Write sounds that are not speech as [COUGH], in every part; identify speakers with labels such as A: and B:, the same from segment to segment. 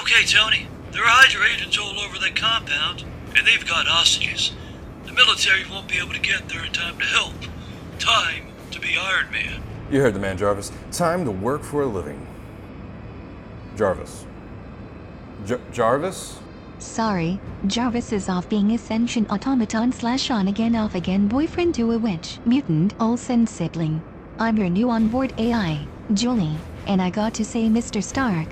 A: Okay, Tony. There are Hydra agents all over that compound, and they've got hostages. The military won't be able to get there in time to help. Time to be Iron Man.
B: You heard the man, Jarvis. Time to work for a living. Jarvis. J- Jarvis?
C: Sorry, Jarvis is off being Ascension Automaton slash on again off again boyfriend to a witch mutant Olsen sibling. I'm your new onboard AI, Julie, and I got to say, Mr. Stark,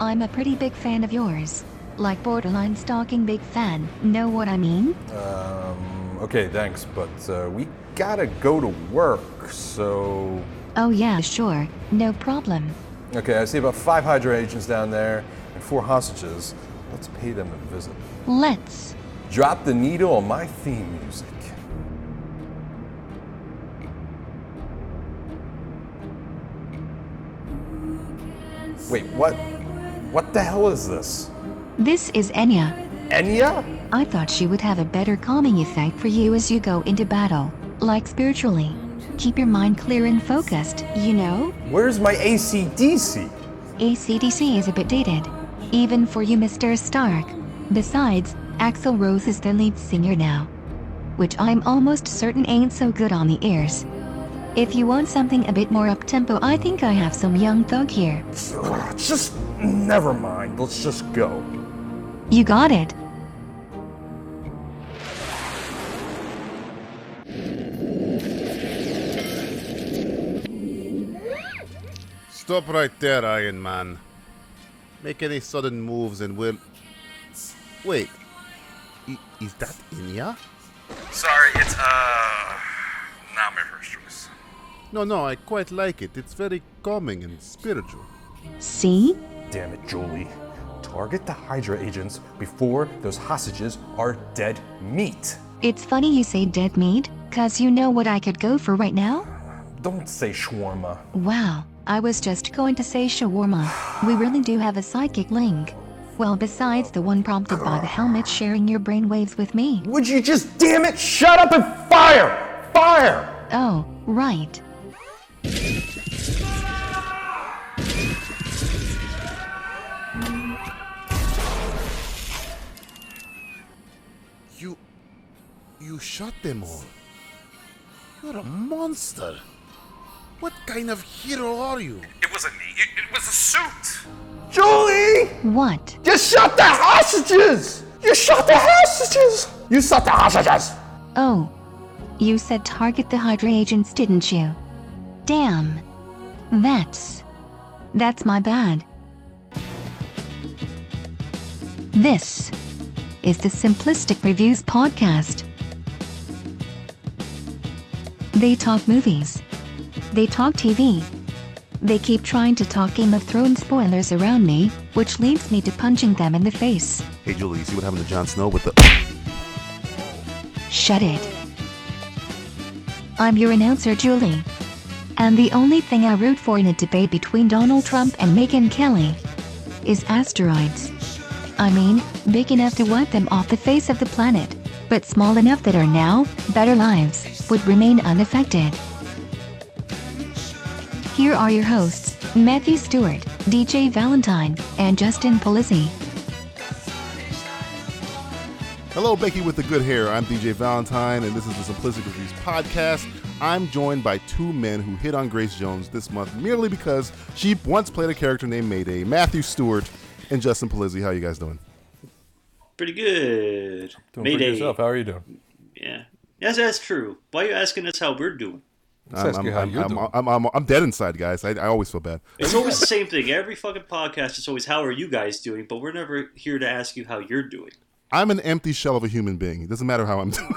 C: I'm a pretty big fan of yours. Like borderline stalking big fan, know what I mean?
B: Um, okay, thanks, but uh, we gotta go to work, so.
C: Oh yeah, sure, no problem.
B: Okay, I see about five Hydra agents down there and four hostages. Let's pay them a visit.
C: Let's.
B: Drop the needle on my theme music. Wait, what? What the hell is this?
C: This is Enya.
B: Enya?
C: I thought she would have a better calming effect for you as you go into battle, like spiritually. Keep your mind clear and focused, you know?
B: Where's my ACDC?
C: ACDC is a bit dated. Even for you, Mr. Stark. Besides, Axel Rose is the lead singer now. Which I'm almost certain ain't so good on the ears. If you want something a bit more up tempo, I think I have some young thug here.
B: Ugh, Just never mind. Let's just go.
C: You got it.
D: Stop right there, Iron Man. Make any sudden moves and we'll. Wait. I- is that Inya?
E: Sorry, it's uh not my first choice.
D: No, no, I quite like it. It's very calming and spiritual.
C: See?
B: Damn it, Julie. Target the Hydra agents before those hostages are dead meat.
C: It's funny you say dead meat, cause you know what I could go for right now?
B: Don't say shawarma.
C: Wow, I was just going to say shawarma. We really do have a psychic link. Well, besides the one prompted by the helmet sharing your brainwaves with me.
B: Would you just damn it shut up and fire? Fire!
C: Oh, right.
D: You. You shot them all. You're a monster. What kind of hero are you?
E: It wasn't me. It, it was a suit.
B: Julie!
C: What?
B: You shot the hostages! You shot the hostages! You shot the hostages!
C: Oh. You said target the Hydra agents, didn't you? Damn. That's. That's my bad. This is the Simplistic Reviews Podcast. They talk movies. They talk TV. They keep trying to talk Game of Thrones spoilers around me, which leads me to punching them in the face.
D: Hey, Julie, you see what happened to Jon Snow with the.
C: Shut it. I'm your announcer, Julie. And the only thing I root for in a debate between Donald Trump and Megyn Kelly is asteroids. I mean, big enough to wipe them off the face of the planet, but small enough that our now, better lives would remain unaffected. Here are your hosts, Matthew Stewart, DJ Valentine, and Justin Polizzi.
D: Hello, Becky with the good hair. I'm DJ Valentine, and this is the Simplistic Reviews podcast. I'm joined by two men who hit on Grace Jones this month merely because she once played a character named Mayday. Matthew Stewart and Justin Polizzi. How you guys doing?
F: Pretty good.
B: Doing pretty yourself. How are you doing?
F: Yeah. Yes, that's true. Why are you asking us how we're doing?
B: Let's ask
D: I'm,
B: you how
D: I'm-
B: you're
D: I'm-
B: doing.
D: I'm- I'm- I'm dead inside, guys. I, I always feel bad.
F: It's always the same thing. Every fucking podcast is always how are you guys doing, but we're never here to ask you how you're doing.
D: I'm an empty shell of a human being. It doesn't matter how I'm [LAUGHS] doing.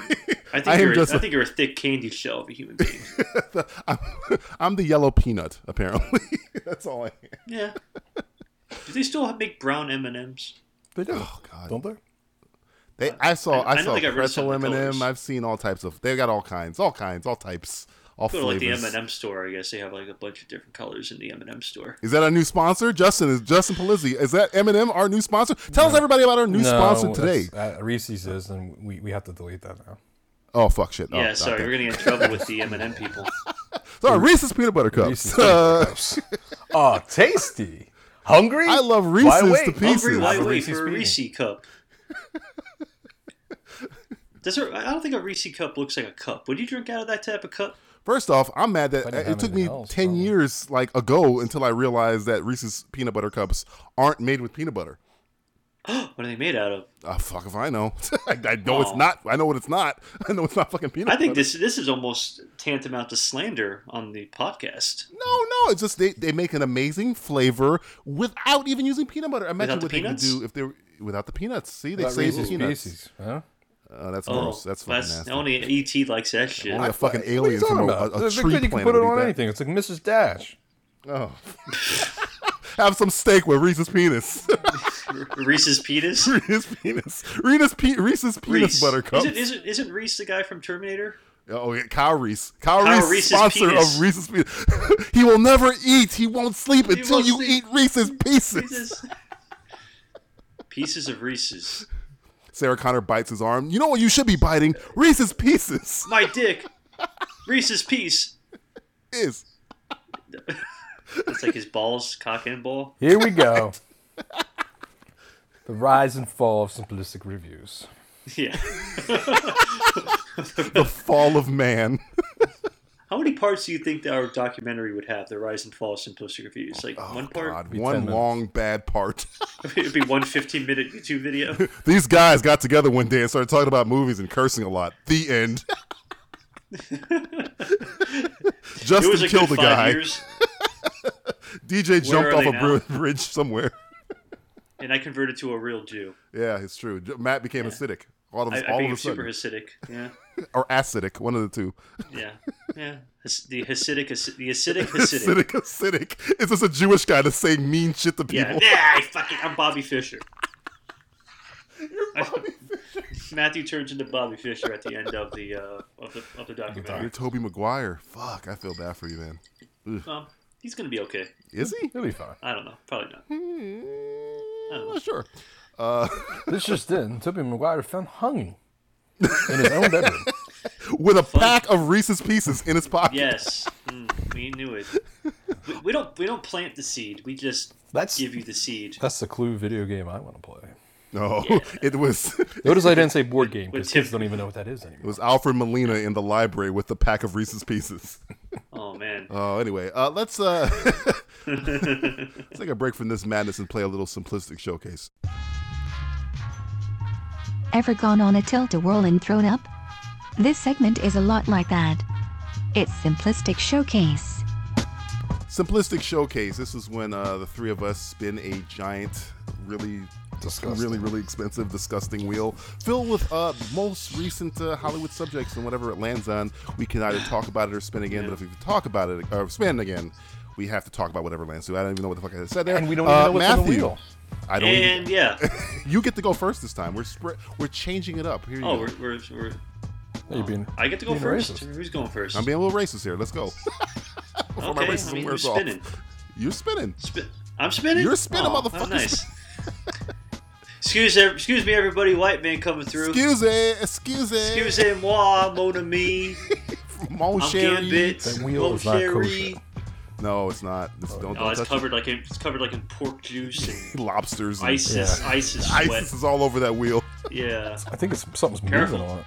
F: I think
D: am
F: you're
D: just.
F: I think you're a thick candy shell of a human being.
D: I'm, [LAUGHS] I'm the yellow peanut. Apparently, [LAUGHS] that's all I am.
F: yeah. Do they still have- make brown M and M's?
B: They do.
D: God.
B: Don't they?
D: They, I saw,
F: Uh, I-
D: I,
F: I know
D: saw
F: they got rid of some
D: pretzel
F: of
D: M
F: the
D: and m
F: colors.
D: I've seen all types of. They got all kinds, all kinds, all types, all
F: Go to like
D: flavors.
F: the M and M store. I guess they have like a bunch of different colors in the M and M store.
D: Is that our new sponsor, Justin? Is Justin Polizzi? Is that M and M our new sponsor? Tell us everybody about our new sponsor today.
B: Uh, Reese's is, and we, we have to delete that now.
D: Oh fuck, shit! Oh,
F: yeah, sorry,
D: okay.
F: we're gonna get in trouble with the M and M people.
D: Uh, Sorry, Reese's peanut butter cups.
B: Reese's
D: Uh,
B: oh, tasty.
G: Hungry?
D: I love
G: Why
D: Reese's
G: wait?
D: to pieces.
F: Hungry
G: Have a
F: white wait
G: Reese's
F: for a
G: Pieces.
D: [LAUGHS]
F: Reese cup. Does her, I don't think a Reese cup looks like a cup. Would you drink out of that type of cup?
D: [LAUGHS]
F: [GASPS]
D: First off, I'm mad that
G: Couldn't
D: it
G: have
D: took me
G: anything else,
D: ten
G: probably.
D: years like ago until I realized that Reese's peanut butter cups aren't made with peanut butter.
F: What are they made out of?
D: Ah, fuck if I know. [LAUGHS] I, I know it's
F: Aw.
D: not. I know what it's not. [LAUGHS] I know it's not fucking peanut.
F: I think
D: butter.
F: this this is almost tantamount to slander on the podcast.
D: No, no. It's just they, they make an amazing flavor without even using peanut butter. Imagine
F: Without the
D: what they would
F: peanuts?
D: do if they were without the peanuts. See, they
G: About
D: save the
G: Reese's
D: peanuts.
G: Pieces, huh?
D: Oh, that's
F: Oh,
D: gross. That's fucking nasty.
F: only ET likes that shit.
D: Only a fucking
G: What are you
D: alien
G: talking
D: from a,
G: about?
D: a, a
G: They're
D: tree
G: good, you can
D: planet
G: put it
D: would do
G: on
D: that.
G: anything. It's like Mrs. Dash.
D: Oh. Have some steak with Reese's
G: [LAUGHS]
D: penis.
F: [LAUGHS] Reese's
D: [LAUGHS]
F: penis.
D: Reese's penis. Reese's, pe- Reese's penis
F: Reese.
D: buttercup.
F: Isn't, isn't isn't Reese the guy from Terminator?
D: Oh, yeah, Kyle Reese. Kyle,
F: Kyle
D: Reese,
F: Reese's
D: sponsor
F: penis.
D: of Reese's penis. [LAUGHS] he will never eat. He won't sleep
F: He
D: until
F: won't
D: you
F: sleep.
D: eat Reese's pieces. [LAUGHS]
F: Reese's. Pieces of Reese's.
D: Sarah Connor bites his arm. You know what you should be biting? Reese's pieces. [LAUGHS]
F: My dick. Reese's piece.
D: Is
F: That's like his balls, cock and ball. [LAUGHS]
G: Here we go. the rise and fall of simplistic reviews.
F: Yeah.
D: the fall of man.
F: How many parts do you think that our documentary would have? The rise and fall of simplistic reviews. Like one part.
D: Oh, God,
G: be
D: one
G: 10
D: long bad part.
F: [LAUGHS] It'd be one 15 minute
D: [LAUGHS]
F: YouTube video.
D: These guys got together one day and started talking about movies and cursing a lot. The end.
F: [LAUGHS] It was
D: Justin
F: a
D: killed the
F: good five
D: guy.
F: years,
D: DJ
F: Where
D: jumped
F: are
D: off
F: they
D: a
F: now?
D: bri- bridge somewhere. [LAUGHS]
F: and I converted to a real Jew.
D: Yeah, it's true. J- Matt became acidic. All of,
F: I, I
D: all of
F: became
D: a
F: super
D: sudden.
F: Hasidic.
D: [LAUGHS]
F: Yeah,
D: or acidic, one of the two. [LAUGHS]
F: yeah, yeah. Has- The Hasidic, Hasi-
D: [LAUGHS]
F: the Hasidic Hasidic.
D: Acidic, acidic. It's just a Jewish guy to say mean shit to
F: Yeah,
D: people.
F: yeah. I fucking, I'm
D: [LAUGHS]
F: Bobby Fisher. [LAUGHS] Matthew turns into Bobby Fisher at the end of the uh, of the of
D: You're
F: the documentary.
D: Toby Maguire. Fuck, I feel bad for you, man.
F: Um, he's gonna be okay.
D: Is he?
G: It'll be fine.
F: I don't know. Probably not.
D: Mm, not sure. Uh, [LAUGHS]
G: This just in. Toby Maguire found hung in his own bedroom.
D: With a pack of Reese's Pieces in his pocket.
F: Yes, mm, we knew it. We, we don't we don't plant the seed. We just
G: That's
F: give you the seed.
G: that's the Clue video game I want to play.
D: No, [LAUGHS] it was it
G: Notice I didn't say board game
F: With
G: because kids don't
F: Tiffany.
G: even know what that is anymore.
D: was Alfred Molina in the library with the pack of Reese's Pieces.
F: Oh man.
D: Oh, anyway, uh, let's uh, [LAUGHS] let's take a break from this madness and play a little simplistic showcase.
C: Ever gone on a tilt a whirl and thrown up? This segment is a lot like that. It's Simplistic Showcase.
D: Simplistic showcase. This is when uh, the three of us spin a giant, really,
G: Disgusting.
D: really, really expensive, disgusting wheel filled with uh, most recent uh, Hollywood subjects, and whatever it lands on, we can either talk about it or spin again. But if we talk about it or spin again, we have to talk about whatever lands. So I don't even know what the fuck I said there.
G: And we don't
D: Uh,
G: even know what's on the
D: Matthew,
G: wheel.
D: I don't. even-
F: And yeah.
D: You get to go first this time. We're sp- we're changing it up. Here you
F: Oh,
D: go.
F: we're, we're, we're
G: Hey, you're being-
F: I get to go
G: being
F: first.
G: racist.
F: Who's going first?
D: I'm being a little racist here. Let's go. [LAUGHS]
F: okay,
D: my racism
F: I mean,
D: wears
F: who's
D: off.
F: spinning?
D: You're spinning.
F: Spin- I'm spinning.
D: You're spinning,
F: Aw,
D: motherfucker.
F: how Nice. excuse, ev- excuse me, everybody. White man coming through.
D: Excuse it. Excuse it.
F: excuse moi, mon ami.
D: Mon
F: I'm
D: chéri.
F: Gambit.
G: That wheel
F: mon
G: is not
F: chéri.
G: kosher.
D: No, it's not. This, don't
F: Oh,
D: don't
F: it's
D: touch
F: covered like in, it's covered like in pork juice
D: [LAUGHS]
F: and
D: it. lobsters. and-
F: ISIS,
G: Yeah.
F: ISIS sweat.
D: ISIS is all over that wheel. [LAUGHS]
F: Yeah.
G: I think it's something's
F: Careful.
G: moving on it.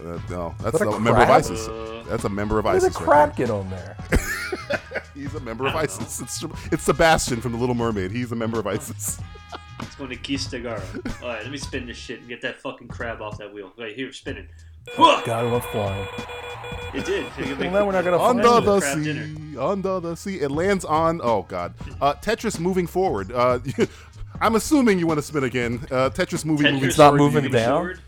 D: Uh, no, that's
G: What a
D: a, member of
G: crab.
D: ISIS.
F: Uh,
D: That's a member of
G: Where did
D: ISIS.
G: the
D: right
G: crap get on there?
D: there. He's a member of
F: I don't know.
D: ISIS. It's, it's Sebastian from The Little Mermaid. He's a member of ISIS.
F: It's going to Kistagara. All right, let me spin this shit and get that fucking crab off that wheel. Right here, spin it.
D: Oh,
G: [LAUGHS]
F: Whoa!
G: Got it on flying.
F: It did.
G: Well, now we're not gonna find
D: Under
G: it.
D: the
F: Crab
D: sea,
F: dinner.
D: under the sea. It lands on. Oh God, uh, Tetris moving forward. Uh, [LAUGHS] I'm assuming you want to spin again. Uh, Tetris movie
F: Tetris
D: moving
G: It's not
D: forward.
G: moving
D: You-
G: down.
F: Sword?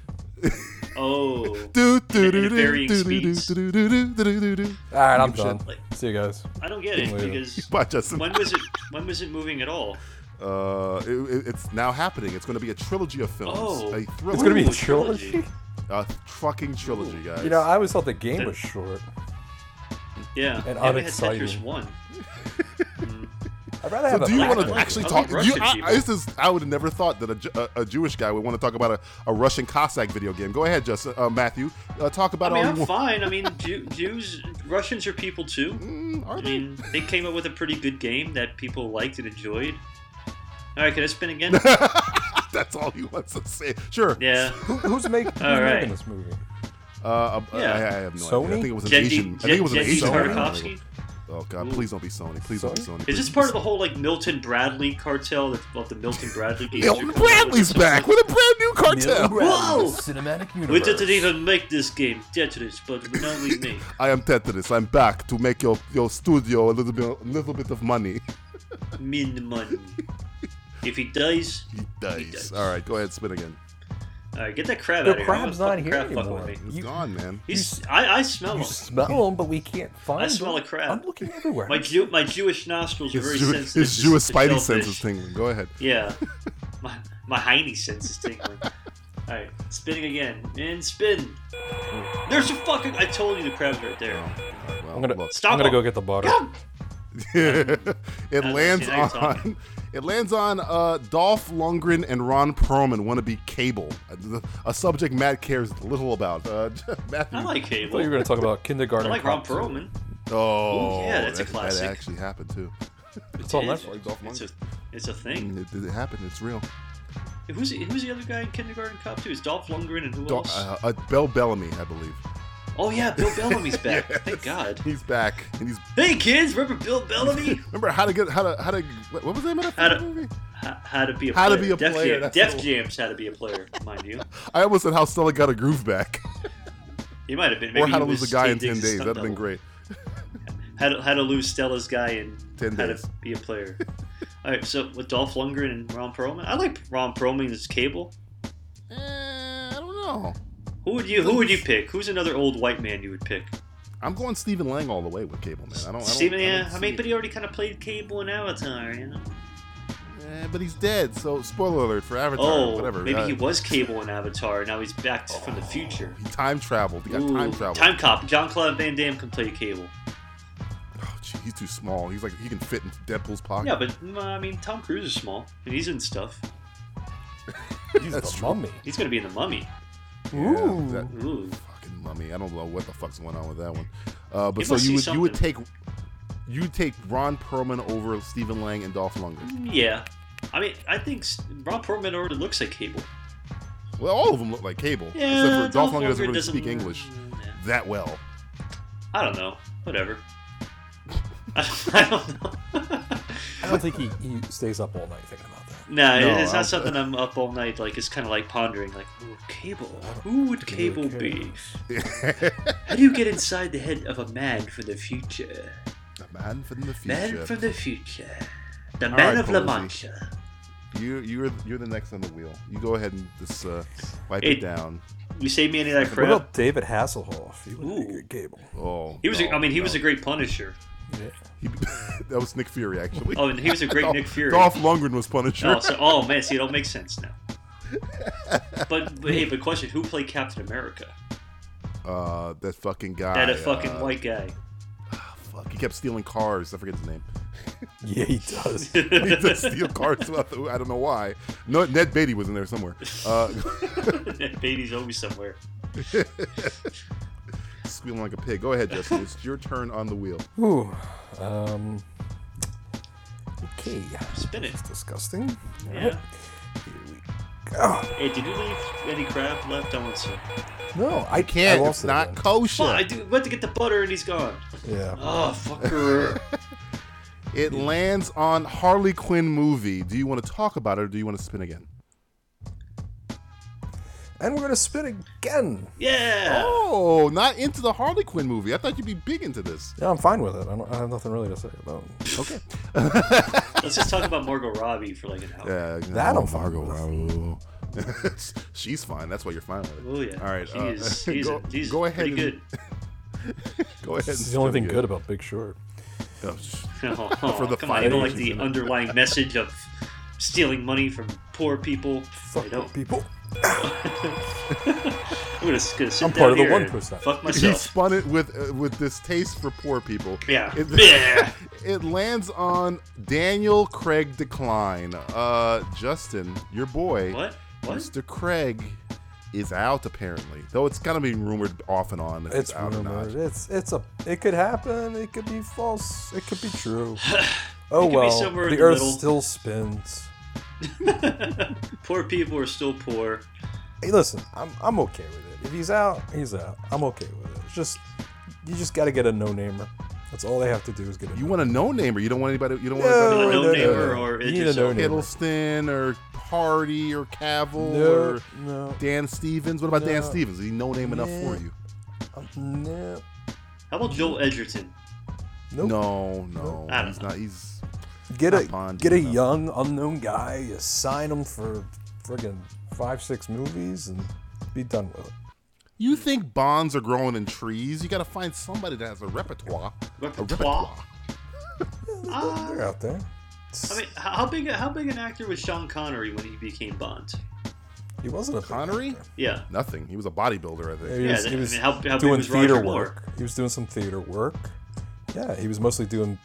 F: Oh.
D: [LAUGHS] Do, do,
F: And-
D: do,
F: and
D: do,
F: varying
D: do, do,
F: speeds.
D: do, do, do, do, do,
F: [LAUGHS]
D: do.
G: All right, I'm
D: Give a
G: done.
D: shit.
G: See you guys.
F: I don't get it
G: Later.
D: [LAUGHS]
F: because
D: Bye, Justin.
F: when was it when was it moving at all?
D: Uh, it, it- it's now happening. It's going to be a trilogy of films.
F: Oh.
D: a thriller.
G: It's gonna be a
F: Ooh, trilogy.
G: trilogy.
D: a fucking trilogy, guys.
G: You know, I always thought the game was short.
F: Yeah.
G: And
F: yeah, we had Tetris
G: unexciting.
F: one.
G: I'd rather
D: So
G: have.
D: do you
G: a
D: want
F: I
D: to
F: like-
D: actually
F: I
D: talk?
F: like
D: you,
F: Russian
D: I, I,
F: people.
D: this is, I would have never thought that a, Ju- a, a Jewish guy would want to talk about a, a Russian Cossack video game. Go ahead, Justin, uh, Matthew. Uh, talk
F: I
D: about
F: mean,
D: all you
F: I'm fine. I mean, Jew, Jews, Russians are people too.
D: want. Are
F: I
D: they?
F: mean, they came up with a pretty good game that people liked and enjoyed. All right, can I
D: [LAUGHS]
F: spin again?
D: That's all he wants to say. Sure.
F: yeah.
G: [LAUGHS] Who, who's, make, who's
F: All right.
G: making this movie?
D: Uh, I,
F: Yeah.
D: I, I have no
G: Sony?
D: idea. I think it was an
F: Genji-
D: Asian. I think it was an
F: Genji
D: Asian. company.
F: Tartakovsky?
D: Oh god, please don't be Sony. Please don't be
G: Sony?
D: Sony.
F: Is this part of the whole like Milton Bradley cartel? That's about the Milton Bradley games.
D: Milton Bradley's back with a brand new cartel.
G: Whoa! Cinematic universe.
F: We didn't even make this game, Tetris, but now we make.
D: I am Tetris. I'm back to make your, your studio a little bit a little bit of money. [LAUGHS]
F: Min money. If he dies,
D: He dies.
F: dies.
D: All right, go ahead, spin again.
F: all right, get that crab
G: The
F: out of here. I don't
G: crab's
F: want
G: not
F: fucking
G: here
F: crab fucking
G: anymore.
F: with me.
D: He's
G: You-
D: gone, man.
F: He's, I, I smell
G: You
F: him.
G: smell them, but we can't find
F: I smell
G: them.
F: a crab.
G: I'm looking everywhere.
F: My Jew, my Jewish nostrils are
D: His,
F: very
D: Jew-
F: sensitive.
D: his
F: to-
D: Jewish
F: to
D: spidey
F: shellfish.
D: sense is tingling. Go ahead.
F: Yeah, my my hiney sense is tingling. all right, spinning again and spin. There's a fucking. I told you the crab's right there.
D: Oh. Well,
H: I'm gonna
D: look.
F: Stop
H: I'm gonna
F: him.
H: go get the bottle.
D: it lands
F: now you're talking.
D: on. [LAUGHS] It lands on uh, Dolph Lundgren and Ron Perlman wannabe Cable, a, a subject Matt cares little about. Uh, [LAUGHS] Matthew,
F: I like
H: I thought you were
F: Cable.
H: gonna talk about
F: I
H: kindergarten.
F: like Ron
H: Cop, too.
F: Perlman.
D: oh,
F: Ooh, yeah, that's a
D: that-
F: classic.
D: That actually happened too.
H: It's on
F: It is.
H: Netflix.
F: It's a, it's a thing.
D: It, it happened. It's real.
F: Who's who's the other guy in Kindergarten Cop too? Is Dolph Lundgren and who
D: Dol-
F: else?
D: uh, uh, Bell Bellamy, I believe.
F: oh
D: [LAUGHS]
F: yeah, Bill Bellamy's back. Thank God.
D: He's back, and he's
F: Hey kids, remember Bill Bellamy? [LAUGHS]
D: remember how to get how to how to what what was the name of that
F: How to-
D: fucking movie?
F: how, how to be a
D: How to
F: player.
D: be a
F: Def
D: player,
F: Jam,
D: that's
F: Def
D: the-
F: Jam's how to be a player, mind you.
D: I almost said how Stella got a groove back, [LAUGHS]
F: He might have been. Maybe
D: or how to
F: he
D: lose
F: was
D: a guy
F: Steve
D: in ten
F: Diggs'
D: days.
F: stunt
D: That'd have been
F: double.
D: great.
F: How to, how to lose Stella's guy and
D: 10
F: how
D: days.
F: to be
D: [LAUGHS]
F: a player. All right, so with Dolph Lundgren and Ron Perlman, I like Ron Perlman as Cable.
D: Eh, I don't know.
F: Who would you Who would you pick? Who's another old white man you would pick?
D: I'm going Stephen Lang all the way with Cable, man. I don't. I don't
F: Steven,
D: I don't
F: yeah, I,
D: see
F: mean,
D: it.
F: but he already kind of played Cable in Avatar, you know.
D: Eh, but he's dead. So spoiler alert for Avatar.
F: Oh,
D: whatever.
F: maybe
D: uh,
F: he was Cable in Avatar. Now he's back to, from the future.
D: he time traveled. He got
F: Ooh,
D: time travel.
F: Time Cop. John Claude Van Damme can play Cable.
D: Oh, gee, he's too small. He's like he can fit in Deadpool's pocket.
F: Yeah, but mm, I mean, Tom Cruise is small, and he's in stuff.
G: He's
D: [LAUGHS] That's
G: the
D: true.
G: mummy.
F: He's gonna be in the Mummy.
D: Ooh. that
F: Ooh,
D: fucking mummy. I don't know what the fuck's going on with that one. Uh, but
F: He
D: so
F: must
D: you would
F: see
D: you would take you would take Ron Perlman over Stephen Lang and Dolph Lundgren.
F: yeah. I mean, I think S- Ron Perlman already looks like Cable.
D: Well, all of them look like Cable,
F: Yeah,
D: except for Dolph
F: Dolph
D: Lundgren doesn't
F: Lundgren
D: really
F: doesn't-
D: speak English
F: Yeah.
D: that well.
F: I don't know. Whatever. [LAUGHS] I don't, I don't know. [LAUGHS]
H: I don't think he, he stays up all night thinking about that.
F: nah,
D: No,
F: it's
D: I'll-
F: not something I'm up all night like. It's kind of like pondering, like, ooh, Cable. Who would Cable be? [LAUGHS] How do you get inside the head of a man from the future?
D: A man from the
F: Man
D: future.
F: from the future. The
D: All
F: man
D: right,
F: of La
D: Pelosi.
F: Mancha.
D: You you're you're the next on the wheel. You go ahead and just uh, wipe
F: It-
D: it down.
F: You save me any of that
H: What
F: crap?
H: about David Hasselhoff? He would be a
F: Ooh.
H: good Gable.
D: Oh,
F: He was. a,
D: no,
F: I mean, he was
D: no.
F: a great Punisher.
D: He- [LAUGHS] that was Nick Fury actually.
F: Oh, and he was a
D: [LAUGHS]
F: great
D: Dolph,
F: Nick Fury.
D: Dolph Lundgren was Punisher.
F: Oh, so, oh man, see, it all makes sense
D: [LAUGHS]
F: now. But, but hey, but question: Who played Captain America?
D: Uh, that fucking guy.
F: Oh. That a fucking
D: uh,
F: white guy. [LAUGHS]
D: Fuck, he kept stealing cars. I forget his name. [LAUGHS]
H: Yeah, he
F: [LAUGHS]
H: does.
D: he just [LAUGHS] steal cars throughout the. I don't know why. No, Ned Beatty was in there
F: [LAUGHS]
D: somewhere. Uh,
F: that baby's always somewhere.
D: squealing like a pig. Go ahead, Justin. It's your turn on the wheel.
H: Ooh. Um. Okay.
F: Spin it.
H: It's disgusting. All
F: Yeah.
H: go.
F: Hey, did you leave any crab left? I want some.
H: No, I
D: Can't.
H: I
D: It's not kosher.
F: Well, I do, went to get the butter and he's gone.
H: Yeah.
F: Oh fucker!
D: It lands on Harley Quinn movie. Do you want to talk about it or do you want to spin again?
H: And we're gonna spin again.
F: [LAUGHS] yeah. [LAUGHS]
D: Oh, not into the Harley Quinn movie. I thought you'd be big into this.
H: Yeah, I'm fine with it. I, don't, I have nothing really to say about. It.
D: Okay.
F: Let's just talk about Margot Robbie for like an hour.
D: Yeah,
H: That
D: no,
H: I'm fine
D: Margot Robbie. [LAUGHS] She's fine. That's why you're fine with it.
F: Oh yeah.
D: All right.
F: He
D: uh, [LAUGHS]
F: is. He's,
D: go,
F: he's
D: go ahead.
F: pretty
D: and,
F: good.
D: [LAUGHS] Go ahead.
H: This
D: and
H: is the only
D: spin
H: thing good
D: again.
H: about Big Short.
D: Oh, sh-
F: Oh,
D: For the
F: come on, I don't like
D: finances
F: the
D: and- [LAUGHS]
F: underlying message of stealing money from poor people. I
H: Fuck
F: don't.
H: people.
F: I'm gonna, s- gonna sit
H: I'm
F: down
H: part of the
F: here and
H: 1%.
D: [LAUGHS]
F: Fuck
D: He
F: myself.
D: spun it with uh, with distaste for poor people. [LAUGHS]
F: Yeah.
D: It,
F: Yeah.
D: it lands on Daniel Craig Decline. Uh, Justin, your boy,
F: What? What?
D: Mr. Craig, is out apparently. Though it's kind of being rumored off and on. If
H: It's
D: he's out or not.
H: rumored. It's it's a. It could happen. It could
F: [SIGHS]
H: be false. It could be true. Oh
F: could be
H: well.
F: somewhere in
H: The
F: the
H: Earth
F: middle.
H: still spins.
F: poor people are still poor.
B: Hey, listen, I'm, I'm okay with it. If he's out, he's out. I'm okay with it. It's just you just got to get a no namer. That's all they have to do is get a
D: You want a no namer. You don't want anybody. You don't
F: A
D: want
B: No,
F: no
B: no, no,
F: namer
B: no.
F: or
B: You
F: it
B: need
F: just-
B: a no
D: anybody.
B: namer.
D: Hiddleston or Hardy or Cavill
B: no,
D: or
B: no,
D: Dan Stevens. What about Dan
B: No.
D: Stevens? Is he no name enough for
B: Yeah.
D: you?
B: um, no.
F: How about Joel Edgerton?
B: Nope.
D: No, no,
F: I don't
D: he's
F: know.
D: not. He's
B: Get
D: Not
B: a
D: Bond,
B: get a
D: no.
B: young unknown guy. You sign him for friggin' five six movies and be done with it.
D: You think bonds are growing in trees? You got to find somebody that has a repertoire. A
F: Repertoire. Ah,
B: They're out there.
F: I mean, how how big how big an actor was Sean Connery when he became Bond?
B: He wasn't a big
D: Connery?
B: actor.
F: Yeah,
D: Nothing. He was a bodybuilder, I
B: Yeah,
D: think.
B: He
F: Yeah,
B: was,
F: I
B: he was
F: mean, how- how big
B: doing
F: was Roger
B: theater
F: Moore?
B: work. He was doing some theater work. Yeah, he was mostly doing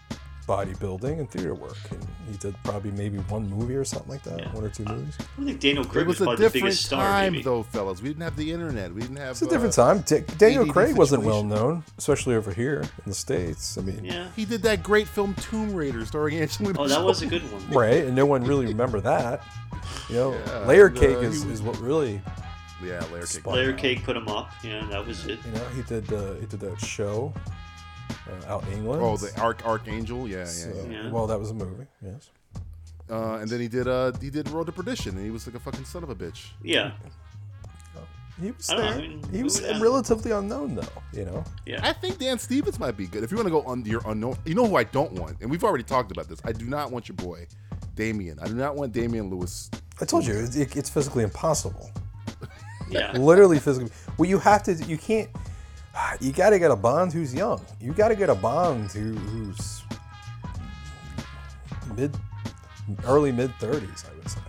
B: bodybuilding and theater work, and he did probably maybe one movie or something like that,
F: Yeah.
B: one or two movies.
F: I don't think Daniel
D: It
F: Craig was,
D: was a
F: probably the
D: different
F: biggest star.
D: time,
F: maybe.
D: though, fellas. We didn't have the internet. We didn't have.
B: It's a different
D: uh,
B: time. Da- Daniel
D: ADD
B: Craig wasn't well
D: situation.
B: known, especially over here in the states. I mean,
F: Yeah.
D: He did that great film Tomb Raider starring Angelina.
F: Oh, that
D: Jolie.
F: was a good one.
B: right, and no one really remember that. You know,
D: Yeah,
B: layer
D: no,
B: cake
D: he
B: is,
D: was-
B: is what really.
D: Yeah, Layer Cake.
B: Spot.
F: Layer Cake put him up. Yeah, that was it.
B: You know, he did uh, he did that show uh, out in England.
D: Oh, the Arch Archangel. Yeah, yeah.
B: So-
D: yeah.
F: Yeah.
B: Well, that was a movie. Yes.
D: Uh, and then he did. Uh, he did Road to Perdition, and he was like a fucking son of a bitch.
F: Yeah,
B: He was
F: I don't know,
B: there.
F: I mean,
B: he
F: who
B: was
F: would have-
B: relatively unknown, though. You know.
F: yeah.
D: I think Dan Stevens might be good. If you want to go under your unknown, you know who I don't want, and we've already talked about this. I do not want your boy, Damien. I do not want Damian Lewis.
B: I told you it's, it, it's physically impossible.
F: Yeah.
B: Literally physically. Well, you have to. You can't. You got to get a Bond who's young. You got to get a Bond who, who's mid, early mid thirties. I would say.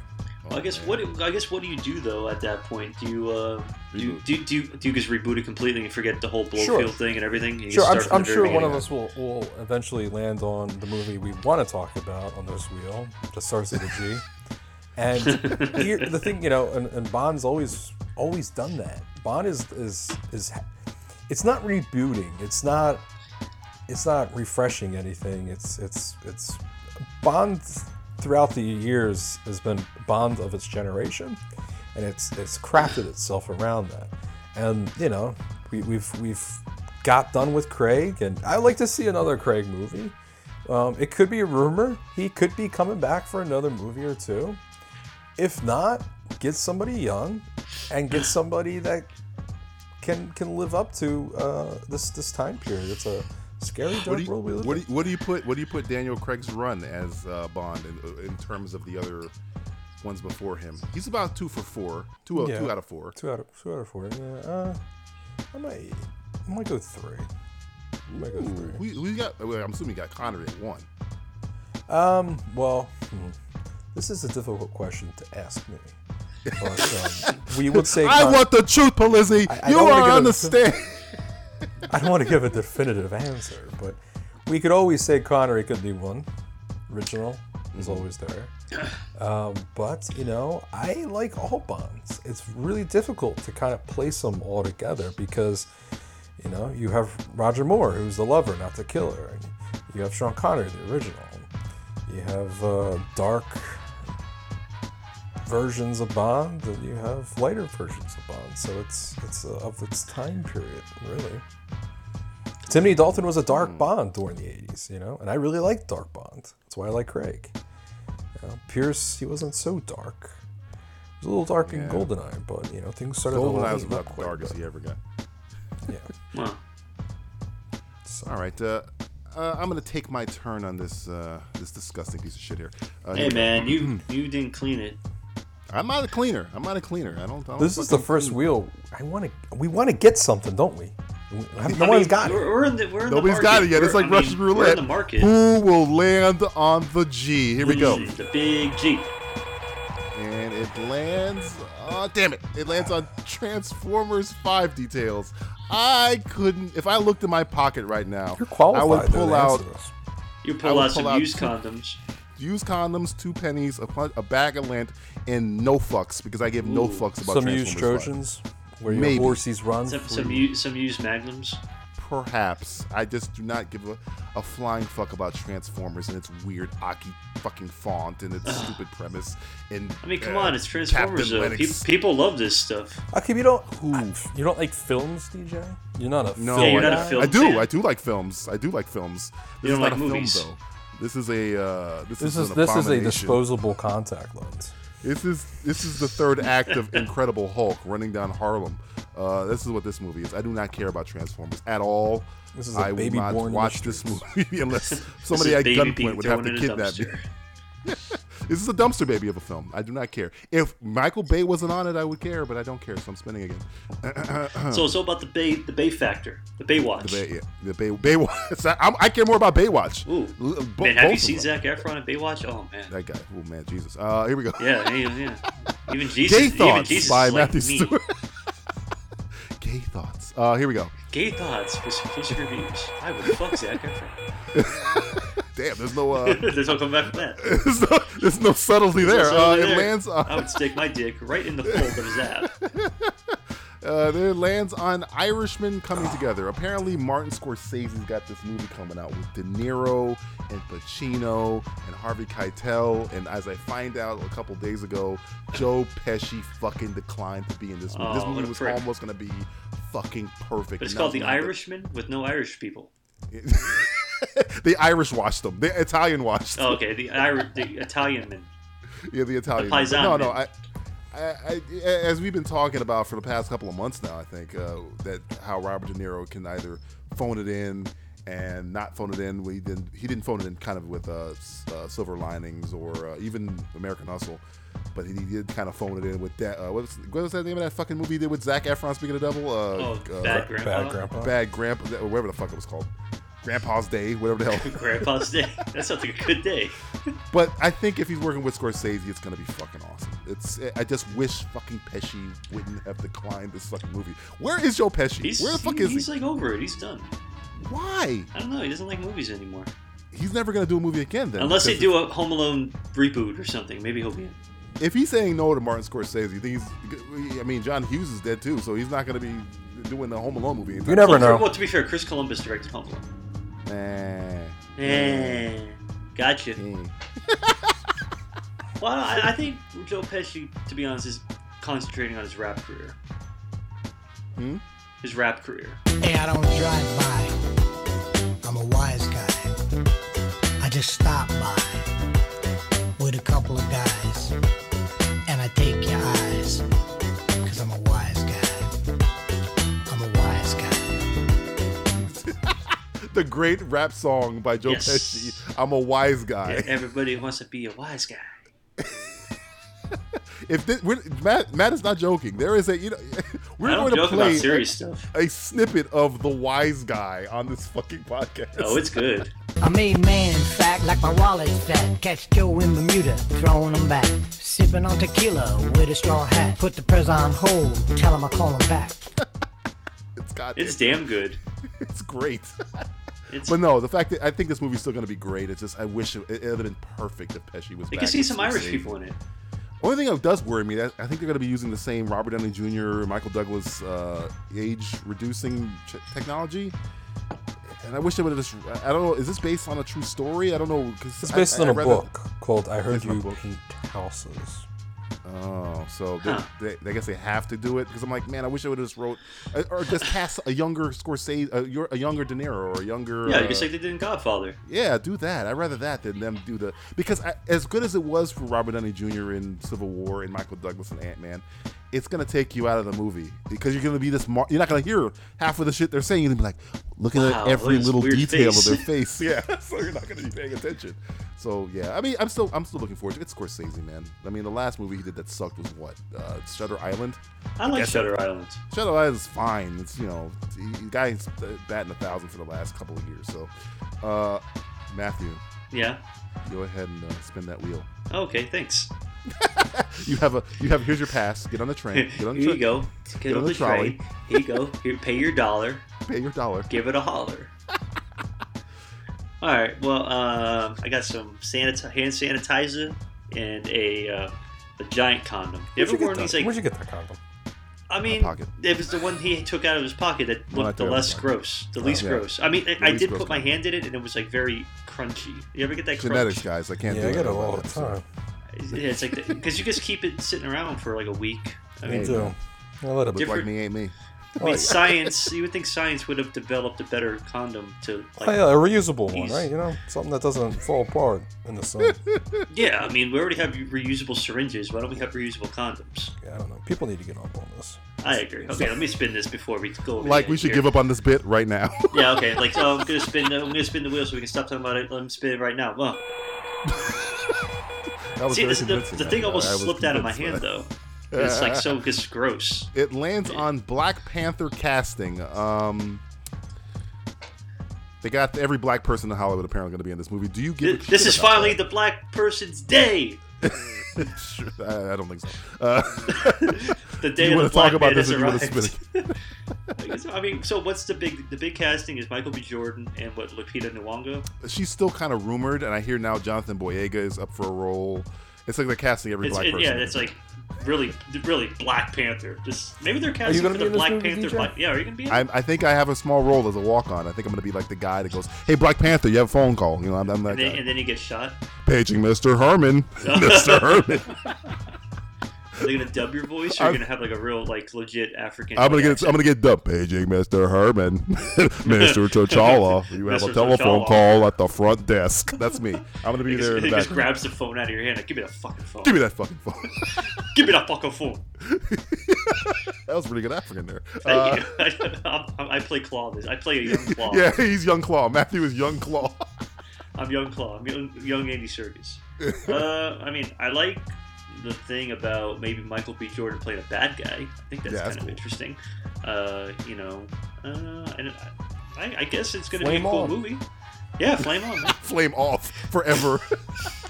F: I guess what I guess what do you do though at that point? Do you uh, do, you-
D: Reboot.
F: do, you- do, you- do you just reboot it completely and forget the whole Blowfield
B: Sure.
F: thing and everything? You
B: Sure,
F: just
B: I'm,
F: start from
B: I'm
F: the
B: sure
F: very
B: one of
F: beginning?
B: us will, will eventually land on the movie we want to talk about on this wheel, that starts with a G.
F: [LAUGHS]
B: And here, the thing, you know, and, and Bond's always always done that. Bond is is is it's not rebooting. It's not it's not refreshing anything. It's it's it's Bond throughout the years has been Bond of its generation, and it's it's crafted itself around that. And you know, we, we've we've got done with Craig, and I'd like to see another Craig movie. Um, it could be a rumor. He could be coming back for another movie or two. If not, get somebody young, and
D: [SIGHS]
B: get somebody that can can live up to uh, this this time period. It's a scary
D: What
B: dark
D: do, you,
B: world we live
D: what,
B: in.
D: do you, what do you put? What do you put Daniel Craig's run as uh, Bond in, in terms of the other ones before him? He's about two for four, two of
B: Yeah.
D: two out of four.
B: Two out of two out of four. Yeah, uh, I might I might go three. I might go
D: Ooh,
B: three.
D: we, we got. well, I'm assuming you got Connery at one.
B: Um, well, hmm, this is a difficult question to ask me. But, um, we would say
D: [LAUGHS] I
B: Con-
D: want the truth, Polizzi.
B: I- I
D: you
B: don't wanna
D: are
B: give a-
D: understand.
B: I don't want to give a definitive answer, but we could always say Connery could be one. Original
D: Mm-hmm.
B: is always there. Um, but, you know, I like all Bonds. It's really difficult to kind of place them all together because, you know, you have Roger Moore, who's the lover, not the killer. And you have Sean Connery, the original. You have uh, dark versions of Bond, and you have lighter versions of Bond. So it's it's uh, of its time period, really. Timothy Dalton was a dark
D: Hmm.
B: Bond during the 80s, you know, and I really liked dark Bond. That's why I like Craig. You know, Pierce, he wasn't so dark. He was a little dark in Goldeneye, but you know, things started. to
D: Goldeneye was
B: lighten up
D: about the
B: quite a
D: darkest
B: bit.
D: he ever got.
B: Yeah.
F: Well,
D: All right, uh, uh, I'm gonna take my turn on this uh, this disgusting piece of shit here. Uh,
F: hey
D: here we go.
F: man, you you didn't clean it.
D: I'm not a cleaner. I'm not a cleaner. I don't. I don't
B: This is the
D: fucking
B: first
D: clean.
B: wheel. I want to. We want to get something, don't
D: [LAUGHS]
B: we? We- No
F: I
B: one's
F: mean,
B: got it.
F: We're, we're in the we're in
D: Nobody's
F: the market.
D: got it yet. It's
F: We're-
D: like
F: I mean,
D: Russian
F: We're in
D: roulette.
F: the market.
D: Who will land on the G? Here we go.
F: The big G.
D: And it lands. Oh, damn it! It lands on Transformers Five details. I couldn't. If I looked in my pocket right now,
B: You're qualified.
D: I would
B: though,
D: pull
B: to
D: out
B: answer this.
F: You
D: I
F: pull
D: will
F: out some
D: pull out
F: used
D: two-
F: condoms.
D: used condoms, two pennies, a, pl- a bag of lint, and no fucks because I give no fucks about
B: some used
D: Transformers 5.
B: Trojans where your
D: Maybe.
B: horses run.
F: Some
B: free.
F: some, u- some used magnums.
D: perhaps. I just do not give a, a flying fuck about Transformers and its weird Aki fucking font and
F: [SIGHS]
D: its stupid premise. And
F: I mean, come
D: uh,
F: on, it's Transformers.
D: Captain
F: Though. Pe-
D: Lennox.
F: people love this stuff.
H: How come you don't?
D: Who?
H: You don't like films, DJ? You're not a
D: No,
F: Yeah, you're
D: I,
F: not a
D: I
F: film
D: do.
F: fan.
D: I do like films. I do like films. This is
F: You don't
D: not
F: like
D: a
F: movies.
D: film though. This is a uh, this,
H: This is
D: is an
H: this is a
D: abomination.
H: disposable contact lens.
D: This is this is the third act of Incredible Hulk running down Harlem. Uh, this is what this movie is. I do not care about Transformers at all.
H: This is a
D: I will
H: baby
D: not
H: born in the
D: watch this
H: streets.
D: movie [LAUGHS] unless
F: [LAUGHS] This
D: somebody
F: is
D: at
F: baby being
D: gunpoint would have
F: thrown
D: to
F: in a
D: kidnap me.
F: dumpster.
D: This is a dumpster baby of a film. I do not care. If Michael Bay wasn't on it, I would care, but I don't care, so I'm spinning again.
F: So it's all about the bay, the bay factor, the Baywatch.
D: The Bay, yeah, the Bay, Baywatch. [LAUGHS] I'm, I care more about Baywatch.
F: Ooh,
D: L- bo-
F: man, have
D: both
F: you
D: of
F: seen
D: them.
F: Zach Efron in Baywatch? Oh man,
D: That guy. Oh man, Jesus. Uh, here we go.
F: yeah, yeah, yeah. Even Jesus,
D: Gay
F: even
D: thoughts
F: Jesus
D: by
F: is like
D: Matthew
F: me.
D: Stewart. [LAUGHS] Gay thoughts. Uh, here we go.
F: Gay thoughts for Simplistic Reviews. I would fuck Zach Efron. [LAUGHS]
D: Damn, there's no uh, [LAUGHS]
F: There's no coming back from that.
D: there's no there's no subtlety there.
F: There's no
D: uh,
F: other
D: it
F: there.
D: lands
F: I
D: on
F: would stick my dick right in the fold of his app.
D: uh, there lands on Irishmen coming together. Apparently, Martin Scorsese's got this movie coming out with De Niro and Pacino and Harvey Keitel. And as I find out a couple days ago, Joe Pesci fucking declined to be in this movie. this
F: Oh, what
D: movie
F: a
D: was
F: prick.
D: almost gonna be fucking perfect.
F: But
D: [LAUGHS]
F: it's
D: and that
F: called The
D: was not the-
F: Irishman with no Irish people.
D: the Irish watched them. The Italian watched.
F: Oh, okay, the Irish, the Italian man.
D: Yeah, the Italian.
F: The paisan
D: no, no. I,
F: man.
D: I, I, as we've been talking about for the past couple of months now, I think uh, that how Robert De Niro can either phone it in and not phone it in. We didn't. He didn't phone it in, kind of with uh, S- uh, Silver Linings or uh, even American Hustle, but he did kind of phone it in with that. Uh, what, was, what was that name of that fucking movie he did with Zach Efron? Speaking of the devil, uh,
F: Oh,
D: uh,
F: bad grandpa.
H: Bad grandpa.
D: bad grandpa, or whatever the fuck it was called, Grandpa's Day, whatever the
F: [LAUGHS]
D: hell.
F: Grandpa's day. That sounds like a good day.
D: But I think if he's working with Scorsese, it's gonna be fucking awesome. It's I just wish fucking Pesci wouldn't have declined this fucking movie. Where is Joe Pesci?
F: He's,
D: Where the fuck
F: he-
D: is he?
F: he's like over it. He's done.
D: Why?
F: I don't know. He doesn't like movies anymore.
D: He's never gonna do a movie again then.
F: Unless they
D: because
F: do a Home Alone reboot or something. Maybe he'll be in.
D: If he's saying no to Martin Scorsese, you think he's? I mean, John Hughes is dead too, so he's not gonna be doing the Home Alone movie. anytime
H: You never
F: Well, for-
H: know.
F: Well, to be fair, Chris Columbus directed Home Alone.
D: soon. Eh,
F: Eh, gotcha.
D: eh.
F: Well, I, I think Joe Pesci, to be honest, is concentrating on his rap career.
D: Hmm?
F: His rap career.
I: Hey, I don't drive by. I'm a wise guy. I just stop by with a couple of guys. And I take your eyes. Cause I'm a wise guy. I'm a wise guy.
D: The great rap song by Joe
F: Yes.
D: Pesci. I'm a wise guy.
F: Yeah, [LAUGHS] everybody wants to be a wise guy.
D: If this, we're, Matt, Matt is not joking. There is a you know [LAUGHS] we're
F: I don't
D: going to
F: joke
D: play
F: about serious stuff.
D: a snippet of the wise guy on this fucking podcast.
F: Oh, it's good.
I: I made man fat like my wallet's fat. Catch Joe in Bermuda, throwing him back. Sipping on tequila with a straw hat. Put the press on hold, tell him I call him back.
D: it's got
F: It's
D: it's,
F: damn good.
D: it's great.
F: [LAUGHS] It's
D: but no, the fact that I think this movie's still going to be great. It's just I wish it, it would have been perfect if Pesci was.
F: you can
D: back
F: see
D: in
F: some Irish
D: 68.
F: people in it.
D: Only thing that does worry me that I think they're going to be using the same Robert Downey Jr. Michael Douglas uh, age reducing ch- technology. And I wish they would have just. I don't know. Is this based on a true story? I don't know. 'cause
H: It's
D: I-
H: based
D: I-
H: on a
D: I'd rather-
H: book called "I Heard
D: Based on a
H: You
D: book.
H: Paint Houses."
D: Oh, so they,
F: Huh.
D: they, I guess they have to do it because I'm like, man, I wish I would have just wrote or- or just cast a younger Scorsese, a, your- a younger De Niro, or a younger.
F: Yeah,
D: uh,
F: just like they did in Godfather.
D: yeah, do that. I'd rather that than them do the because I, as good as it was for Robert Downey Jr. in Civil War and Michael Douglas and Ant Man, it's gonna take you out of the movie because you're gonna be this. Mar- you're not gonna hear half of the shit they're saying. You're gonna be like looking
F: Wow,
D: at every
F: look at this
D: little
F: weird
D: detail
F: face.
D: of their face. [LAUGHS] Yeah, so you're not gonna be paying attention. So yeah, I mean, I'm still I'm still looking forward to it. It's Scorsese, man. I mean, the last movie he did that sucked was what uh, Shutter Island.
F: I like
D: Yes.
F: Shutter Island.
D: Shadow Eye is fine. It's you know, the the guy's batting a thousand for the last couple of years. So, uh, Matthew,
F: Yeah.
D: go ahead and uh, spin that wheel.
F: Okay, thanks. [LAUGHS]
D: You have a you have here's your pass. Get on the
F: [LAUGHS]
D: train. Get
F: Here
D: on the
F: you
D: train.
F: go. Get on the
D: trolley.
F: train. Here
D: [LAUGHS]
F: you go. Here, pay your dollar.
D: Pay your dollar.
F: Give it a holler. All right. Well, uh, I got some sanit- hand sanitizer and a uh, a giant condom. You
H: Where'd
F: ever
H: you get
F: worn
H: that-
F: these like
H: Where'd you get that condom?
F: Uh, I mean,
D: pocket.
F: it was the one he took out of his pocket that
D: One I
F: looked the
D: took out of
F: less
D: my Oh,
F: gross, the least
D: yeah.
F: gross. I mean, I, I
D: least
F: did
D: gross
F: put my
D: kind.
F: hand in it, and it was like very crunchy. You ever get that
D: Genetics,
F: crunch?
D: guys. I can't
H: Yeah,
D: do
H: I get it
D: that.
H: all the time.
F: Yeah, it's like because you just keep it sitting around for like a week. I mean,
H: Me too. A little bit.
F: Different-
D: Like me ain't me.
F: I
D: Oh,
F: mean, science. You would think science would have developed a better condom to like.
H: Oh, yeah, a reusable one,
F: Jeez.
H: right? You know, something that doesn't fall apart in the
F: [LAUGHS]
H: sun.
F: Yeah, I mean, we already have reusable syringes. Why don't we have reusable condoms?
H: yeah, I don't know. People need to get up on this.
F: I agree. Okay, let me spin this before we go. over
D: Like
F: the
D: we
F: edge
D: should
F: here.
D: give up on this bit right now.
F: [LAUGHS] Yeah, okay. Like, oh, I'm gonna spin. I'm gonna spin the wheel so we can stop talking about it. Let me spin it right now. Well,
D: [LAUGHS] that was
F: see,
D: very
F: this, the,
D: convincing,
F: the thing
D: actually. I
F: almost
D: was
F: slipped out of my hand
D: convinced by
F: though. It's like
D: [LAUGHS]
F: so just gross.
D: that. It lands on Black Panther casting. Um, they got every black person in Hollywood apparently going to be in this movie. Do you give?
F: Th-
D: a
F: This
D: shit
F: is
D: about
F: finally the black person's day.
D: that? [LAUGHS] Sure, I, I don't think so. Uh, [LAUGHS]
F: The day
D: you want to talk
F: of the black
D: about
F: man
D: this?
F: has
D: If you want
F: arrived.
D: to spin it.
F: [LAUGHS] I mean, so what's the big the big casting is Michael B. Jordan and what Lupita Nyong'o?
D: she's still kind of rumored, and I hear now Jonathan Boyega is up for a role. It's like they're casting every
F: It's,
D: black
F: it-
D: person.
F: yeah, it's like really really Black Panther. Just maybe they're
H: you
F: casting
H: gonna
F: for
H: be
F: the
H: in this
F: Black
H: movie,
F: Panther.
H: DJ?
F: Black, yeah, are you gonna be? In? it?
D: I, I think I have a small role as a walk-on. I think I'm going to be like the guy that goes, "Hey, Black Panther, you have a phone call." You know, I'm, I'm that
F: and, then,
D: guy.
F: and then he gets shot.
D: paging Mr. Herman,
F: [LAUGHS]
D: [LAUGHS] Mr. Herman.
F: Are they gonna dub your voice, or are you gonna have like a real like legit African?
D: I'm gonna
F: like,
D: get I'm gonna get dubbed. Paging Mr. Herman, [LAUGHS]
F: [LAUGHS]
D: Mr. T'Challa. You have a
F: Mr.
D: telephone
F: T'Challa.
D: call at the front desk. That's me. I'm gonna be
F: He just, [LAUGHS]
D: there in the
F: he just
D: back.
F: grabs the phone out of your hand. Like, give me that fucking phone.
D: Give me that fucking phone. [LAUGHS]
F: Give me that fucking phone.
D: that was pretty good African there. Uh,
F: Thank you. [LAUGHS] I, I play Claw. This I play
D: [LAUGHS]
F: a young Claw.
D: Yeah, he's Young Claw. Matthew is Young Claw. [LAUGHS]
F: I'm young Claw. I'm young, young Andy [LAUGHS] Serkis. uh, I mean, I like the thing about maybe Michael B. Jordan playing a bad guy. I think that's
D: Yeah,
F: kind
D: that's
F: of
D: cool.
F: interesting. Uh, you know, uh, and I, I guess it's gonna
H: Flame
F: be a cool
H: on.
F: movie. Yeah, flame on. [LAUGHS] man.
D: Flame off forever. [LAUGHS]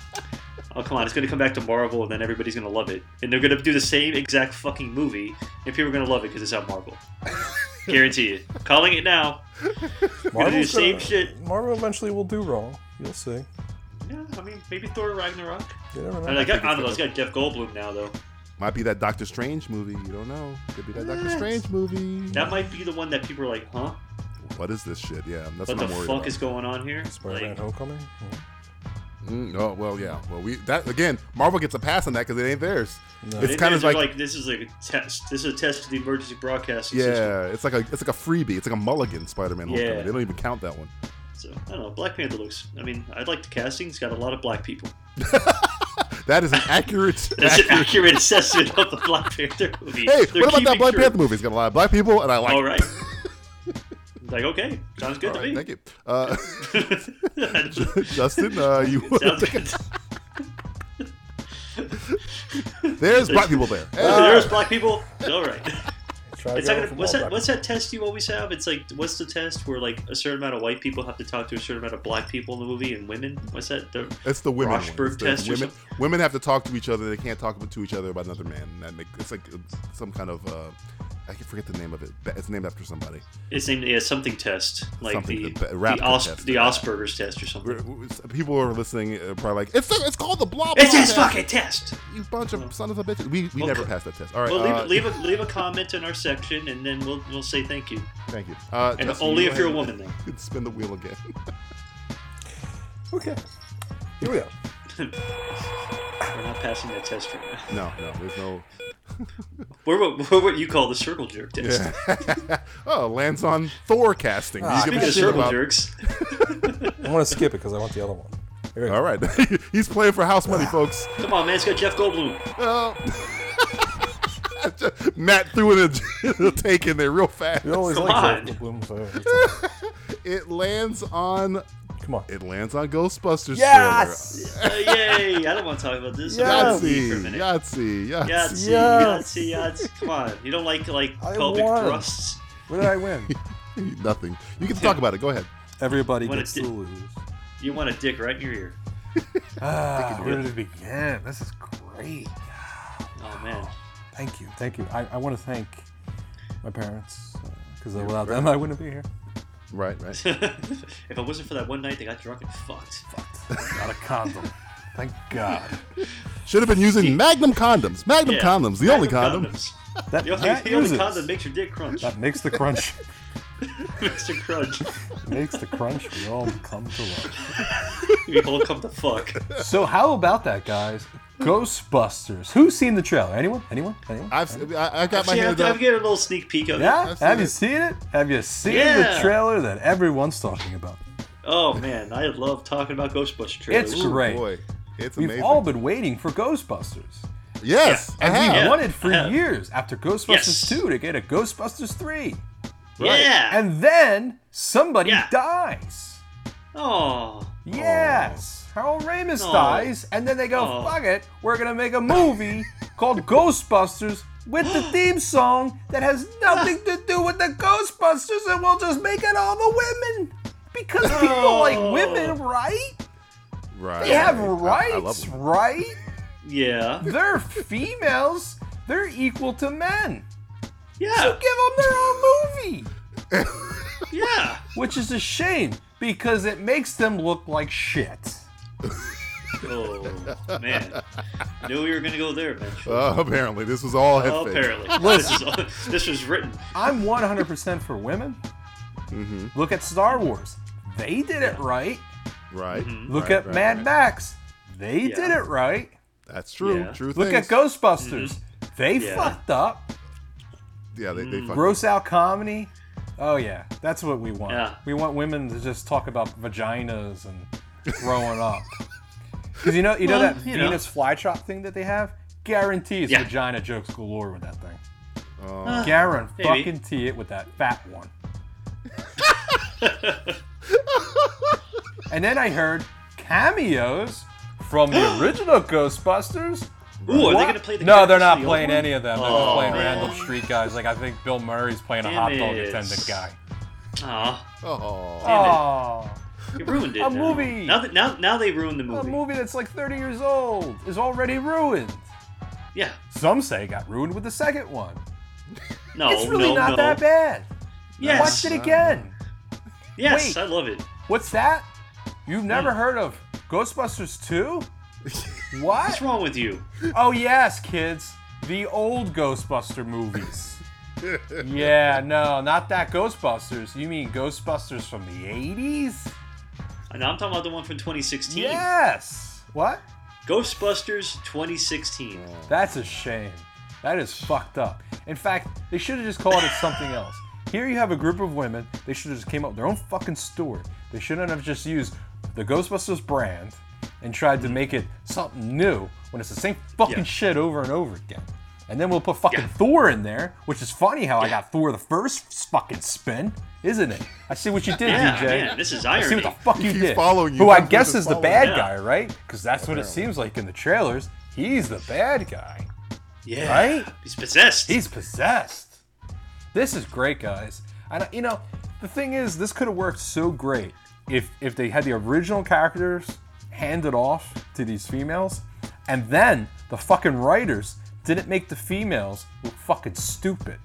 F: Oh come on, it's gonna come back to Marvel, and then everybody's gonna love it, and they're gonna do the same exact fucking movie, and people are gonna love it because it's on [LAUGHS] Marvel. Guarantee you. Calling it now. gonna do the same shit.
H: Marvel eventually will do wrong. You'll see.
F: Yeah, I mean, maybe Thor Ragnarok.
H: You never know.
F: I, mean, I, got, I don't know. It's got Jeff Goldblum now, though.
D: Might be that Doctor Strange movie. You don't know. Could be that Doctor Strange movie.
F: That might be the one that people are like, huh?
D: What is this shit? Yeah, that's
F: What
D: what
F: the
D: I'm worried
F: fuck
D: about.
F: is going on here?
H: Spider-Man:
F: Like,
H: Homecoming. Hmm. Yeah.
D: Mm, oh well, yeah. Well, we that again. Marvel gets a pass on that because it ain't theirs.
F: they-
D: It's kind of
F: they're
D: like,
F: like, this is like a test. This is a test of the emergency broadcasting
D: yeah, it's like a it's like a freebie. It's like a mulligan Spider-Man. Homecoming.
F: Yeah.
D: They don't even count that one.
F: system. So I don't know. Black Panther looks. I mean, I like the casting. It's got a lot of
D: [LAUGHS]
F: black people.
D: That
F: [LAUGHS]
D: is an [LAUGHS] accurate.
F: That's an
D: accurate-
F: accurate assessment of the Black Panther movie.
D: Hey,
F: They're
D: what about that
F: keeping
D: Black
F: true.
D: Panther movie? It's got a lot of black people, and I like.
F: All
D: it. [LAUGHS]
F: right. like okay, sounds good
D: All
F: to
D: right,
F: me.
D: thank you, uh, [LAUGHS]
F: [LAUGHS]
D: Justin. Uh, you
F: sounds
D: [LAUGHS]
F: [LAUGHS] good.
D: there's black people there.
F: There's black people. All right.
H: Try to
F: It's
H: go
F: not gonna,
H: from
F: what's
H: all
F: that?
H: back-
F: What's that test you always have? It's like what's the test where like a certain amount of white people have to talk to a certain amount of black people in the movie and women? What's that? The,
D: It's the women. one.
F: Rauschberg
D: It's the
F: test or
D: women,
F: something?
D: women have to talk to each other. They can't talk to each other about another man. And that make, it's like some kind of. Uh, I can forget the name of it. but It's named after somebody.
F: it's named yeah, something test, like
D: Something,
F: the
D: the ba-
F: the,
D: Raptor
F: Os-
D: test.
F: the Asperger's test or something.
D: We're- we're- People who are listening are probably like, it's it's called the blah blah.
F: It's his
D: test,
F: fucking test.
D: You bunch of son of a bitches. We, we
F: Well,
D: never
F: c-
D: passed that test. All right.
F: Well, leave,
D: uh,
F: leave a leave a comment in our section and then we'll we'll say thank you.
D: Thank you. Uh,
F: And
D: Justin,
F: only
D: you
F: if you're a
D: ahead.
F: woman, though.
D: You can spin the wheel again. [LAUGHS]
H: Okay. Here we go.
F: We're not passing that test right now.
D: No, no, there's no.
F: We're what, we're what you call the circle jerk test. [LAUGHS]
D: Oh, lands on Thor casting. You give a
F: Ah, Speaking of
D: shit
F: circle
D: about-
F: jerks,
H: I want to skip it because I want the other one. Here we
D: [LAUGHS] All
H: go.
D: right, he's playing for house money, folks. Uh,
F: come on, man, it's got Jeff Goldblum.
D: [LAUGHS] Matt threw in a [LAUGHS] take in there real fast.
H: You always
F: Come
H: like
F: on.
H: the bloom.
F: [LAUGHS]
D: It lands on.
H: Come on.
D: It lands on Ghostbusters.
H: Yes.
F: Uh, yay! I don't want to talk about this. I'm gonna leave for
D: Trailer.
F: a minute.
D: Yahtzee, Yahtzee, Yahtzee.
H: Yes.
F: Yahtzee, Yahtzee, Yahtzee. Come on. You don't like like
H: I
F: pelvic
H: won.
F: thrusts?
H: What did I win?
D: Nothing. You can talk about it. Go ahead.
H: Everybody
F: What
H: gets
F: it
H: to
F: did-
H: lose.
F: You want a dick right in your ear.
H: Ah,
B: Where did it begin? This is great.
F: Oh, man. [LAUGHS]
H: thank you, thank you. I, I want to thank my parents
B: uh,
H: because without them I wouldn't be here.
D: Right, right.
F: if
B: [LAUGHS]
F: it wasn't for that one night they got drunk and fucked. [LAUGHS]
B: Not a condom. Thank God.
D: Should have been using Magnum condoms. Magnum
F: Yeah.
D: condoms, the only
F: Magnum
D: condom. [LAUGHS]
F: condoms.
B: That,
F: The only,
B: that
F: the only
B: uses-
F: condom makes your dick crunch.
B: that makes the crunch.
F: [LAUGHS] makes your crunch.
B: makes the crunch we all come to love.
F: We all come
D: [LAUGHS]
F: to fuck.
B: So how about that, guys? Ghostbusters. Who's seen the trailer? Anyone? Anyone? Anyone?
D: I've I, I got my
F: See, I'm,
D: hand up.
F: I'm getting a little sneak peek of it.
B: yeah.
D: I've seen
B: Have you
D: it.
B: seen it? Have you seen the
F: Yeah.
B: trailer that everyone's talking about?
F: Oh man, I love talking about Ghostbuster trailers.
B: It's
D: Ooh,
B: great.
D: boy, it's
B: We've
D: amazing.
B: all been waiting for Ghostbusters.
D: yes,
B: And
D: I
B: we
D: have.
B: wanted for
F: Yeah.
B: years after Ghostbusters
F: Yes.
B: 2 to get a Ghostbusters 3.
F: Yeah.
B: And then somebody
F: Yeah.
B: dies.
F: oh.
D: Oh.
B: Yes. Harold Ramis
F: Aw.
B: dies. And then they go,
F: Aw.
B: fuck it. We're going to make a movie called Ghostbusters with the theme song that has nothing to do with the Ghostbusters. And we'll just make it all the women. Because people
F: Oh.
B: like women, right?
D: Right.
B: They have
D: I- I- I love
B: rights,
D: them.
B: right?
D: [LAUGHS]
F: Yeah.
B: They're females. They're equal to men. So
F: Yeah.
B: give them their own movie.
F: Yeah.
B: Which is a shame because it makes them look like shit.
F: Oh man. Knew we were gonna go there eventually.
D: Uh, apparently, this was all head
F: oh,
D: fake.
F: apparently. [LAUGHS] This, is, all- this was written.
B: I'm 100% for women.
D: Mm-hmm.
B: Look at Star Wars. They did it right.
D: Right.
F: Mm-hmm.
B: Look
D: right,
B: at
D: right,
B: Mad
D: right.
B: Max. They did
F: Yeah.
B: it right.
D: That's true.
F: Yeah.
D: True
B: Look
D: things.
B: at Ghostbusters.
D: Mm-hmm.
B: They
F: Yeah.
B: fucked up.
D: Yeah, they,
F: Mm.
D: they fucking-
B: Gross out comedy. Oh, yeah. That's what we want.
F: Yeah.
B: We want women to just talk about vaginas and throwing up. Because you know, you know
F: Well,
B: that
F: you know.
B: Venus flytrap thing that they have? Guarantees
F: Yeah. Uh,
B: vagina jokes galore with that thing.
D: Oh,
B: Garen
F: Maybe.
B: fucking tee it with that fat one. and then I heard cameos from the original Ghostbusters.
F: Ooh, are
B: What?
F: they gonna play the
B: no,
F: characters
B: they're
F: from
B: not
F: the old
B: playing
F: one?
B: any of them. They're
F: Oh,
B: just playing
F: man.
B: random street guys. Like I think Bill Murray's playing a
F: Damn
B: hot dog
F: it.
B: attendant guy.
F: Aw.
D: oh.
F: Damn
B: Oh,
F: it. You ruined it.
B: A
F: now.
B: movie.
F: Now, that, now, now they ruined the
B: a
F: movie.
B: movie that's like 30 years old is already ruined.
F: Yeah.
B: Some say it got ruined with the second one.
F: No.
B: it's really
F: Oh, no,
B: not
F: no.
B: that bad.
F: Yes.
B: Watch it again.
F: Yes,
B: Wait.
F: I love it.
B: What's that? You've never
F: Hmm.
B: heard of Ghostbusters
F: [LAUGHS]
B: 2?
F: What's
B: What?
F: wrong with you?
B: Oh, yes, kids. The old Ghostbuster
F: [LAUGHS]
B: movies. Oh. yeah, no, not that Ghostbusters. You mean Ghostbusters from the 80s?
F: And I'm talking about the one from 2016.
B: Yes. What?
F: Ghostbusters 2016.
B: That's a shame. That is fucked up. In fact, they should have just called it something else. Here you have a group of women. They should have just came up with their own fucking story. They shouldn't have just used the Ghostbusters brand and tried to make it something new when it's the same fucking
F: Yeah.
B: shit over and over again. And then we'll put fucking Thor in there, which is funny how I got Thor the first fucking spin, isn't it? I see what you did,
F: Yeah,
B: DJ.
F: man, this is
B: I see
F: irony.
B: what the fuck you
D: He's
B: did.
D: following you.
B: Who I
D: He's
B: guess
D: just
B: is the
D: following
B: bad
F: you.
B: guy, right? Because that's what it seems like in the trailers. He's the bad guy,
F: Yeah.
B: right?
D: [LAUGHS]
F: He's possessed.
B: He's possessed. This is great, guys. And uh, you know, the thing is, this could have worked so great if if they had the original characters handed off to these females, and then the fucking writers didn't make the females look fucking stupid.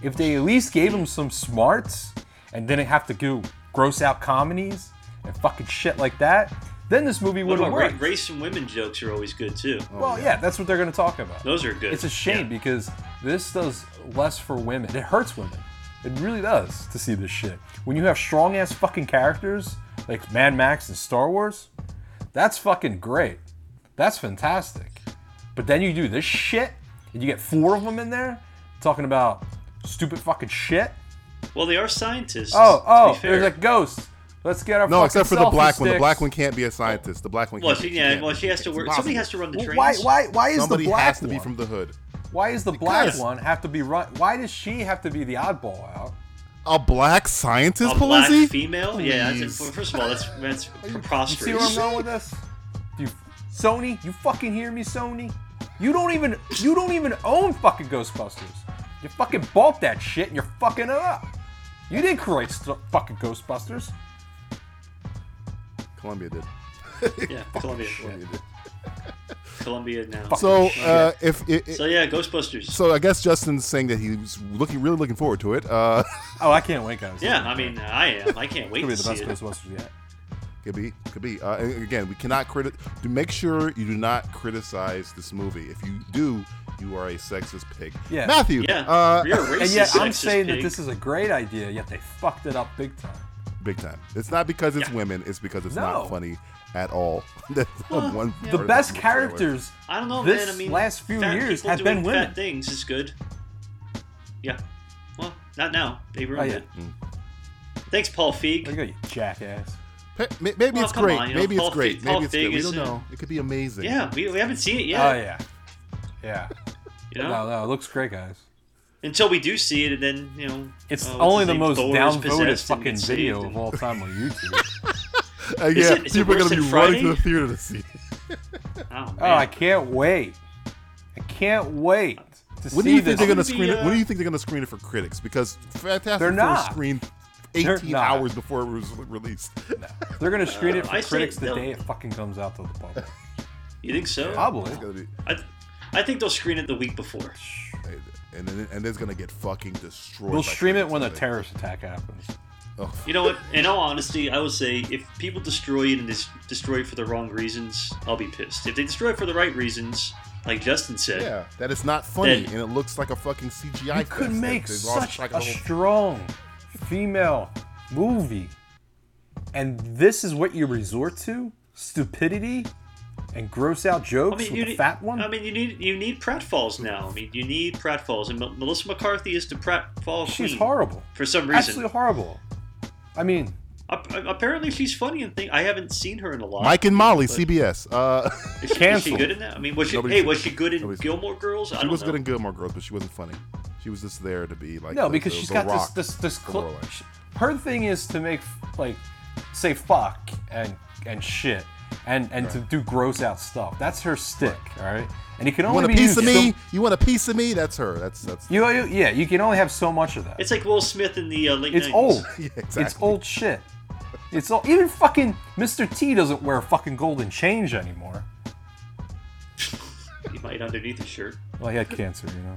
B: If they at least gave them some smarts and didn't have to do gross out comedies and fucking shit like that, then this movie
F: What
B: would have
F: about ra-
B: worked.
F: race and women jokes are always good too.
D: Oh.
B: well, yeah, that's what they're gonna talk about.
F: Those are good.
B: It's a shame
F: Yeah.
B: because this does less for women. It hurts women. It really does to see this shit. When you have strong ass fucking characters like Mad Max and Star Wars, that's fucking great. That's fantastic. But then you do this shit and you get four of them in there talking about stupid fucking shit.
F: Well, they are scientists.
B: Oh,
F: to
B: oh,
F: be fair.
B: there's a ghost. Let's get our
D: [LAUGHS] No,
B: fucking
D: except for the
B: selfie
D: black one. The
B: sticks.
D: black one can't be a scientist. The black one.
F: Well,
D: can't
F: she,
D: be-
F: yeah,
D: can't
F: well,
D: be.
F: she has to
D: It's
F: work. Somebody
D: impossible.
F: has to run the
B: Well,
F: trains.
B: Why? Why? Why is
D: Somebody
B: the black
D: has to be
B: one-
D: from the hood.
B: Why is the black
D: Because-
B: one have to be run? Why does she have to be the oddball out?
D: A black scientist,
F: A black
D: Pelosi?
F: female? Yeah. That's,
D: Please.
F: well, first of all, that's that's
B: [LAUGHS] You
F: preposterous.
B: see where I'm going with this? Do you, Sony, you fucking hear me, Sony? You don't even you don't even own fucking Ghostbusters. You fucking bought that shit and you're fucking it up. You didn't create st- fucking Ghostbusters.
D: Columbia did.
F: yeah, Columbia.
D: Columbia did.
F: Columbia now.
D: So,
B: Shit.
D: uh, if it, it-
F: So yeah, Ghostbusters.
D: so, I guess Justin's saying that he's looking really looking forward to it. Uh, [LAUGHS]
B: Oh, I can't wait, guys.
F: yeah, I mean, I am. I can't wait
B: It's gonna
F: to
B: be the best
F: see it.
B: Ghostbusters yet.
D: Could be, could be. Uh, and again, we cannot criti- to make sure you do not criticize this movie. If you do, you are a sexist pig.
B: Yeah.
D: Matthew.
F: Yeah,
D: Uh,
F: you're a racist,
B: And yet I'm
F: sexist
B: saying that
F: pig.
B: this is a great idea, yet they fucked it up big time.
D: big time. It's not because it's women. It's because it's not
B: No.
D: funny at all. [LAUGHS] That's the one
B: The
D: part of
B: best
D: this movie I like.
B: characters
F: I don't know,
B: this
F: man. I mean,
B: last few
F: fat
B: years
F: people
B: have
F: doing
B: been
F: fat
B: women.
F: things is good. Yeah. Well, not now. They
B: Oh,
F: ruined
B: yeah.
F: it. Thanks, Paul Feig.
B: There you go, you jackass.
D: Pe- ma- Maybe
F: Well,
D: it's
F: come
D: great.
F: on, you know,
D: maybe
F: Paul
D: it's great.
F: Feig-
D: Maybe
F: Paul
D: it's great.
F: Feig
D: We
F: is
D: don't
F: in-
D: know. It could be amazing.
F: Yeah, we, we haven't seen it yet.
B: Oh yeah. Yeah.
F: You know,
B: No, no, it looks great, guys.
F: until we do see it, and then you know,
B: It's
F: uh, what's
B: only
F: his
B: the
F: name?
B: most
F: Thor is
B: downvoted
F: possessed and
B: fucking
F: gets
B: video
F: saved
B: of
F: and-
B: all time
F: [LAUGHS]
B: on YouTube.
D: Uh,
F: Is
D: yeah,
F: it- is it
D: people are
F: worse
D: gonna be
F: than
D: running to
F: Friday?
D: the theater to see. it.
F: Oh, man.
B: Oh, I can't wait. I can't wait to
D: When
B: see
D: do you think
B: this.
D: they're gonna
F: Wouldn't it be,
D: screen it? When do
F: uh,
D: you think they're gonna screen it for critics? Because Fantastic
B: They're
D: Four
B: not.
D: screened
B: They're
D: 18
B: not.
D: hours before it was released.
B: They're gonna screen it for
F: Uh, I say
B: critics the
F: no.
B: day it fucking comes out to the public.
F: You think so?
B: Probably.
D: [LAUGHS] It's gonna be-
F: I, th- I think they'll screen it the week before.
D: and then and it's gonna get fucking destroyed.
B: We'll
D: by
B: stream it when a
D: critics, oh, I think.
B: terrorist attack happens.
F: You know what? In all honesty, I would say if people destroy it and dis- destroy it for the wrong reasons, I'll be pissed. If they destroy it for the right reasons, like Justin
D: [LAUGHS]
F: said,
D: Yeah, that it's not funny and
F: Then-
D: it looks like a fucking CGI.
B: You could
D: fest.
B: make
D: They- they lost
B: such
D: track
B: a
D: of the whole-
B: strong female movie, and this is what you resort to: stupidity and gross out
F: I
B: jokes
F: mean,
B: with
F: you
B: the
F: need,
B: fat one.
F: I mean, you need you need pratfalls now. I mean, you need pratfalls, and Mel- Melissa McCarthy is the pratfall
B: She's
F: queen.
B: horrible.
F: for some
B: Absolutely
F: reason.
B: horrible. I mean,
F: Ap- apparently, she's funny and thing. I haven't seen her in a lot.
D: Mike and Molly,
F: But-
D: CBS. Uh,
F: Is she, is she
B: Cancel.
F: good in that? I mean, was she?
D: Nobody's-
F: hey, was she good in
D: nobody's-
F: Gilmore Girls?
D: [LAUGHS]
F: I
D: she
F: don't
D: was
F: know.
D: good in Gilmore Girls, but she wasn't funny. She was just there to be like
B: no,
D: the-
B: because
D: the-
B: she's
D: the
B: got
D: rock
B: this this this.
D: for
B: Cl-
D: Lorelai.
B: sh- her thing is to make like, say fuck and and shit. And, and to do gross out stuff. That's her stick, all right. And it can
D: You
B: only
D: want a
B: be
D: piece
B: used
D: of
B: so-
D: me? You want a piece of me? That's her. That's that's.
B: you, you yeah. You can only have so much of that.
F: It's like Will Smith in the uh, late
B: It's
F: 90s.
B: old.
D: [LAUGHS] Yeah, exactly.
B: It's old shit. It's all even fucking Mr. T doesn't wear fucking golden change anymore.
F: He might underneath his shirt.
B: Well, he had cancer, you know.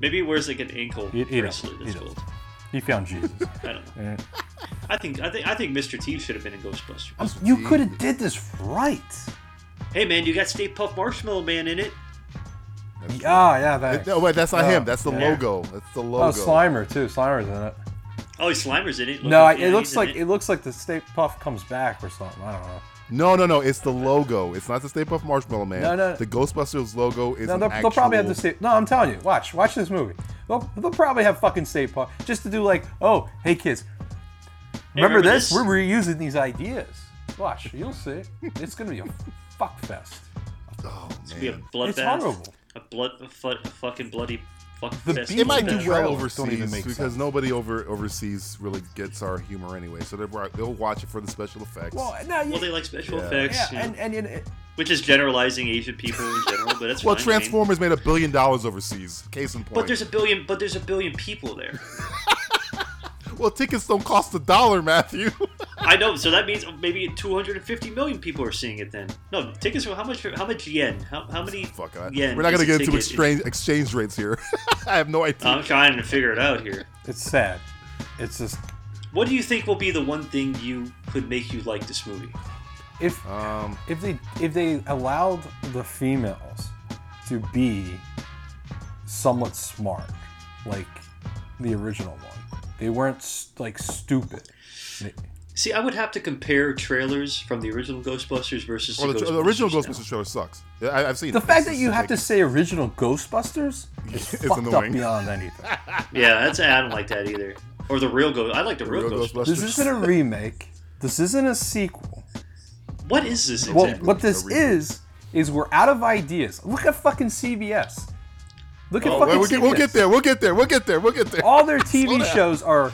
F: Maybe he wears like an ankle
B: It- it
F: bracelet.
B: is. It
F: that's
B: is.
F: gold.
B: He found
D: [LAUGHS]
B: Jesus.
F: I don't know.
B: Eh.
F: I think I think I think Mr. T should have been in Ghostbusters.
B: you could have did this right.
F: Hey man, you got Stay Puft Marshmallow Man in it.
B: Ah, Yeah, yeah,
D: It-
B: thanks.
D: no, wait, that's not
B: Yeah.
D: him. That's the
B: Yeah.
D: logo. That's the
B: Oh,
D: logo.
B: Slimer too. Slimer's in it.
F: Oh, Slimer's in it.
B: No, I,
F: yeah,
B: it eh? looks
F: he's in
B: like it. looks like the state puff comes back or something. I don't know.
D: no, no, no. It's the logo. It's not the Stay Puft Marshmallow Man.
B: No, no.
D: The Ghostbusters logo is.
B: No,
D: an
B: they'll, they'll probably have
D: actual-
B: the state. No, I'm telling you. Watch, watch this movie. They'll, they'll probably have fucking state puff just to do like, oh, hey kids,
F: Hey,
B: Remember, this? We're reusing these ideas. Watch, you'll see. It's gonna be a fuck fest.
D: Oh,
F: Be a
D: man.
F: bloodbath.
B: It's horrible.
F: A blood, a, fu- a fucking bloody, fucking.
B: The
F: fest
B: beat-
D: It might do
F: bloodbath.
D: well
B: Don't
D: overseas
B: even make
D: because
B: sense.
D: nobody over overseas really gets our humor anyway. So they'll they'll watch it for the special effects.
B: Well, now you,
F: Well, they like special
D: Yeah.
F: effects,
B: yeah,
F: you know,
B: and and, and it,
F: which is generalizing Asian people in general, but that's
D: Well,
F: fine, I mean.
D: Transformers made a billion dollars overseas. Case in point.
F: But there's a billion. But there's a billion people there.
D: well, tickets don't cost a dollar, Matthew. [LAUGHS]
F: I know. So that means maybe 250 million people are seeing it. Then no tickets. for How much? How much yen? How, how many
D: Fuck, I,
F: yen?
D: we're not
F: is
D: gonna
F: a
D: get into
F: ticket?
D: exchange exchange rates here. [LAUGHS] I have no idea.
F: I'm trying to figure it out here.
B: it's sad. It's just
F: What do you think will be the one thing you could make you like this movie?
B: if
D: Um,
B: if they if they allowed the females to be somewhat smart, like the original one, they weren't s- like stupid.
F: See, I would have to compare trailers from the original Ghostbusters versus
D: or
F: the,
D: the,
F: Ghostbusters
D: the original
F: now.
D: Ghostbusters trailer sucks. Yeah, I, I've seen
B: The
D: it.
B: fact
D: It's
B: that
D: just
B: you have to
D: like-
B: say original
D: [LAUGHS]
B: Ghostbusters is
D: It's
B: fucked up
D: annoying.
B: beyond
D: [LAUGHS]
B: anything.
F: Yeah, that's I don't like that either. Or the real Ghost. I like the, real,
D: real
F: Ghostbusters.
D: Ghostbusters.
B: This isn't a remake. This isn't a sequel.
F: What is this
B: Well,
F: exactly?
B: what this
D: A reboot.
B: is is we're out of ideas. Look at fucking CBS. Look at
F: Oh,
B: fucking
D: Well, we'll,
B: CBS.
D: get, we'll get there. We'll get there. We'll get there. We'll get there.
B: All their TV
D: Slow down.
B: shows are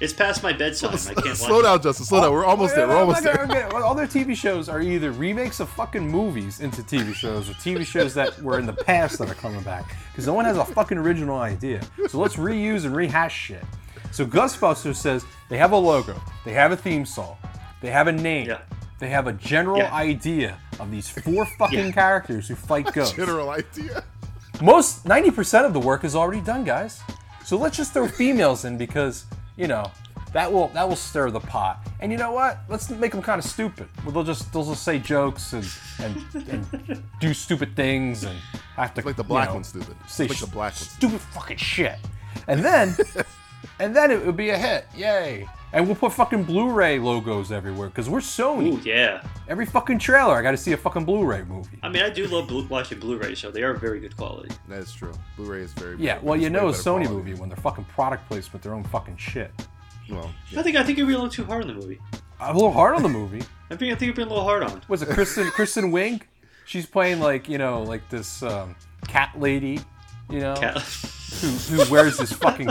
F: It's past my bedtime. I
D: [LAUGHS] [LAUGHS]
F: can't
D: Slow
F: watch.
D: down, Justin. Slow down. We're almost there. We're almost
B: Okay,
D: there. [LAUGHS]
B: okay, well, All their TV shows are either remakes of fucking movies into TV shows or TV shows that were in the past that are coming back because no one has a fucking original idea. So let's reuse and rehash shit. So Ghostbusters says they have a logo, they have a theme song, they have a name,
F: Yeah.
B: they have a general
F: Yeah.
B: idea of these four fucking
F: Yeah.
B: characters who
F: [LAUGHS]
B: fight ghosts.
D: General idea.
B: most 90% of the work is already done guys so let's just throw females in because you know That will that will stir the pot. And you know what? Let's make them kind of stupid. Well, they'll just they'll just say jokes and and, and do stupid things and have to
D: Like the
B: you
D: black
B: know,
D: one's stupid. It's
B: Say
D: like the
B: sh-
D: black one's
B: stupid fucking shit. And
D: [LAUGHS]
B: then and then it would be a hit. Yay. And we'll put fucking Blu-ray logos everywhere because we're Sony.
F: Ooh, yeah.
B: Every fucking trailer, I got to see a fucking Blu-ray movie.
F: I mean, I do love blu- watching Blu-ray, so they are very good quality.
D: That is true. Blu-ray is very
B: Yeah,
D: better-
B: well, you
D: it's
B: know a
D: way better
B: Sony
D: quality.
B: movie when they're fucking product placement their own fucking shit.
D: Well,
F: I think I think you're being a little too hard on the movie.
B: I'm a little hard on the movie.
F: I think I think you're being a little hard on. it.
B: Was it Kristen Kristen Wiig? She's playing like you know like this um, cat lady, you know,
F: [LAUGHS] Cat-
B: who who wears this fucking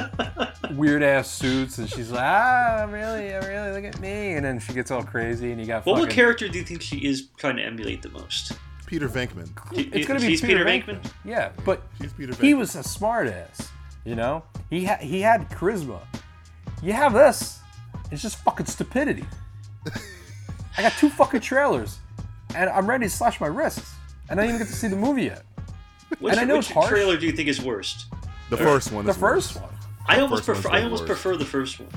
B: weird ass suits, and she's like, ah, I'm really, I'm really look at me, and then she gets all crazy, and you got
F: What
B: fucking.
F: what character do you think she is trying to emulate the most?
D: Peter Venkman.
B: it's gonna be
F: She's
B: Peter,
F: Peter Venkman.
B: Yeah, but
D: She's Peter
B: he
D: Venkman.
B: was a smartass, you know. He had he had charisma. You have this, it's just fucking stupidity. I got two fucking trailers, and I'm ready to slash my wrists, and I didn't even get to see the movie yet.
F: Which,
B: And I know
F: which
B: it's harsh.
F: trailer do you think is worst?
D: The first one.
B: The
D: is worse.
B: first one.
F: I almost
D: first one's
F: prefer.
D: the
F: I almost
D: worst.
F: prefer the first one.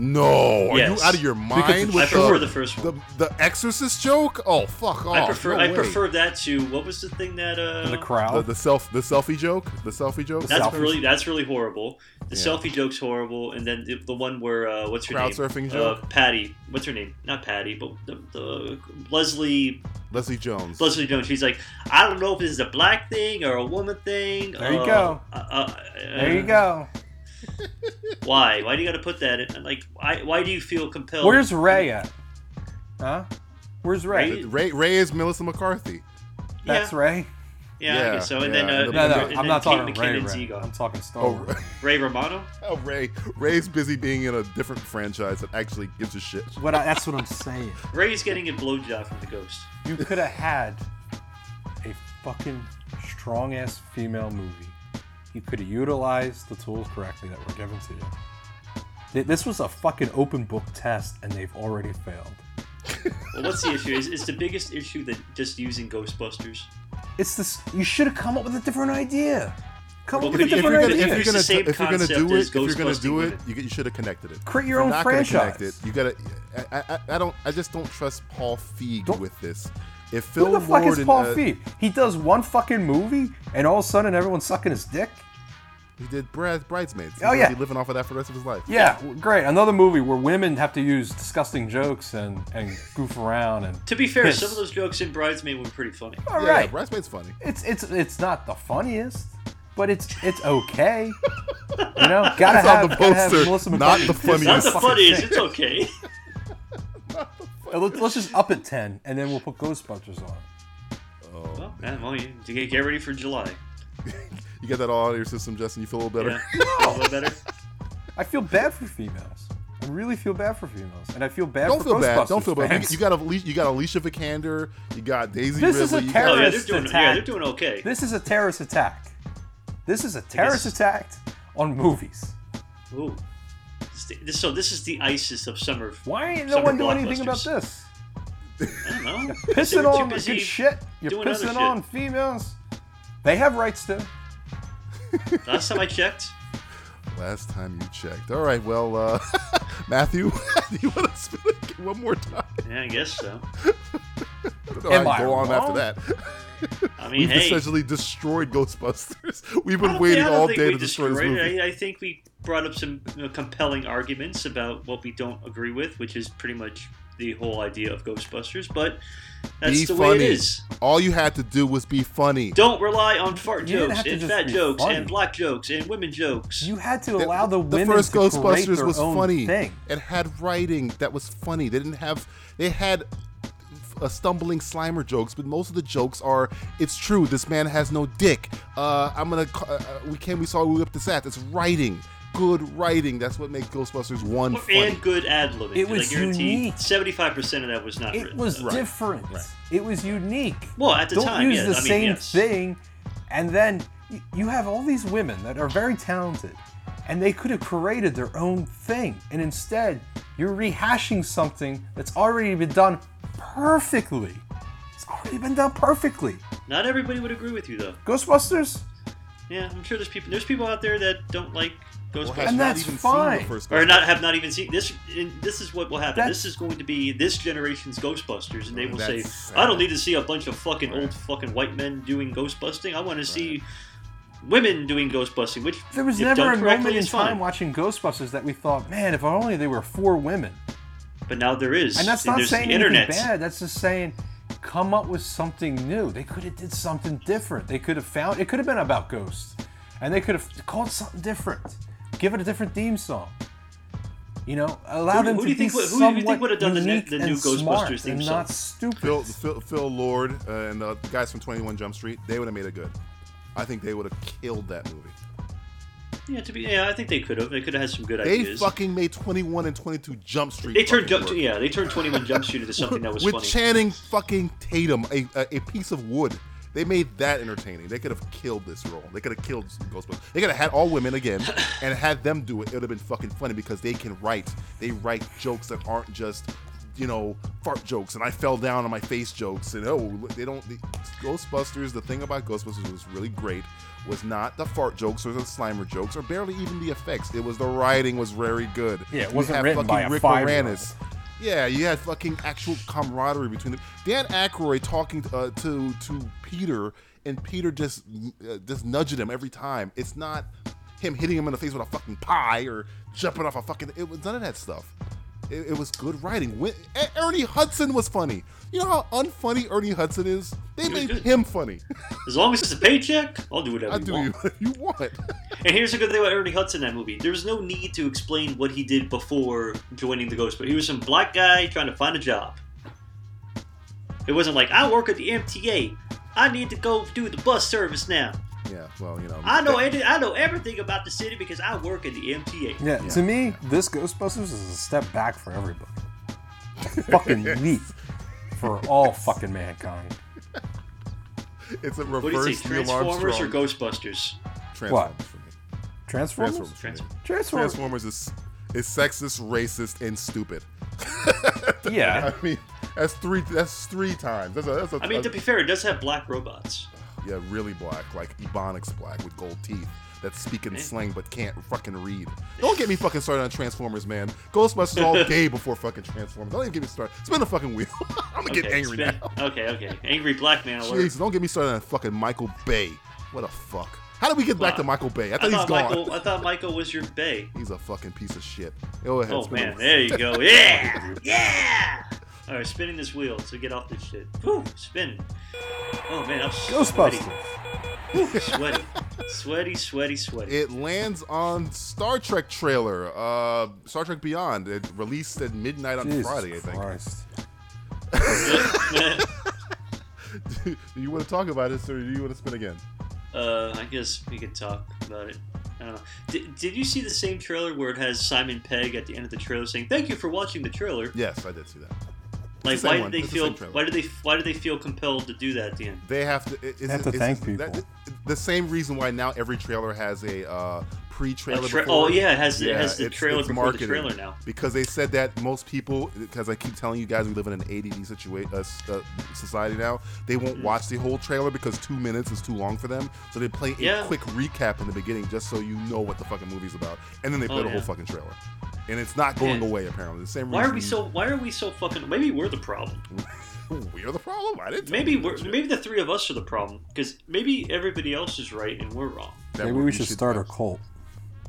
D: No, are
F: Yes.
D: you out of your mind?
B: it's-
D: with
F: I prefer the first one.
D: The, the Exorcist joke? Oh, fuck off!
F: I prefer.
D: No
F: I
D: way.
F: prefer that to what was the thing that uh.
B: the crowd.
D: the, the self the selfie joke. The selfie joke.
F: That's
B: Selfies.
F: really that's really horrible. The selfie joke's horrible, and then the, the one where uh, what's her
D: Crowd
F: name?
D: surfing
F: Uh,
D: joke?
F: Patty. What's her name? Not Patty, but the, the Leslie
D: Leslie Jones.
F: Leslie Jones. She's like, I don't know if this is a black thing or a woman thing.
B: There you
F: uh,
B: go.
F: Uh, uh,
B: There you go.
F: Why? Why do you got to put that? in? Like, why? Why do you feel compelled?
B: Where's Ray at? Huh? Where's Ray?
F: Ray?
D: Ray Ray is Melissa McCarthy.
B: That's
F: yeah,
B: Ray.
F: Yeah, I
D: Yeah,
F: guess so. And
D: yeah,
F: then uh,
B: No,
D: and the-
F: and
B: no,
F: then- and
B: I'm not
F: then
B: talking
F: Kate
B: Ray,
F: McKinnon's
B: Ray.
F: ego.
B: I'm talking Star
D: Oh,
B: Wars.
F: Ray Romano.
D: oh, [LAUGHS] Ray. Ray's busy being in a different franchise that actually gives a shit.
B: What I, that's what I'm saying.
F: Ray's getting a blowjob from the ghost.
B: You could have had a fucking strong ass female movie. You could have utilized the tools correctly that were given to you. Th- This was a fucking open book test, and they've already failed.
F: Well, what's the issue? Is is the biggest issue that just using Ghostbusters?
B: It's this. You should have come up with a different idea. Come
F: Well,
B: up with a
F: could you-
D: If you're
B: different
D: gonna,
F: could-
B: idea.
D: if you're
F: It's
D: gonna,
F: the same
D: if you're gonna
F: concept
D: do it,
F: as
D: if you're gonna
F: Ghostbusting
D: do it,
F: women.
D: you, get- you should have connected it.
B: Create your
D: If you're
B: own
D: not gonna
B: franchise.
D: connect it, You gotta. I, I, I- I don't. I just don't trust Paul Feig
B: Don't-
D: with this. If Phil
B: Who the fuck
D: Lord
B: is
D: and,
B: Paul
D: uh,
B: Feig? He does one fucking movie, and all of a sudden everyone's sucking his dick.
D: He did Brad Bridesmaids. He's
B: Oh, yeah.
D: gonna be living off of that for the rest of his life.
B: Yeah, w- great. Another movie where women have to use disgusting jokes and and goof around and.
F: To be fair,
B: Yes.
F: some of those jokes in Bridesmaid were pretty funny.
B: All right.
D: yeah, Bridesmaids funny.
B: It's it's it's not the funniest, but it's it's okay. You know, gotta
D: It's
B: have,
D: on the
B: gotta have
D: poster,
B: Melissa
D: not
B: McCarthy
D: the
B: piss
F: Not
D: funniest.
F: the
B: on fucking
F: funniest.
B: thing.
F: It's okay.
B: Uh, Let's, let's just up at ten, and then we'll put Ghostbusters on.
F: Well, man, well, you, you get ready for July.
D: You get that all out of your system, Justin. You feel a little better.
F: Yeah. Feel a
B: [LAUGHS]
F: little better. Oh,
B: I feel bad for females. I really feel bad for females, and I feel bad
D: Don't
B: for
D: feel
B: Ghostbusters
D: bad. Don't feel bad. You,
B: fans.
D: you got Alicia, you got Alicia Vikander. You got Daisy
B: This is a
D: Ridley. you
F: Oh
D: got-
F: yeah, they're
B: Terrorist
F: doing. Yeah, they're
B: attack.
F: doing okay.
B: This is a terrorist attack. This is a terrorist
F: Yes.
B: attack on movies.
F: Ooh. This- This, so this is the ISIS of summer.
B: Why ain't no
F: summer
B: one doing anything about
F: blockbusters.
B: this?
F: I don't know. They
B: Pissing
F: were too
B: on the
F: busy
B: good shit. You're
F: doing other
B: pissing
F: shit.
B: on females. They have rights to.
F: Last time I checked,
D: Last time you checked. All right. Well, uh, [LAUGHS] Matthew, [LAUGHS] do you want to spin it again one more time?
F: yeah, I guess so.
D: I don't know
B: Am
D: how you
B: I
D: go on after
B: wrong?
D: that.
B: [LAUGHS]
F: I mean,
D: We've
F: hey,
D: essentially destroyed Ghostbusters. [LAUGHS] We've
F: I
D: been
F: don't
D: waiting
F: think- I don't
D: all
F: think
D: day
F: we
D: to destroy this
F: destroyed it.
D: movie.
F: I, I think we brought up some you know, compelling arguments about what we don't agree with, which is pretty much the whole idea of Ghostbusters. But that's
D: be
F: the
D: funny.
F: way it is.
D: All you had to do was be funny.
F: Don't rely on fart
B: You didn't
F: jokes
B: have to
F: and
B: just
F: fat
B: be
F: jokes
B: funny.
F: and black jokes and women jokes.
B: You had to allow the,
D: the
B: women
D: first
B: to create
D: Ghostbusters
B: their
D: was
B: own
D: funny.
B: thing.
D: It had writing that was funny. They didn't have. They had uh, stumbling Slimer jokes, but most of the jokes are. It's true. This man has no dick. Uh, I'm gonna. ca- Uh, we came. We saw. We whipped this ass. It's writing. Good writing. That's what makes Ghostbusters one funny.
F: and good ad libbing.
B: It was
F: I guarantee
B: unique.
F: seventy-five percent of that was not
B: It
F: written.
B: was
F: Uh,
B: different. It was unique.
F: Well, at the
B: Don't
F: time,
B: use
F: yeah,
B: the
F: I mean,
B: same
F: yes.
B: thing, and then y- you have all these women that are very talented, and they could have created their own thing, and instead you're rehashing something that's already been done perfectly. It's already been done perfectly.
F: Not everybody would agree with you though.
B: Ghostbusters.
F: Yeah, I'm sure there's people. There's people out there that don't like
D: has
F: Ghostbusters,
B: And
D: not
B: that's
D: even seen
B: fine.
D: the first
F: or not
D: Ghostbusters.
F: have not even seen this. and This is what will happen.
B: That's-
F: this is going to be this generation's Ghostbusters, and they will say,
D: That's sad.
F: "I don't need to see a bunch of fucking old fucking white men doing ghostbusting. I want to see women doing ghostbusting." Which
B: There was
F: if
B: never
F: done
B: a moment
F: correctly,
B: in
F: is
B: time
F: fine.
B: watching Ghostbusters that we thought, man, if only there were four women.
F: but now there is,
B: And that's not
F: there's
B: saying
F: the
B: anything
F: internet.
B: bad. That's just saying, come up with something new. They could have did something different. They could have found. It could have been about ghosts, and they could have called something different. Give it a different theme song. You know, allow
F: Who do-
B: them
F: who
B: to
F: do you
B: be
F: think would- who do you
B: somewhat
F: think would have done the ne-
B: unique
F: the new
B: and smart
F: Ghostbusters theme
B: and
F: song?
B: not stupid.
D: Phil, Phil, Phil Lord uh, and uh, the guys from 21 Jump Street, they would have made it good. I think they would have killed that movie.
F: Yeah, to be yeah, I think they could have. They could have had some good
D: They
F: ideas.
D: fucking made 21 and 22 Jump Street.
F: they
D: fucking
F: turned Jump-
D: work.
F: yeah, they turned Twenty One Jump Street into something that was
D: With
F: funny.
D: Channing fucking Tatum, a, a, a piece of wood. They made that entertaining. They could have killed this role. They could have killed Ghostbusters. They could have had all women
F: [COUGHS]
D: again and had them do it. It would have been fucking funny because they can write. They write jokes that aren't just, you know, fart jokes and I fell down on my face jokes and oh, look, they don't. They, Ghostbusters. The thing about Ghostbusters was really great was not the fart jokes or the Slimer jokes or barely even the effects. It was the writing was very good.
B: Yeah, it
D: You
B: wasn't
D: had
B: written by
D: fucking
B: a
D: Rick
B: five-year-old.
D: Moranis. Yeah, you had fucking actual camaraderie between them. Dan Aykroyd talking uh, to to Peter, and Peter just uh, just nudging him every time. It's not him hitting him in the face with a fucking pie or jumping off a fucking. It was none of that stuff. It, it was good writing. When, E- Ernie Hudson was funny. You know how unfunny Ernie Hudson is. They made
F: good.
D: him funny.
F: As long as it's a paycheck, I'll do whatever
D: I
F: you
D: do
F: want.
D: you, [LAUGHS] you want.
F: And here's the good thing about Ernie Hudson in that movie. There was no need to explain what he did before joining the Ghost, but he was some black guy trying to find a job. It wasn't like, I work at the MTA. I need to go do the bus service now.
D: yeah, well, you know.
F: I know
D: that-
F: any- I know everything about the city because I work at the MTA.
B: Yeah, to me, this Ghostbusters is a step back for everybody. fucking leap for all fucking mankind.
D: It's a
F: What do you
D: reverse
F: say,
D: Neil
F: Transformers or
D: Armstrong.
F: Ghostbusters?
D: Transformers
B: What?
D: for me.
B: Transformers.
D: Transformers. for me.
F: Transformers.
B: Transformers.
D: Transformers is is sexist, racist, and stupid.
B: Yeah.
F: [LAUGHS]
D: I mean, that's three. That's three times. That's a. That's a
F: I mean, to be fair, it does have black robots.
D: yeah, really black, like Ebonics black with gold teeth that speak in slang but can't fucking read. Don't get me fucking started on Transformers, man. Ghostbusters
F: [LAUGHS]
D: all day before fucking Transformers. Don't even get me started. Spin the fucking wheel. [LAUGHS] I'm gonna get
F: Okay,
D: angry
F: spin-
D: now.
F: Okay, okay. Angry black man alert.
D: Jeez, don't get me started on fucking Michael Bay. What a fuck. How did we get back to
F: Wow.
D: Michael Bay? I thought,
F: I thought,
D: he's gone.
F: Michael, I thought Michael was your bay.
D: He's a fucking piece of shit. Go ahead.
F: Oh
D: spin the
F: man,
D: wheel.
F: there you go. Yeah, yeah. All right, spinning this wheel. So get off this shit. Whew, spinning. Oh man, I'm sweaty.
B: Ghostbusters.
D: [LAUGHS]
F: sweaty, sweaty, sweaty, sweaty.
D: It lands on Star Trek trailer, uh, Star Trek Beyond. It released at midnight on
B: Jesus
D: Friday, I think.
B: Christ.
D: do [LAUGHS] you want to talk about this, or do you want to spin again?
F: uh, I guess we could talk about it. I don't know. Did, did you see the same trailer where it has Simon Pegg at the end of the trailer saying "Thank you for watching the trailer"?
D: Yes, I did see that.
F: Like,
D: the same
F: why did
D: one.
F: they
D: It's the
F: feel?
D: same trailer.
F: why do they? Why do they feel compelled to do that at the end?
D: They have to. Is,
B: have
D: is-
B: to
D: is-
B: thank
D: is-
B: people.
D: the same reason why now every trailer has a uh,
F: A
D: pre-trailer.
F: tra-
D: before.
F: oh yeah, it has, it has the
D: it's-
F: trailer
D: it's
F: before
D: marketing.
F: the trailer now.
D: Because they said that most people, because I keep telling you guys, we live in an ADD situation, uh, s- uh, society now. They won't
F: Mm-hmm.
D: watch the whole trailer because two minutes is too long for them. So they play a
F: Yeah.
D: quick recap in the beginning just so you know what the fucking movie's about, and then they play
F: Oh,
D: the whole
F: yeah.
D: fucking trailer. And it's not going
F: Yeah.
D: away apparently. The same
F: Why
D: reason
F: are we
D: [LAUGHS]
F: so? Why are we so fucking? Maybe we're the problem.
D: We're the problem. I didn't. tell
F: Maybe
D: you
F: we're,
D: that shit.
F: maybe the three of us are the problem because maybe everybody else is right and we're wrong.
D: That
B: Maybe
D: would-
B: we
D: you
B: should start a
D: have
B: cult.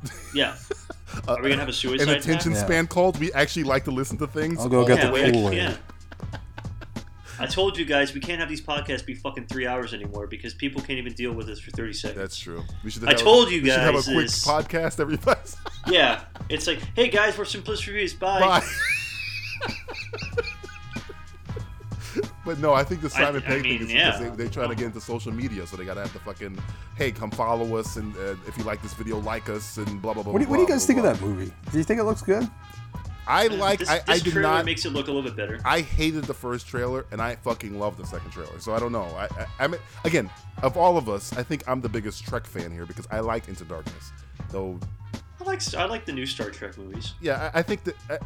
B: [LAUGHS]
F: Yeah. Are we gonna have a suicide?
D: An attention
B: pact? Yeah.
D: span cult. We actually like to listen to things.
B: I'll go
D: all
B: get
D: the
F: Yeah,
B: the
D: way.
F: we
B: Kool-Aid.
F: actually can. I told you guys we can't have these podcasts be fucking three hours anymore because people can't even deal with us for thirty seconds.
D: Oh, That's true. We should.
F: I told you
D: we should
F: guys
D: have a quick
F: this.
D: podcast every. [LAUGHS] Bye.
F: yeah, it's like, hey guys, we're simplistic reviews. Bye.
D: Bye.
F: [LAUGHS]
D: but no, I think the
F: I-
D: Simon
F: I
D: Pegg
F: mean,
D: thing is
F: yeah.
D: because they, they try to get into social media, so they gotta have the fucking hey, come follow us, and uh, if you like this video, like us, and blah blah blah.
B: What do, you- what do you guys think of that movie? Do you think it looks good?
D: I like.
F: This,
D: I, I
F: this
D: did
F: trailer
D: not.
F: makes it look a little bit better.
D: I hated the first trailer, and I fucking love the second trailer. So I don't know. I, I, I mean, again, of all of us, I think I'm the biggest Trek fan here because I like Into Darkness, though
F: I like I like the new Star Trek movies.
D: yeah, I, I think that I,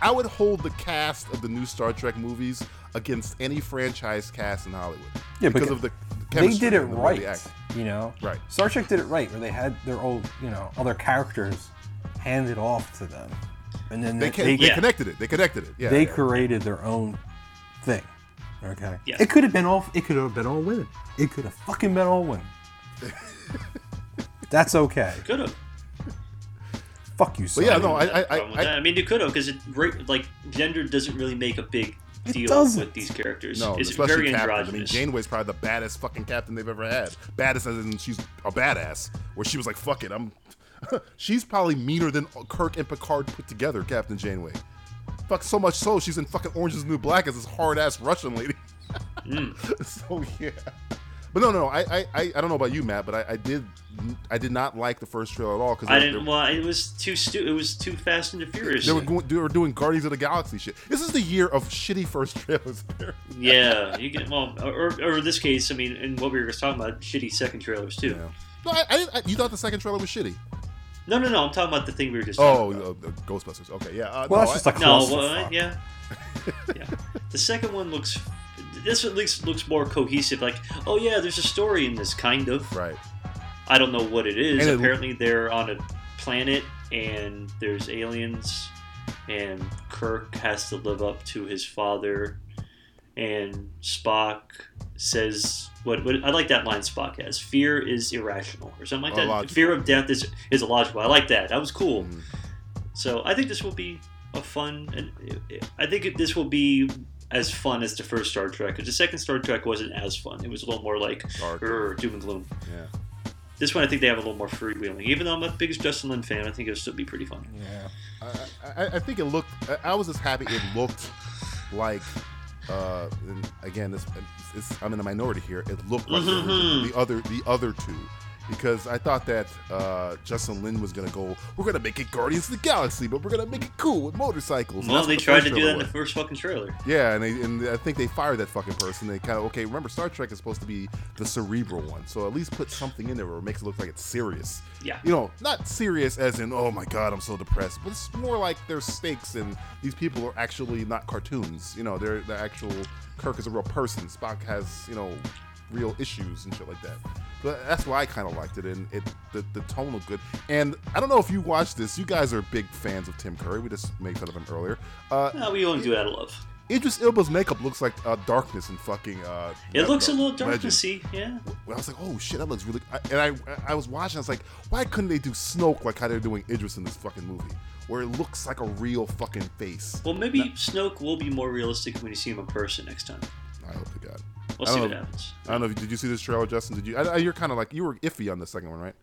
D: I would hold the cast of the new Star Trek movies against any franchise cast in Hollywood
B: Yeah, but-
D: because of the
B: they
D: chemistry
B: did it
D: and the way they
B: right.
D: act.
B: You know,
D: Right.
B: Star Trek did it right, where they had their old, you know, other characters handed off to them, and then
D: They,
B: they
D: can,
B: they,
D: they
F: yeah.
D: connected it. They connected it. Yeah.
B: they
D: yeah.
B: created their own thing. Okay.
F: Yeah.
B: It could have been all. It could have been all women. It could have fucking been all
D: [LAUGHS]
B: women. That's okay.
F: Could have.
B: Fuck you, son.
D: But yeah, no, I, I, I,
F: I,
D: I,
F: I mean, you could have because it ra- like gender doesn't really make a big
B: It
F: deal
B: doesn't.
F: with these characters.
D: no,
F: it's
D: especially
F: very
D: captain. I mean,
F: androgynous.
D: Janeway's probably the baddest fucking captain they've ever had. Baddest as in she's a badass, where she was like, "Fuck it, I'm." [LAUGHS] she's probably meaner than Kirk and Picard put together, Captain Janeway. Fuck so much so she's in fucking Orange Is the New Black as this hard ass Russian lady. [LAUGHS]
F: Hmm.
D: so yeah, but no, no, I, I, I, I don't know about you, Matt, but I, I did, I did not like the first trailer at all because
F: I didn't. Well, it was too stu- It was too Fast and the Furious.
D: They were, going, they were doing Guardians of the Galaxy shit. This is the year of shitty first [LAUGHS] trailers. apparently.
F: yeah, you can. Well, or, or in this case, I mean, and what we were just talking about, shitty second trailers too.
D: no, I, I, didn't- I- you thought the second trailer was shitty.
F: No, no, no. I'm talking about the thing we were just.
D: Oh,
F: talking about.
D: uh, the Ghostbusters. Okay, yeah. Uh,
B: well,
D: no,
B: that's
D: I-
B: just a
F: no.
B: clusterfuck.
F: Well,
D: [LAUGHS]
F: yeah, yeah. The second one looks. This at least looks more cohesive. Like, oh yeah, there's a story in this kind of.
D: [LAUGHS] right.
F: I don't know what it is.
D: And it-
F: Apparently, they're on a planet and there's aliens, and Kirk has to live up to his father, and Spock says. What, what I like that line Spock has: "Fear is irrational," or something like that.
D: Illogical.
F: Fear of death is is illogical. I like that. That was [LAUGHS] cool.
D: Mhm.
F: So I think this will be a fun, and I think it- this will be as fun as the first Star Trek. 'cause the second Star Trek wasn't as fun. It was a little more like
D: Dark.
F: "Grr, doom and gloom.
D: Yeah.
F: This one, I think they have a little more freewheeling. Even though I'm not the biggest Justin Lin fan, I think it'll still be pretty fun.
H: Yeah.
D: I, I, I think it looked. I- I was just happy it looked like. Uh, and again, this it's, I'm in a minority here. It looked like the
F: Mm-hmm.
D: original- the other the other two, because I thought that uh, Justin Lin was gonna go. We're gonna make it Guardians of the Galaxy, but we're gonna make it cool with motorcycles. And
F: well,
D: that's
F: they
D: what the
F: tried
D: first
F: to do
D: trailer
F: that in
D: was.
F: the first fucking trailer.
D: Yeah, and, they, and I think they fired that fucking person. They kind of okay. Remember, Star Trek is supposed to be the cerebral one, so at least put something in there where it makes it look like it's serious.
F: Yeah.
D: You know, not serious as in oh my god, I'm so depressed, but it's more like there's stakes and these people are actually not cartoons. You know, they're the actual Kirk is a real person. Spock has you know real issues and shit like that. But that's why I kind of liked it, and it the, the tone looked good. And I don't know if you watched this. You guys are big fans of Tim Curry. We just made fun of him earlier. Uh,
F: No, we only do it out of love.
D: Idris Elba's makeup looks like uh, darkness and fucking. Uh,
F: It looks a little
D: Legend.
F: darknessy, yeah.
D: I was like, oh shit, that looks really. I, and I, I was watching. I was like, why couldn't they do Snoke like how they're doing Idris in this fucking movie, where it looks like a real fucking face?
F: Well, maybe Snoke will be more realistic when you see him in person next time.
D: I hope to God.
F: We'll
D: I
F: see
D: don't
F: what
D: know.
F: happens.
D: I don't know. if- Did you see this trailer, Justin? Did you? I, I, you're kind of like you were iffy on the second one, right?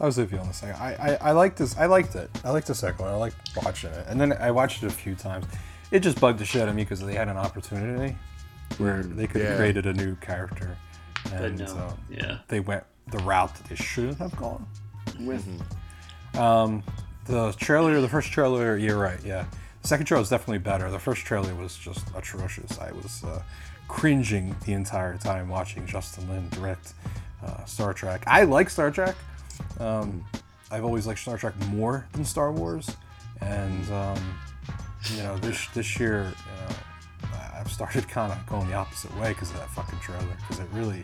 B: I was with you on the second. I, I, I liked this. I liked it. I liked the second one. I liked watching it. And then I watched it a few times. It just bugged the shit out of me because they had an opportunity where they could
D: yeah.
B: have created a new character,
F: But
B: and
F: no,
B: uh,
F: yeah.
B: they went the route that they shouldn't have gone with. Um, the trailer, the first trailer, you're right. Yeah, the second trailer was definitely better. The first trailer was just atrocious. I was uh, cringing the entire time watching Justin Lin direct uh, Star Trek. I like Star Trek. Um, I've always liked Star Trek more than Star Wars, and um, you know this this year. You know, I- I've started kind of going the opposite way because of that fucking trailer. Because it really,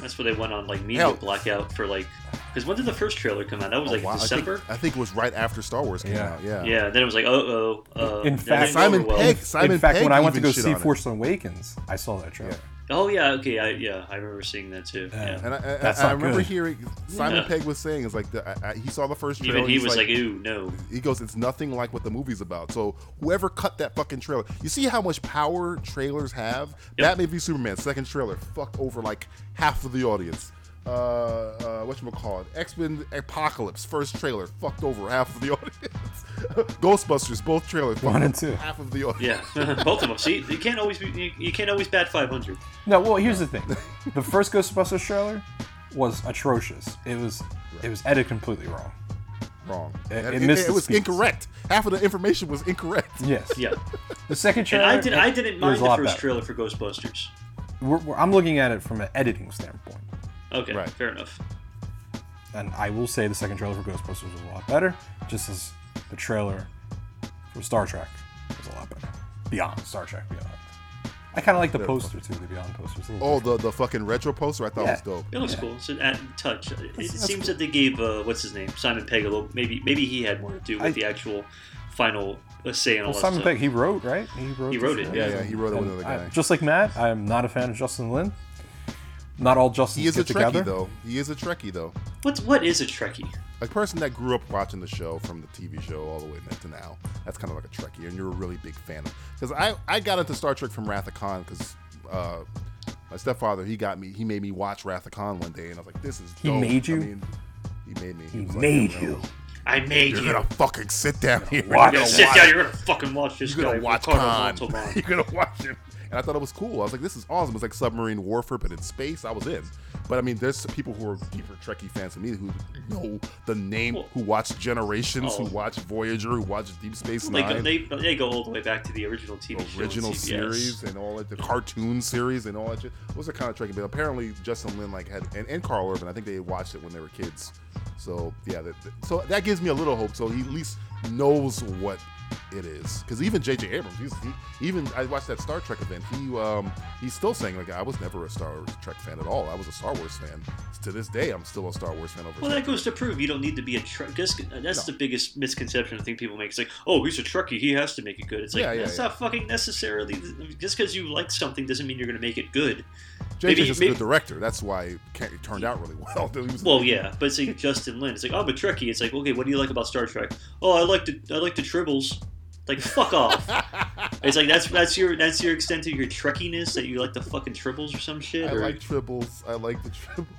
F: That's where they went on like media
D: Hell.
F: blackout for like. Because when did the first trailer come out? That was like
D: Wow, I, think,
F: December.
D: I think it was right after Star Wars came
B: Yeah.
D: out. Yeah.
F: yeah, then it was like, oh, oh. Uh,
B: In
F: that
B: fact-
F: didn't go
D: Simon
F: over
D: Pegg- Simon
B: in fact,
D: Pegg
B: when I went to
D: even
B: go
D: shit
B: see
D: on it.
B: Force Awakens, I saw that trailer. [LAUGHS]
F: Oh yeah, okay, I, yeah, I remember seeing that too. Yeah.
D: And I, I,
B: That's
D: I
B: not
D: remember
B: good.
D: hearing Simon
F: Yeah.
D: Pegg was saying is like the, I, I, he saw the first trailer.
F: Even he
D: he's
F: was like, ooh, no.
D: he goes, it's nothing like what the movie's about. So whoever cut that fucking trailer, you see how much power trailers have. That may be Superman second trailer fucked over like half of the audience. Uh, uh what call it? X Men Apocalypse first trailer fucked over half of the [LAUGHS] audience. Ghostbusters both trailers fucked
B: One and
D: over
B: two.
D: half of the audience.
F: Yeah, [LAUGHS] both of them. See, you can't always be, you, you can't always bat 500.
B: No, well, here's the thing: the first Ghostbusters trailer was atrocious. It was it was edited completely wrong.
D: Wrong.
B: It-
D: And
B: it missed the
D: was
B: speeds.
D: incorrect. Half of the information was incorrect.
B: Yes.
F: Yeah,
B: The second
F: and
B: trailer.
F: I did. I didn't
B: it
F: mind
B: was a
F: the
B: lot
F: first
B: better.
F: trailer for Ghostbusters.
B: We're, we're, I'm looking at it from an editing standpoint,
F: Okay,
D: Right.
F: fair enough.
B: and I will say the second trailer for Ghostbusters was a lot better, just as the trailer for Star Trek was a lot better. Beyond Star Trek, beyond. I kind of like the poster too. The Beyond poster. It's a little
D: Oh, the the fucking retro poster. I thought
B: Yeah.
D: was dope.
F: It looks cool. It's an at touch. It, it seems that they gave uh, what's his name Simon Pegg a little. Maybe maybe he had more to do with
B: I-
F: the actual final uh, say and all
B: Well,
F: that
B: Simon
F: stuff.
B: Pegg, he wrote, right? He wrote.
F: He
B: this,
F: wrote it,
B: right?
D: Yeah, yeah. He wrote it with
B: And
D: another
B: I-
D: guy.
B: just like Matt, I am not a fan of Justin Lin. Not all Justins
D: He is a
B: get
D: Trekkie
B: together.
D: though. He is a Trekkie though.
F: What's what is a Trekkie?
D: A person that grew up watching the show from the TV show all the way to now. That's kind of like a Trekkie, and you're a really big fan of. Because I I got into Star Trek from Wrath of Khan because. Uh, my stepfather, he got me. He made me watch Wrath of Khan one day, and I was like, "This is."
B: He
D: dope.
B: made you?
D: I mean, he made me. He, was like,
B: Made
D: "Yo,
B: you.
F: I made
D: You're
F: you.
D: gonna fucking sit down here.
B: watch
D: You're gonna
F: Yeah, sit
D: watch
F: down. You're gonna fucking watch this
D: You're
F: guy.
D: gonna watch
F: Ricardo
D: Khan. [LAUGHS]
F: Montalban.
D: You're gonna watch him. And I thought it was cool. I was like, this is awesome. It's like submarine warfare, but in space. I was in. But I mean, there's people who are deeper Trekkie fans than me who know the name,
F: Well-
D: who watch Generations,
F: Oh.
D: who watch Voyager, who watch Deep Space
F: They go,
D: Nine,
F: they, they go all the way back to the original TV show. on
D: original
F: CBS.
D: series, and all that, the cartoon series, and all that. Shit. Those are kind of Trekkie. But apparently, Justin Lin like had, and, and Carl Urban, I think they watched it when they were kids. So yeah, that, that- so that gives me a little hope. So he at least knows what it is. Because even J.J. Abrams, he's, he, even I watched that Star Trek event. He um he's still saying like I was never a Star Trek fan at all. I was a Star Wars fan. To this day, I'm still a Star Wars fan. Over
F: Well,
D: Star
F: that goes to prove you don't need to be a Trek. That's, that's the biggest misconception I think people make. It's like, oh, he's a Trekkie, he has to make it good. It's like
D: Yeah, yeah,
F: that's
D: yeah.
F: not fucking necessarily. Just because you like something doesn't mean you're gonna make it good.
D: J.J.
F: maybe-
D: just a
F: maybe-
D: good director. That's why it ca- it turned out really well. [LAUGHS] He was-
F: Well, yeah, but
D: [LAUGHS]
F: it's like Justin Lin. It's like I'm a Trekkie. It's like, okay, what do you like about Star Trek? Oh, I like the I like the tribbles. Like
D: [LAUGHS]
F: fuck off. it's like that's that's your that's your extent of your Trekkiness that you like the fucking tribbles or some shit.
D: I
F: or,
D: like tribbles. I like the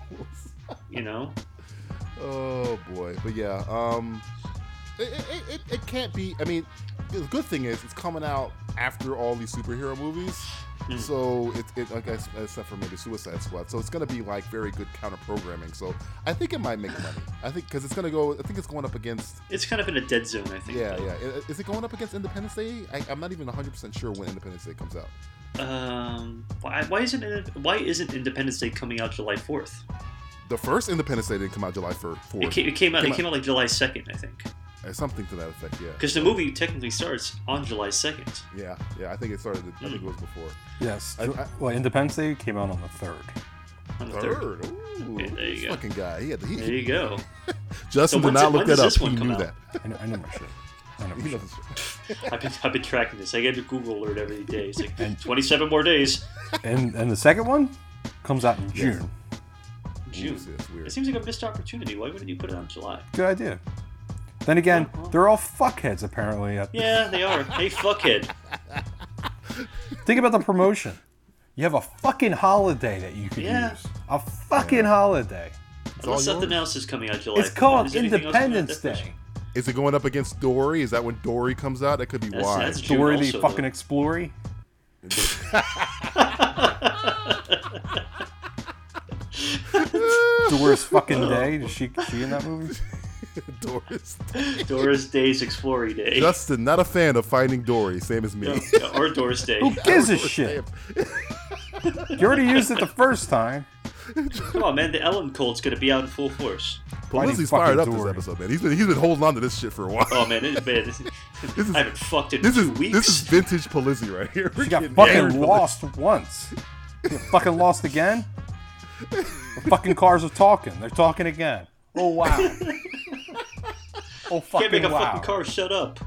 D: tribbles.
F: you know.
D: Oh boy, but yeah, um, it, it, it, it can't be. I mean, the good thing is it's coming out after all these superhero movies,
F: Mm.
D: so it, it like I, s- except for maybe Suicide Squad, so it's gonna be like very good counter programming. So I think it might make money. I think because it's gonna go. I think it's going up against.
F: It's kind of in a dead zone, I think.
D: Yeah, yeah. I- Is it going up against Independence Day? I, I'm not even 100 percent sure when Independence Day comes out.
F: Um, why, why isn't it, why isn't Independence Day coming out July fourth?
D: The first Independence Day didn't come out July 4th.
F: It came, it came out.
D: Came
F: it came out like July second, I think,
D: Something to that effect. Yeah.
F: because the movie technically starts on July second.
D: Yeah. Yeah. I think it started. I
F: Hmm.
D: think it was before.
B: Yes.
D: I- I-
B: well, Independence Day came out on the third.
F: On the third.
D: Third. Ooh,
F: Okay, there you
D: this
F: go.
D: fucking guy. He had the, he,
F: There you go.
D: Justin
F: So
D: did
F: when's
D: not
F: it-
D: look
F: when
D: that
F: does
D: up.
F: this one
D: He
F: come
D: knew
F: out?
D: that.
B: I know, I know my shit. I know my
D: He
B: shit.
D: knows.
F: I've been, I've been tracking this. I get a Google alert every day. It's like twenty seven more days.
B: And and the second one comes out in June.
F: June.
D: Ooh, that's weird.
F: It seems like a missed opportunity. Why wouldn't you put it on July?
B: Good idea. Then again, they're all fuckheads apparently. Uh, At
F: Yeah, they are. hey, fuckhead.
B: Think about the promotion. You have a fucking holiday that you could
F: Yeah.
B: use. A fucking holiday.
F: Unless something else is coming out July.
B: It's called
F: Is anything else coming out
B: Independence
F: that much?
B: Day.
D: Is it going up against Dory? Is that when Dory comes out? That could be
F: That's,
D: why.
F: that's
D: [LAUGHS]
B: The
F: June
B: worthy
F: also,
B: fucking
F: though.
B: explorer. the worst fucking day. Is she she in that movie?
D: Dory's-
F: Doris Day's Explorer Day. Oh,
D: Justin, not a fan of finding Dory, same as me. [LAUGHS]
F: Yeah, or Doris Day.
B: Who gives a shit? You already used it the first
F: [LAUGHS]
B: time.
F: Come on, man. The Ellen Colt's going to be out in full force.
B: Finding
D: Lizzie's
B: fucking
D: fired up this
B: Dory.
D: episode, man. He's been he's been holding on to this shit for a while.
F: Oh, man. It, man this,
D: is-
F: I haven't fucked
D: [LAUGHS]
F: in
D: this
F: two
D: is
F: weeks.
D: this is vintage Polizzi right here.
B: [LAUGHS] She got
F: married
B: fucking lost once. She got fucking lost again. The fucking cars are talking. They're talking again. Oh
F: [LAUGHS]
B: wow. [LAUGHS] Oh fucking
F: Can't make a
B: wow.
F: fucking car
B: [LAUGHS]
F: shut up.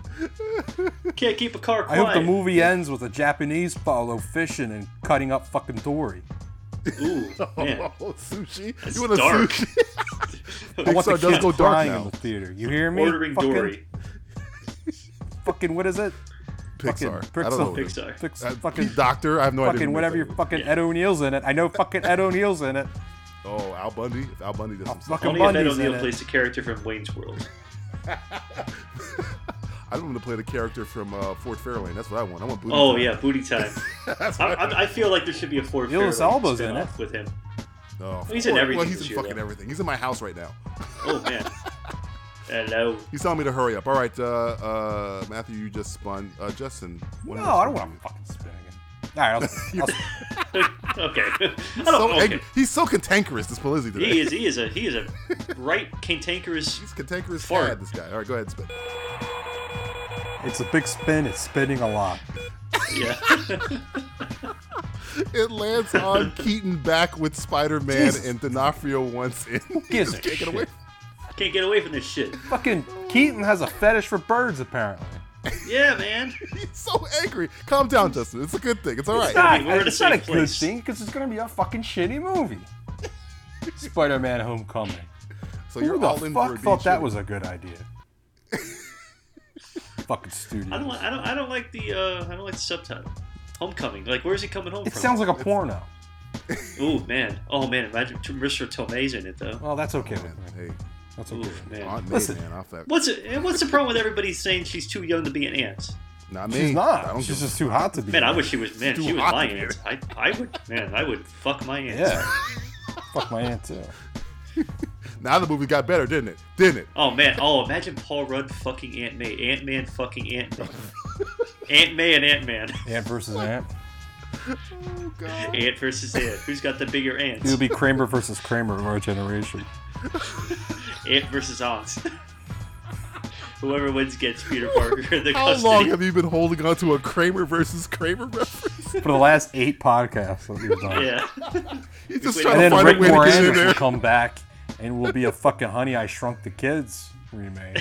F: Can't keep a car
B: I
F: quiet.
B: hope the movie ends with a Japanese follow fishing and cutting up fucking Dory. [LAUGHS]
F: Ooh, man.
D: [LAUGHS] Oh, sushi.
F: That's
D: you want a
F: dark. [LAUGHS]
D: sushi? [LAUGHS]
B: I want the
D: Pixar does
B: kid
D: go dark
B: crying
D: now.
B: in the theater. You hear me?
F: Ordering
B: fucking,
F: Dory.
B: Fucking what is it?
D: Pixar.
B: Fucking
D: I don't know. what it is.
F: Pixar.
B: Fix,
D: Uh,
B: fucking
D: Doctor, I have no idea.
B: fucking
D: who
B: whatever
D: makes
B: your
D: that.
B: fucking
F: Yeah.
B: Ed O'Neill's in it. I know fucking Ed O'Neill's in [LAUGHS] it.
D: Oh, Al Bundy. If Al Bundy does some stuff.
B: Fucking
F: Only if Ed
B: Bundy's in
F: O'Neill
B: it.
F: plays the character from Wayne's World.
D: I don't want to play the character from uh, Fort Fairlane. That's what I want. I want Booty.
F: Oh
D: Call.
F: yeah,
B: [LAUGHS]
F: booty time.
D: [LAUGHS] That's
F: I,
D: what I-
F: I, I feel like there should be a Ford
B: Idris
F: Fairlane
B: Elba's in
F: spin-off
B: it.
F: with him.
D: No,
F: He's in
D: well,
F: everything
D: Well, he's
F: this
D: in
F: year,
D: fucking
F: though.
D: everything. He's in my house right now.
F: Oh man. Hello.
D: He's telling me to hurry up. All right, uh, uh, Matthew, you just spun. Uh, Justin.
B: No, I don't want to fucking spin again. All right, [LAUGHS] I'll, I'll,
F: Okay. [LAUGHS] I don't,
D: So
F: Oh, okay.
D: angry. He's so cantankerous. This Polizzi today.
F: He is. He is a. He is a right
D: [LAUGHS]
F: cantankerous.
D: He's cantankerous.
F: Fart.
D: Fart. This guy. All right, go ahead. Spin.
B: It's a big spin. It's spinning a lot.
F: Yeah.
D: It lands
F: [LAUGHS]
D: on Keaton back with Spider Man, and D'Onofrio wants in. [LAUGHS]
B: Gives a
D: Take it away.
B: shit.
F: Can't get away from this shit.
B: Fucking Keaton has a fetish for birds, apparently.
F: Yeah, man.
D: He's so angry. Calm down, Justin. It's a good thing. It's all right.
B: It's not,
F: we're in a
B: it's not a
F: safe place.
B: good thing because it's gonna be a fucking shitty movie. [LAUGHS] Spider-Man: Homecoming.
D: so
B: Who
D: you're
B: the
D: all in for
B: fuck
D: a
B: thought
D: beach
B: that
D: here.
B: was a good
F: [LAUGHS]
B: idea? fucking
F: I don't,
B: studio.
F: li- I don't, I don't like the, uh, I don't like the subtitle. Homecoming. Like, where is he coming home
B: It
F: from?
B: sounds like a porno.
F: Ooh, man. Oh, man. Imagine Mr. Tomei's in it though.
B: Well, that's okay with me.
D: Hey,
B: That's
D: Oh,
B: okay.
F: Oof, man.
D: Aunt May,
B: Listen.
D: man, off that.
F: What's it, and what's the problem with everybody saying she's too young to be an aunt?
D: Not me.
B: She's
D: I
B: not.
D: don't
B: She's
D: give a-
B: just too hot to be.
F: Man, I
B: there.
F: wish she was. Man,
D: Too
F: she was
D: hot
F: my
D: to be
F: aunt. I, I would. Man, I would fuck my aunt.
B: Yeah. [LAUGHS] fuck my aunt too.
D: Now the movie got better, didn't it? Didn't it?
F: Oh man. Oh, imagine Paul Rudd fucking Aunt May. Ant Man fucking
D: [LAUGHS]
F: Ant Man. Ant May and Ant Man.
B: Aunt versus aunt.
D: Oh,
F: [LAUGHS]
D: God.
F: Ant versus Ant. Who's got the bigger ants?
B: It'll be Kramer versus Kramer of our generation.
F: Ant versus Aunt. [LAUGHS] Whoever wins gets
D: [LAUGHS]
F: Peter Parker in the
D: How
F: custody.
D: long have you been holding on to a Kramer versus Kramer reference?
B: For the last eight podcasts that we've done.
F: yeah.
D: He's just
F: Wait,
D: trying
B: And
D: to
B: then
D: find
B: Rick
D: a way to get in
B: Moranis will
D: there.
B: come back and we'll be a fucking Honey I Shrunk the Kids remake.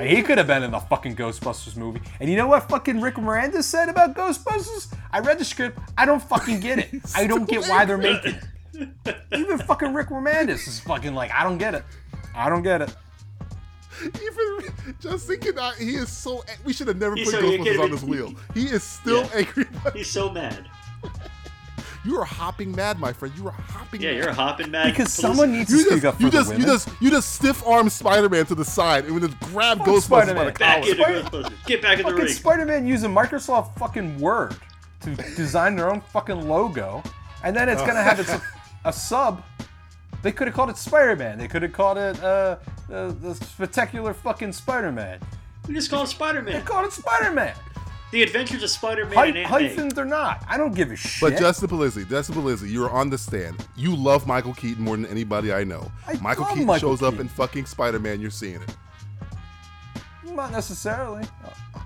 B: And he could have been in the fucking Ghostbusters movie. And you know what fucking Rick Miranda said about Ghostbusters? I read the script. I don't fucking get
D: [LAUGHS]
B: it. I don't get why they're making it. Even fucking Rick Mirandis is fucking like, I don't get it. I don't get it.
D: Even Justin cannot. He is so. ang- We should have never
F: He's
D: put
F: so- he
D: Ghostbusters
F: can't
D: on
F: even-
D: this wheel. He is still
F: Yeah.
D: angry. About
F: [LAUGHS] He's so mad.
D: You are hopping mad, my friend. You are hopping.
F: Yeah,
D: mad.
F: you're a hopping mad.
B: Because someone needs to
D: You
B: speak up
D: just,
B: for
D: you
B: the
D: just, you
B: women.
D: just, you just stiff arm Spider-Man to the side and we just grab
B: Fuck
D: Ghostbusters by the
B: Spider-Man.
F: back
D: collar.
F: in the
B: Spider-
F: Ghostbusters. Get back in the
B: fucking
F: ring.
B: Spider-Man using Microsoft fucking Word to design their own fucking logo, and then it's gonna have its, a sub. They could have called it Spider-Man. They could have called it uh, uh, the spectacular fucking Spider-Man.
F: we just call him
B: They
F: Spider-Man.
B: called it Spider-Man.
F: The Adventures of Spider-Man
B: Hy-
F: and Ant Man.
B: hyphens or not, I don't give a shit.
D: But Justin Polizzi, Justin Polizzi, you're on the stand. You love Michael Keaton more than anybody I know.
B: I
D: Michael
B: love
D: Keaton
B: Michael
D: shows up
B: Keaton.
D: in fucking Spider-Man. You're seeing it.
B: not necessarily.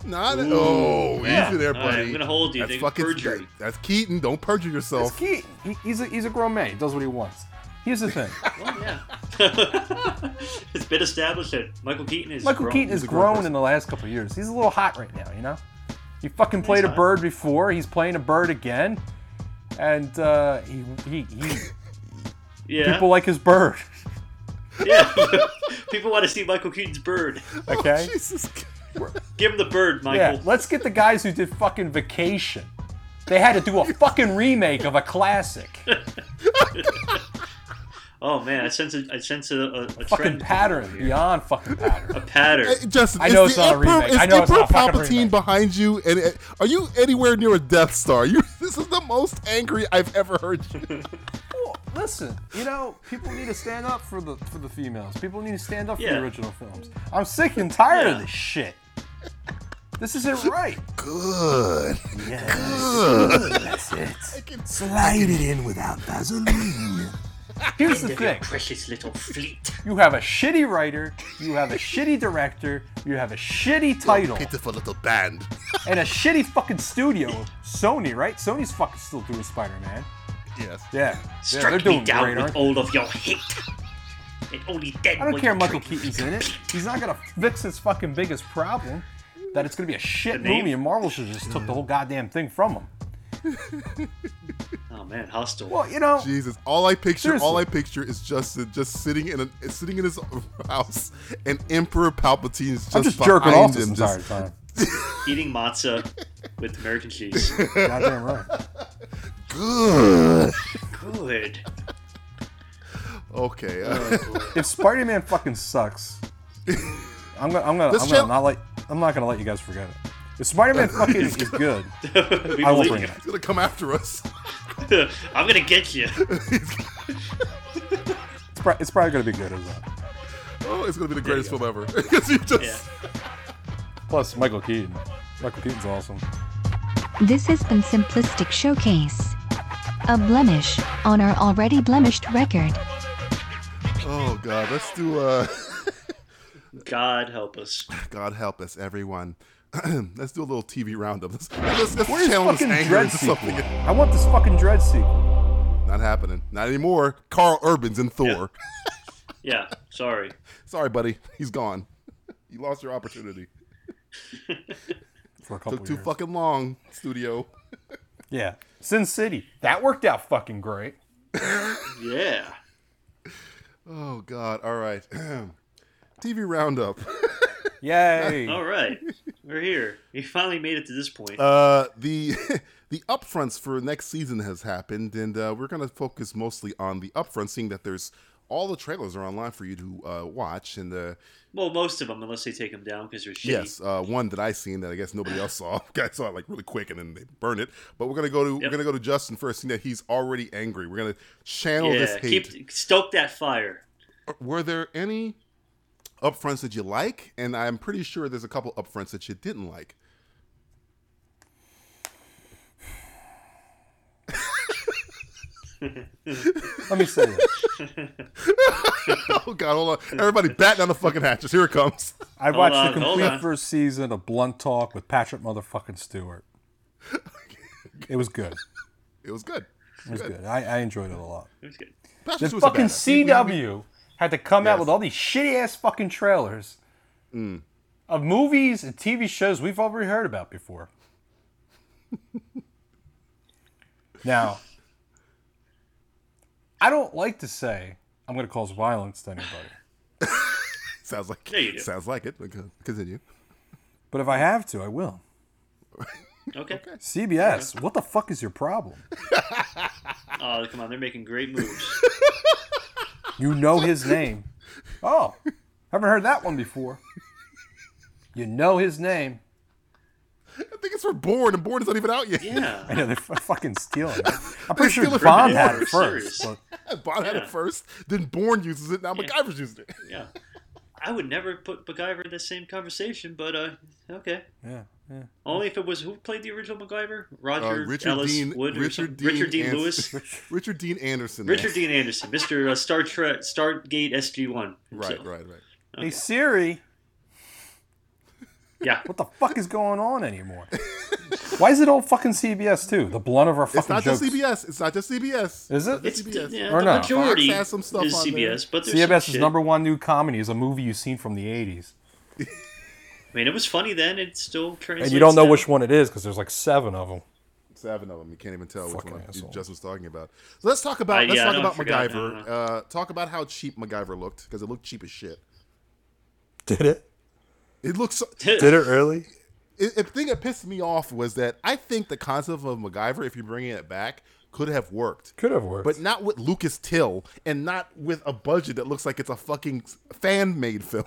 D: Not oh,
F: Yeah.
D: easy there,
F: All right,
D: buddy.
F: I'm gonna hold you.
D: That's
F: They-
D: fucking
F: perjury.
D: that- that's Keaton. Don't perjure yourself.
B: It's Keaton. He, he's a he's a grown man. He does what he wants. Here's the thing.
F: Well, Oh, yeah. [LAUGHS] it's been established that Michael Keaton is
B: Michael
F: grown.
B: Keaton has
D: a grown
B: grown
D: person.
B: in the last couple of years. He's a little hot right now, you know. He fucking played a
F: hot.
B: bird before. He's playing a bird again, and uh, he, he, he
F: Yeah.
B: people like his bird.
F: [LAUGHS] yeah. people want to see Michael Keaton's bird.
B: Okay,
D: Jesus.
F: Give him the bird, Michael.
B: yeah. Let's get the guys who did fucking Vacation. They had to do a fucking remake of a classic.
F: oh man, I sense a, I sense a, a, a
B: Fucking
F: trend.
B: pattern beyond fucking
F: A [LAUGHS]
B: pattern.
F: pattern.
D: Hey, Justin,
B: I know
D: is
B: it's not a
D: Emperor,
B: remake.
D: is
B: I know it's
D: Emperor
B: not a fucking
D: Palpatine
B: remake.
D: behind you? And uh, are you anywhere near a Death Star? You, [LAUGHS] this is the most angry I've ever heard
B: [LAUGHS]
D: you.
B: Well, Listen, you know, people need to stand up for the for the females. People need to stand up for
F: Yeah.
B: the original films. I'm sick and tired
F: Yeah.
B: of this shit. This isn't right.
D: Good.
B: That's it. Slide it in without Vaseline. Here's the thing.
F: Precious little fleet.
B: You have a shitty writer, you have a shitty director, you have a shitty title,
D: Pitiful little band.
B: and a shitty fucking studio. Sony, right? Sony's fucking still doing Spider-Man.
D: Yes.
B: Yeah. yeah
F: Strike
B: they're
F: me
B: doing
F: down
B: great,
F: with
B: aren't they?
F: all of your hate. And only then
B: I don't
F: will
B: care
F: you
B: if Michael
F: drink.
B: Keaton's in it. He's not gonna fix his fucking biggest problem. That it's gonna be a shit
F: The name?
B: movie and Marvel should have just took the whole goddamn thing from him.
F: Oh man, hostile.
B: Well, you know,
D: Jesus, all I picture, all
B: Seriously.
D: I picture is Justin just sitting in a sitting in his [LAUGHS] house, and Emperor Palpatine is just,
B: I'm just
D: behind
B: jerking off this
D: him.
B: entire
D: just-
F: [LAUGHS]
B: time.
F: Eating matzah with American cheese.
B: Goddamn right.
D: Good.
F: Good.
D: [SIGHS] Oh, Okay. uh, [LAUGHS]
B: if Spider-Man fucking sucks, I'm gonna, I'm gonna,
D: This
B: I'm gonna
D: channel-
B: not let, I'm not gonna let you guys forget it. If
D: [LAUGHS]
B: Spider-Man fucking is good,
F: We
B: I will
F: believe
B: bring
F: you.
B: it. up.
D: he's gonna come after us. [LAUGHS]
F: [LAUGHS] I'm gonna get you.
B: It's, pro- it's probably gonna be good as well.
D: Oh, it's gonna be the greatest film ever. [LAUGHS] 'Cause you just-
F: Yeah.
B: Plus Michael Keaton. Michael Keaton's awesome.
C: This has been Simplistic Showcase. A blemish on our already blemished record.
D: Oh God, let's do. Uh, [LAUGHS]
F: God help us.
D: God help us, everyone. [CLEARS THROAT] let's do a little TV roundup. Let's, let's, let's
B: Where's
D: channel this
B: fucking
D: anger
B: Dread
D: into
B: sequel?
D: something.
B: I want this fucking Dread sequel.
D: Not happening. Not anymore. Carl Urban's in Thor. [LAUGHS]
F: Yeah, sorry.
D: Sorry, buddy. He's gone. [LAUGHS] you lost your opportunity.
H: for a couple
D: Took too
H: years.
D: fucking long, studio.
B: Yeah, Sin City. That worked out fucking great.
F: Yeah.
D: Oh, God. All right. [CLEARS THROAT] TV
F: [LAUGHS]
D: roundup.
B: Yay!
F: All right. We're here. We finally made it to this point.
D: Uh, the [LAUGHS] the upfronts for next season has happened, and uh, we're gonna focus mostly on the upfront, seeing that there's all the trailers are online for you to uh, watch. And uh,
F: well, most of them, unless they take them down because they're shitty.
D: yes, uh, one that I seen that I guess nobody else saw. [LAUGHS] I saw it like really quick, and then they burned it. But we're gonna go to we're
F: Yep.
D: gonna go to Justin first, seeing that he's already angry. We're gonna channel this
F: Yeah.
D: hate.
F: Keep stoke that fire.
D: Were there any upfronts that you like? And I'm pretty sure there's a couple upfronts that you didn't like. [LAUGHS]
B: Let me say this.
D: Oh God, hold on! Everybody, bat down the fucking hatches. Here it comes. [LAUGHS]
B: I
F: Hold
B: watched
F: on,
B: the
F: hold
B: complete
F: on.
B: first season of Blunt Talk with Patrick Motherfucking
D: [LAUGHS]
B: Stewart. It was good.
D: It was good.
B: It was good. I, I enjoyed it a lot.
F: It was good.
D: Patrick
B: The
D: was a
B: fucking
D: badass. He- we- we-
B: CW had to come out
D: Yes. Mm.
B: with all these shitty ass fucking trailers of movies and TV shows we've already heard about before. [LAUGHS] now, I don't like to say I'm going to cause violence to anybody,
D: Sounds like
F: Yeah, you do.
D: sounds like it. Okay, Continue.
B: but if I have to, I will.
F: Okay.
B: CBS, what the fuck is your problem?
F: Oh, come on. They're making great moves.
B: You know his name. Oh, haven't heard that one before. You know his name.
D: I think it's for Born, and Born is not even out yet. [LAUGHS]
F: Yeah.
B: I know they're f- fucking stealing. It. I'm pretty sure
D: stealing from
B: Bond
D: the
B: had it
F: Warner
B: first.
F: series.
B: but-
D: Bond had
F: Yeah.
D: it first, then Born uses it. Now MacGyver's using it.
F: Yeah. I would never put MacGyver in the same conversation, but uh, okay.
B: yeah, yeah.
F: Only if it was who played the original MacGyver? Roger
D: Uh, Richard
F: Ellis
D: Dean,
F: Wood, or
D: Richard
F: something?
D: Dean,
F: Richard Dean
D: Ans- [LAUGHS]
F: Lewis,
D: Richard Dean Anderson.
F: [LAUGHS] Richard Dean Anderson, Mister uh, Star Trek, Stargate SG One.
D: Right, right, right.
B: Hey Siri,
F: Yeah,
B: what the fuck is going on anymore? Why is it all fucking CBS too? The blunt of our fucking
D: It's not
B: jokes.
D: just CBS. It's not just CBS.
B: Is it?
F: it's
D: CBS.
F: yeah,
B: Or
F: the
B: no.
F: majority
D: Fox has some stuff
F: is
D: on there.
F: CBS, but there's some
B: CBS's
F: shit.
B: number one new comedy is a movie you've seen from the '80s,
F: I mean, it was funny then. It still translates.
H: and you don't know
F: now. [LAUGHS]
H: which one it is because there's like seven of them.
D: Seven of them. You can't even tell which
H: Fucking
D: one
H: asshole.
D: Justin was talking about. So let's talk about
F: Uh,
D: let's
F: yeah, I Uh-huh.
D: talk
F: know, I
D: about
F: forgot.
D: MacGyver.
F: No, no,
D: Uh, talk about how cheap MacGyver looked because it looked cheap as shit.
H: Did it?
D: It looks.
F: [LAUGHS]
D: So,
H: Did it really?
D: it, the thing that pissed me off was that I think the concept of MacGyver, if you're bringing it back, could have worked.
H: Could have worked.
D: but not with Lucas Till, and not with a budget that looks like it's a fucking fan made
F: [LAUGHS]
D: film.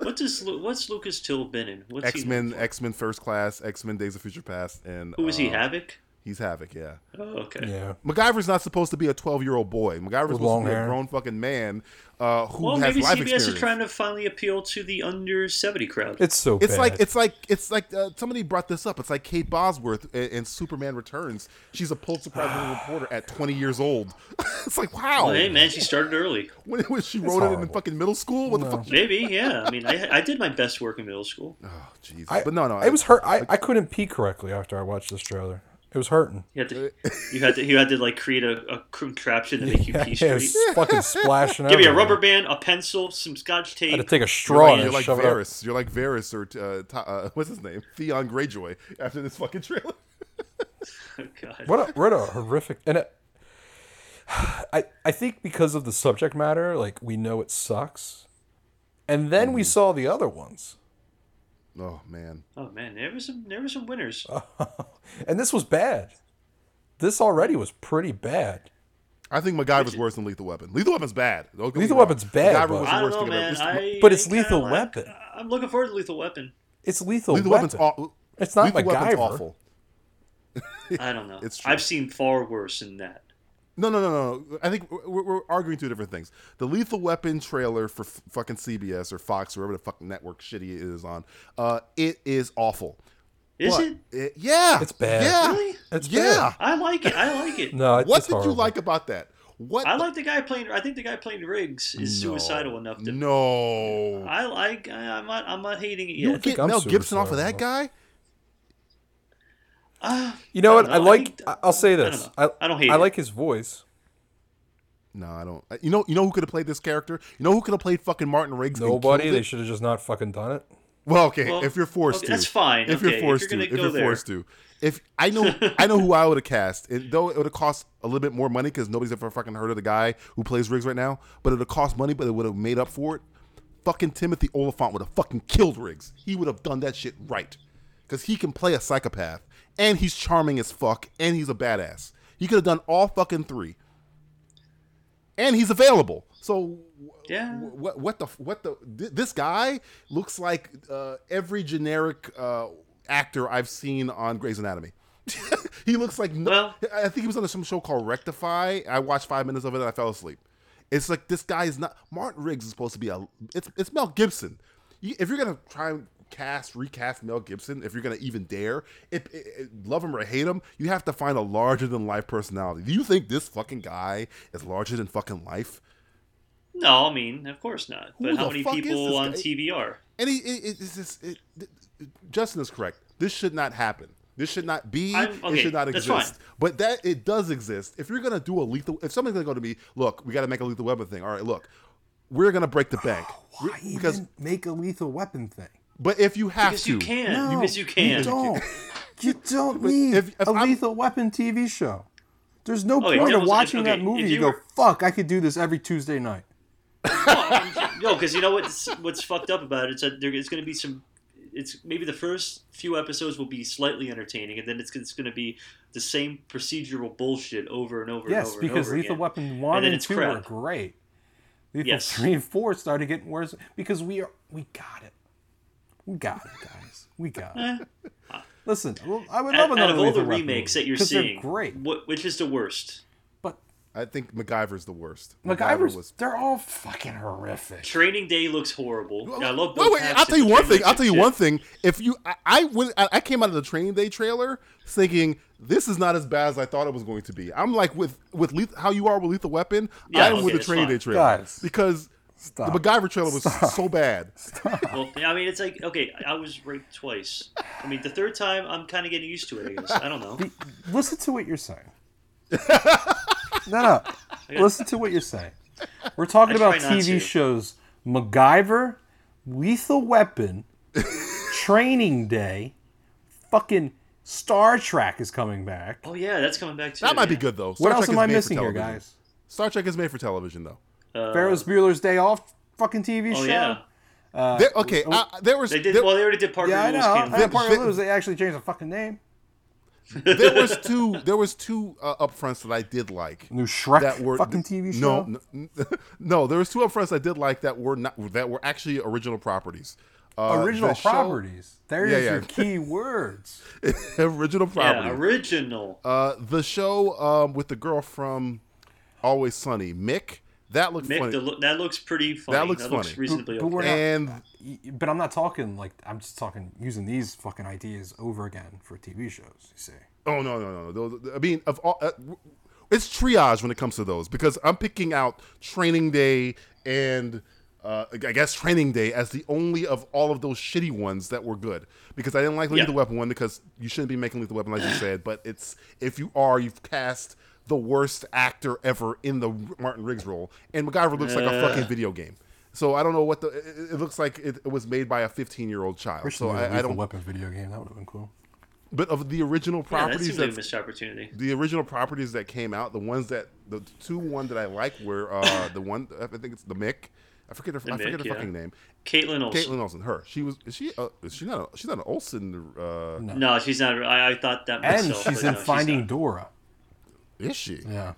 F: What does Lu- what's Lucas Till been in? What's he-
D: X Men, X Men First Class, X Men Days of Future Past, and
F: Who was he?
D: uh,
F: Havoc.
D: He's Havoc, yeah.
F: Oh, okay.
H: yeah.
D: MacGyver's not supposed to be a twelve year old boy. MacGyver's supposed
H: long
D: to be
H: hair.
D: a grown fucking man uh, who
F: Well,
D: has
F: maybe
D: life
F: CBS
D: experience.
F: is trying to finally appeal to the under seventy crowd.
H: It's so
D: it's
H: bad.
D: like it's like it's like uh, somebody brought this up. It's like Kate Bosworth in, in Superman Returns. She's a Pulitzer Prize winning
H: [SIGHS]
D: reporter at 20 years old. [LAUGHS] it's like wow.
F: Well, hey man, she started early.
D: when, when she wrote it in
H: horrible.
D: fucking middle school, what the fuck?
F: Maybe, yeah. I mean, I, I did my best work in middle school.
D: Oh, Jesus.
H: I-
D: But no, no,
H: It was hurt. I, I couldn't pee correctly after I watched this trailer. It was hurting.
F: You had to, you had to, you had to like create a, a contraption to make you pee
H: it
F: straight.
H: was fucking
D: [LAUGHS]
H: splashing.
D: Oh.
F: Give me a
H: everywhere.
F: rubber band, a pencil, some scotch tape.
H: I had to take a straw
D: You're
H: and
D: like
H: shove it up.
D: Varys. You're like Varys or uh, Ta- uh, what's his name? Theon Greyjoy. After this fucking trailer, [LAUGHS]
F: Oh, [LAUGHS] God.
H: What a, what a horrific and it, I I think because of the subject matter, like we know it sucks, and then
D: Mm-hmm.
H: we saw the other ones, [LAUGHS]
D: oh man,
F: Oh man, there was some there were some winners.
D: Oh,
H: and this was bad. This already was pretty bad.
D: I think MacGyver's worse than Lethal Weapon. Lethal Weapon's bad. Don't get me
H: Lethal
D: wrong.
H: Weapon's bad,
D: MacGyver
H: but-
D: was the
F: I don't
D: worst
F: know,
D: thing I've ever-
F: man.
D: Listen,
F: I,
H: But it's
F: I kinda
H: Lethal
F: like-
H: Weapon.
F: I'm looking forurd to
D: [LAUGHS]
F: Lethal Weapon.
H: It's lethal.
D: Lethal
H: weapon.
D: Weapon's aw-
H: It's not
D: Lethal Weapon's
H: MacGyver.
D: awful.
F: I don't know.
D: It's true.
F: I've seen far worse than that.
D: No, no, no, no. I think we're, we're arguing two different things. The Lethal Weapon trailer for f- fucking CBS or Fox or whatever the fucking network shitty it is on, uh, it is awful.
F: Is
D: But
F: it?
D: Yeah,
H: It's bad.
D: Yeah,
F: Really?
H: It's
D: yeah.
H: bad.
F: I like it. I like it.
H: No, it's
D: [LAUGHS] What
H: it's
D: did you
H: horrible.
D: like about that? What?
F: I
D: the-
F: like the guy playing. I think the guy playing Riggs is
D: No.
F: suicidal enough to.
D: No.
F: I like. I'm not. I'm not hating it
D: you
F: yet.
D: get
H: I'm
D: Mel
H: super
D: Gibson off of
H: sorry.
D: that guy?
F: Ah,
H: You know what?
F: don't
H: I
F: know. I
H: like.
F: think-
H: I I'll say
F: I don't
H: this.
F: know. I don't hate
H: I
F: it.
H: like his voice.
D: No, I don't. Uh, You know, you know who could have played this character? You know who could have played fucking Martin Riggs? and
H: Nobody.
D: killed it?
H: They should have just not fucking done it.
D: Well, okay,
F: Well,
D: if you're forced
F: okay,
D: to,
F: that's fine.
D: If
F: Okay,
D: you're
F: if
D: forced
F: you're gonna
D: to, if
F: go
D: you're
F: there.
D: forced to, if I know,
F: [LAUGHS]
D: I know who I would have cast. And though it would have cost a little bit more money because nobody's ever fucking heard of the guy who plays Riggs right now. But it would have cost money, but it would have made up for it. Fucking Timothy Oliphant would have fucking killed Riggs. He would have done that shit right because he can play a psychopath and he's charming as fuck and he's a badass. He could have done all fucking three, and he's available. So
F: Yeah.
D: wh- what what the what the th- this guy looks like uh, every generic uh, actor I've seen on Grey's Anatomy. [LAUGHS] he looks like no,
F: Well-
D: I I think he was on some show called Rectify. I watched five minutes of it and I fell asleep. It's like this guy is not Martin Riggs is supposed to be a it's it's Mel Gibson. You, if you're gonna try and cast recast Mel Gibson, if you're gonna even dare, if, if love him or hate him, you have to find a larger than life personality. Do you think this fucking guy is larger than fucking life?
F: No, I mean, of course not.
D: Who
F: But how
D: the
F: many
D: fuck is this
F: people on
D: guy?
F: TV are?
D: And he, it, it, it's just, it, th- Justin is correct. This should not happen. This should not be.
F: I'm-
D: it
F: okay,
D: should not
F: that's
D: exist.
F: fine.
D: But that it does exist. If you're gonna do a lethal, if somebody's gonna go to me, look, we got to make a lethal weapon thing. All right, look, we're gonna break the bank
B: [GASPS]
D: We-
B: Why
D: because.
B: even make a lethal weapon thing?
D: But if you have
F: Because
D: to,
F: you can.
B: No,
F: because you can.
B: You don't.
F: [LAUGHS]
B: you don't need
D: if- if
B: a
D: I'm-
B: lethal weapon TV show. There's no
F: Okay,
B: point of
F: Oh, devil's-
B: watching
F: okay,
B: that
F: if
B: movie.
F: you
B: You, go,
F: were-
B: fuck, I could do this every Tuesday night.
F: No, because you know what's what's fucked up about it. It's that there is going to be some. It's maybe the first few episodes will be slightly entertaining, and then it's, it's going to be the same procedural bullshit over and over. and
B: Yes,
F: over
B: because
F: and over
B: Lethal
F: again.
B: Weapon 1
F: and
B: and,
F: then it's
B: 2 were
F: crap.
B: great. Lethal [LAUGHS]
F: Yes.
B: 3 and 4 started getting worse because we are we got it. We got it, guys. We got it. Listen, I would love
F: Eh. Out,
B: another
F: out of all
B: Lethal
F: the
B: Weapon
F: remakes that
B: movie,
F: you're
B: 'cause
F: seeing,
B: They're great.
F: What, which is the worst?
B: But
D: I think MacGyver's the worst.
B: MacGyver's, they're all fucking horrific.
F: Training Day looks horrible. I
D: No,
F: love. Bill
D: wait, I'll
F: Paxton,
D: tell you
F: but
D: one
F: they
D: thing.
F: look
D: I'll tell you
F: shit.
D: one thing. If you, I, I went, I I came out of the Training Day trailer thinking this is not as bad as I thought it was going to be. I'm like with with lethal, how you are with Lethal Weapon.
F: Yeah,
D: I'm
F: okay,
D: with the
F: it's
D: Training
F: fine.
D: Day trailer
B: Guys.
D: because
B: Stop.
D: the MacGyver trailer was so bad.
F: Well, I mean, it's like okay, I was raped twice. I mean, the third time, I'm kind of getting used to it. I guess I
D: [LAUGHS]
F: don't know.
B: Listen to what you're saying. no, no. Listen to what you're saying. We're talking
F: I try
B: about
F: not to.
B: TV shows MacGyver, Lethal Weapon, Training Day, fucking Star Trek is coming back.
F: Oh yeah, that's coming back too.
D: That might be
F: yeah.
D: good though. Star
B: what else
D: Trek
B: am
D: is
B: I
D: made for
B: missing here,
D: television.
B: guys?
D: Star Trek is made for television though.
B: Ferris Bueller's Day Off fucking TV
F: Uh, Oh
B: show.
F: yeah,
B: Uh,
D: There- okay, I, I- there was
F: they did.
D: there,
F: well, they already did Parker
B: Yeah, I
F: Lewis
B: know.
F: Campbell.
B: That part
D: They-
B: of Lewis, they actually changed the fucking name.
D: there
F: [LAUGHS]
D: was two there was two uh, upfronts that I did like.
B: New Shrek
D: that were
B: fucking TV show.
D: No, n- [LAUGHS] n- no, there was two upfronts I did like that were not that were actually original properties. Uh,
B: Original
D: the show-
B: properties. There's
D: Yeah, yeah.
B: your key words.
D: [LAUGHS] original property.
F: Yeah, original.
D: uh, the show um, with the girl from Always Sunny, Mick. That looked
F: Mick,
D: funny.
F: the, look- that looks pretty funny.
D: That looks funny.
F: reasonably
B: But- but
F: okay.
B: we're not-
D: and
B: Y- but I'm not talking like I'm just talking using these fucking ideas over again for TV shows. You see,
D: oh no no no no! Those- I mean, of all, uh, it's triage when it comes to those because I'm picking out Training Day and uh, I guess Training Day as the only of all of those shitty ones that were good because I didn't like Lethal
F: Yeah.
D: Weapon one because you shouldn't be making Lethal Weapon like you said, but it's if you are, you've cast the worst actor ever in the Martin Riggs role, and MacGyver looks like a fucking video game. So I don't know what the it, it- it looks like. It, it was made by a 15 year old child. So I, I don't.
B: Weapon video game that would have been cool.
D: But of the original
F: yeah, that
D: properties,
F: seems like a
D: that's-
F: missed opportunity.
D: the original properties that came out, the ones that the two one that I like were
F: [COUGHS]
D: uh, the one I think it's the Mick. I forget her. I forget
F: Mick,
D: her
F: yeah.
D: fucking name.
F: Caitlin Olsen.
D: Caitlin Olsen. Her. She was. Is she? Uh, is she not? A, she's not an Olsen. Uh,
F: No, she's not. I, I thought that
B: And
F: myself.
B: she's
F: but
B: in
F: no,
B: Finding
F: not.
B: Dora.
D: Is she?
B: Yeah,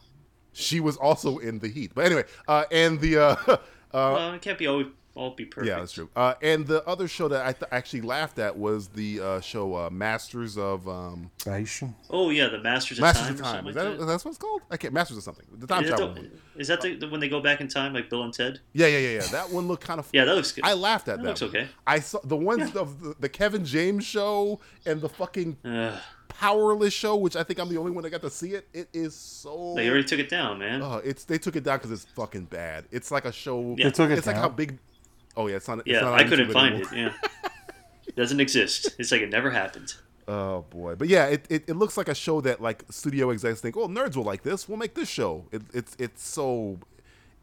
D: She was also in the Heat. But anyway, uh, and the uh, [LAUGHS] uh,
F: Well, it can't be always all be perfect.
D: yeah, that's true. Uh, and the other show that I th- actually laughed at was the uh, show uh, Masters of um,
B: Station.
F: Oh yeah, the Masters of
D: Masters
F: Time.
D: of
F: or
D: Time.
F: something
D: Is that,
F: like that.
D: that's what it's called? I can't. Masters of something. The time
F: Is that
D: travel.
F: the-
D: movie.
F: is that the, the when they go back in time, like Bill and Ted?
D: Yeah, yeah, yeah, yeah. That one looked kind of.
F: Yeah, that looks good.
D: I laughed at
F: That
D: that.
F: looks
D: one.
F: okay.
D: I saw the ones of the, the Kevin James show and the fucking
F: Ugh.
D: powerless show, which I think I'm the only one that got to see it. It is so.
F: They already took it down, man.
D: Oh, it's they took it down because it's fucking bad. It's like a show.
F: Yeah. They
B: took it
D: It's like
B: down?
D: how big. Oh yeah, it's not. it's
F: yeah,
D: not on
F: I couldn't
D: YouTube
F: find
D: anymore.
F: it. Yeah, it [LAUGHS] doesn't exist. It's like it never happened.
D: Oh boy, but yeah, it, it, it looks like a show that like studio execs think, oh, nerds will like this. We'll make this show. It, it's it's so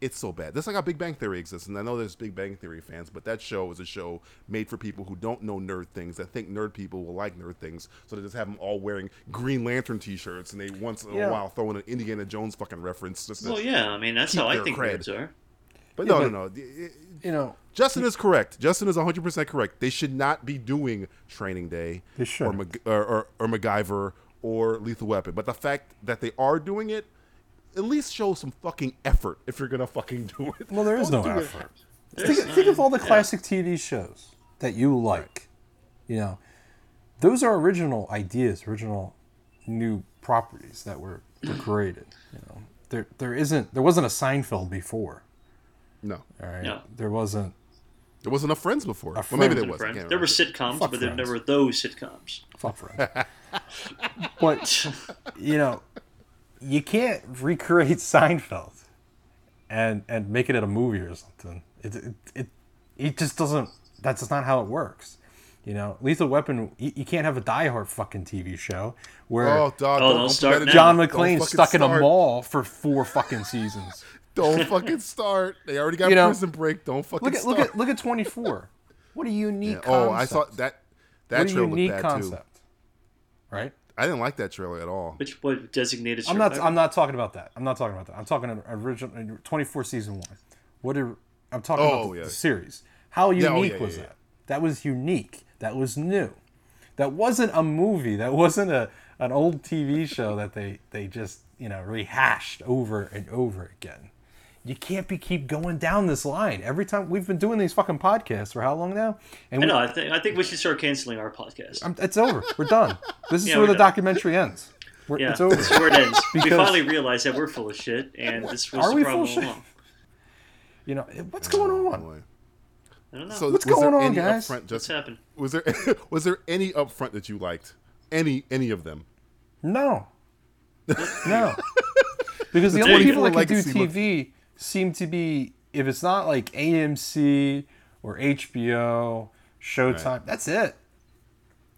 D: it's so bad. That's like how Big Bang Theory exists, and I know there's Big Bang Theory fans, but that show is a show made for people who don't know nerd things that think nerd people will like nerd things. So they just have them all wearing Green Lantern T-shirts, and they once in
B: Yeah.
D: a while throw in an Indiana Jones fucking reference. Just to-
F: Well, yeah, I mean that's
D: Keep
F: how I
D: their
F: think
D: cred.
F: nerds are.
D: But
B: Yeah,
D: no,
B: but-
D: no, no. It- it-
B: You know,
D: Justin is correct. Justin is 100% correct. They should not be doing Training Day
B: They
D: or,
B: shouldn't.
D: Mag- or, or, or MacGyver or Lethal Weapon. But the fact that they are doing it, at least show some fucking effort if you're going to fucking do it.
B: well, there is no
D: Don't do it.
B: effort. Think, think of all the classic TV shows that you like. You know, those are original ideas, original new properties that were, were created. You know, there there isn't there wasn't a Seinfeld before.
D: No.
B: All right,
F: No.
B: there wasn't.
D: There wasn't a Friends before. well,
B: Friends
D: maybe there
B: and
D: was. I
F: Friends.
D: can't
F: There were
D: remember.
F: sitcoms,
B: Fuck
F: but there
B: Friends.
F: never were those sitcoms.
B: Fuck friend. [LAUGHS] but you know, you can't recreate [LAUGHS] Seinfeld and and make it at a movie or something. It it it, it just doesn't. That's just not how it works. You know, Lethal Weapon. You, you can't have a diehard fucking TV show where
D: Oh, dog. don't,
F: Oh, don't
D: don't
F: start
D: forget it.
F: now.
B: John
D: Don't
B: McClane's
D: fucking
B: stuck in a
D: start.
B: mall for four fucking
D: [LAUGHS]
B: seasons.
D: Don't fucking start. They already got
B: You know,
D: Prison Break. Don't fucking
B: Look at
D: start.
B: look at look at Twenty Four. What a unique.
D: Yeah, Oh, I saw
B: concept.
D: that.
B: What
D: That
B: a
D: trailer looked
B: unique
D: bad too.
B: concept. Right.
D: I didn't like that trailer at all.
F: Which what designated?
B: I'm not.
F: survivor?
B: I'm not talking about that. I'm not talking about that. I'm talking an original 24 season one. What are, I'm talking
D: Oh,
B: about the,
D: yeah.
B: the series. How unique
D: Yeah, oh, yeah,
B: was
D: yeah, yeah.
B: that? That was unique. That was new. That wasn't a movie. That wasn't a an old TV show that they they just you know rehashed over and over again. You can't be keep going down this line every time. We've been doing these fucking podcasts for how long now? And
F: I
B: we,
F: know. I think I think we should start canceling our podcast.
B: I'm- it's over. We're
F: [LAUGHS]
B: done. This is
F: Yeah,
B: where
F: we're
B: the
F: done.
B: documentary ends. We're,
F: yeah,
B: It's over.
F: that's where it ends. we
B: Because-
F: finally realized that we're full of shit, and this was
B: Are
F: the
B: we
F: problem
B: full of shit?
F: along.
B: You know it- what's going on?
D: Boy.
F: I don't know.
D: So
B: What's
D: was there
B: going on,
D: any
B: guys?
D: upfront-
F: What's
D: just,
F: happened?
D: Was there [LAUGHS] was there any upfront that you liked? Any any of them?
B: No.
D: [LAUGHS]
B: no. Because the
F: The
B: only
F: thing-
B: people that can do
D: Legacy was-
B: TV seem to be if it's not like AMC or HBO, Showtime. That's it.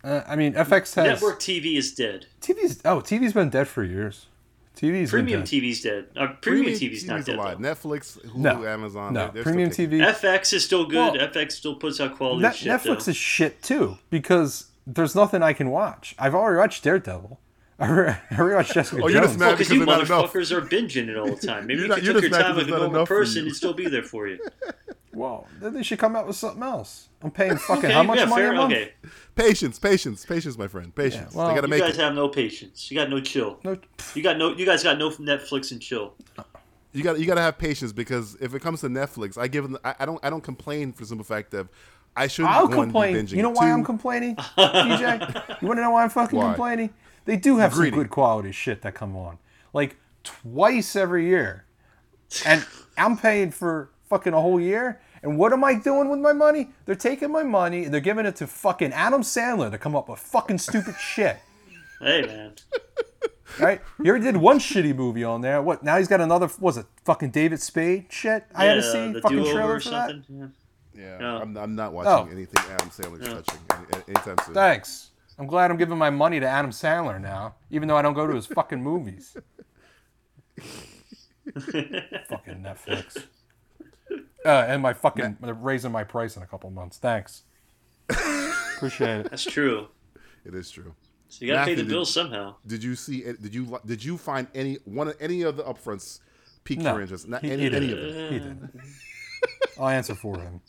B: Uh, I mean, FX has
F: Network TV is dead.
B: TV's. Oh, TV's been dead for years. TV's been
F: Premium
B: dead.
F: TV's dead. Uh, premium, TV's, not dead.
D: alive.
F: though.
D: Netflix, Hulu,
B: No,
D: Amazon.
B: no.
D: they're- they're still
B: Premium
D: taking-
B: TV.
F: FX is still good.
B: Well,
F: FX still puts out quality
B: Net-
F: shit.
B: Netflix
F: though.
B: is shit too because there's nothing I can watch. I've already watched Daredevil. [LAUGHS] I re- I already watched Jessica
D: Oh, you're
B: Jones.
D: just mad
F: because
D: because
F: you
D: they're not enough.
F: motherfuckers are binging it all the time. Maybe
D: You're
F: if
D: not-
F: you
D: you're
F: took your
D: just mad
F: time
D: 'cause
F: with a
D: it's not
F: normal
D: enough for
F: person,
D: you.
F: it'd still be there
B: [LAUGHS]
F: for you.
B: well, then they should come out with something else. I'm paying fucking
F: [LAUGHS] Okay,
B: how much
F: yeah,
B: money
F: fair,
B: a month?
F: okay.
D: Patience, patience, patience, my friend. Patience.
B: well,
D: they gotta
B: you
F: You
D: make
F: guys
D: it.
F: have no patience. You got no chill.
B: No,
F: You got no. You guys got no Netflix and chill.
D: You got to you gotta have patience because if it comes to Netflix, I give them. I, I don't. I don't complain for the simple fact of I shouldn't.
B: I'll
D: one, Be
B: complain.
D: binging.
B: You know why i I'm
D: Two,
B: complaining,
D: [LAUGHS]
B: DJ? You want to know why I'm fucking
D: Why?
B: complaining? They do have
D: Greedy.
B: some good quality shit that come on, like twice every year, and I'm paying for fucking a whole year. And what am I doing with my money? They're taking my money and they're giving it to fucking Adam Sandler to come up with fucking stupid [LAUGHS] shit.
F: Hey man,
B: Right? He already did one shitty movie on there. What? Now he's got another. what Was it fucking David Spade shit? I had to
F: Yeah, uh,
B: see
F: the
B: fucking
F: do-over
B: trailer
F: or
B: for that.
F: something. Yeah.
D: Yeah,
F: No.
D: I'm, I'm not watching
B: Oh.
D: anything Adam Sandler's
F: Oh.
D: touching any- anytime soon.
B: Thanks. I'm glad I'm giving my money to Adam Sandler now, even though I don't go to his fucking
F: [LAUGHS]
B: movies. fucking Netflix. Uh, and my fucking they're raising my price in a couple months. Thanks. Appreciate
D: [LAUGHS]
B: it.
F: That's true.
D: It is true.
F: So you gotta pay
D: Matthew,
F: the
D: did-
F: bills somehow.
D: Did you see? it- Did you li- did you find any one any of the upfronts piqued
B: No.
D: your interest? Not
B: He-
D: any,
B: he
D: any of
B: didn't.
D: them.
B: He did. I'll answer for him.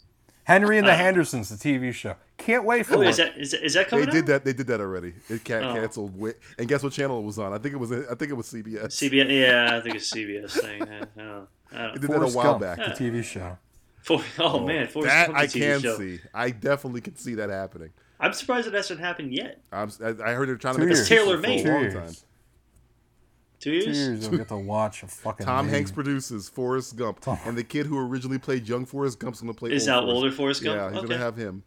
B: Henry and the Hendersons, the TV show. Can't wait for
F: Oh,
B: it.
F: Uh, is that is that, is that coming
D: They
F: out?
D: did that. They did that already. It got
F: Oh.
D: canceled. Wi- And guess what channel it was on? I think it was. I think it was CBS.
F: CBS. Yeah, I think it's CBS thing. Yeah, I don't- I
D: They
F: don't-
D: did that a
B: Forrest
D: while
B: Gump,
D: back.
B: The TV show.
F: For, oh, man, Forrest
D: that
F: Gump's a
D: I
F: TV
D: can
F: show.
D: see. I definitely can see that happening.
F: I'm surprised it hasn't happened yet.
D: I'm, si heard they're trying to
B: Two
D: make
B: years.
D: a sequel
F: Taylor
D: for
F: Made.
D: a long
B: Two years.
D: time.
F: Two
B: Two
F: years.
B: years you'll get to watch a fucking
D: Tom
B: movie.
D: Hanks produces Forrest Gump,
B: Tom-
D: and the kid who originally played young Forrest Gump's going to play.
F: Is
D: old
F: now older Forrest Gump?
D: Yeah, he's
F: Okay.
D: going to have him.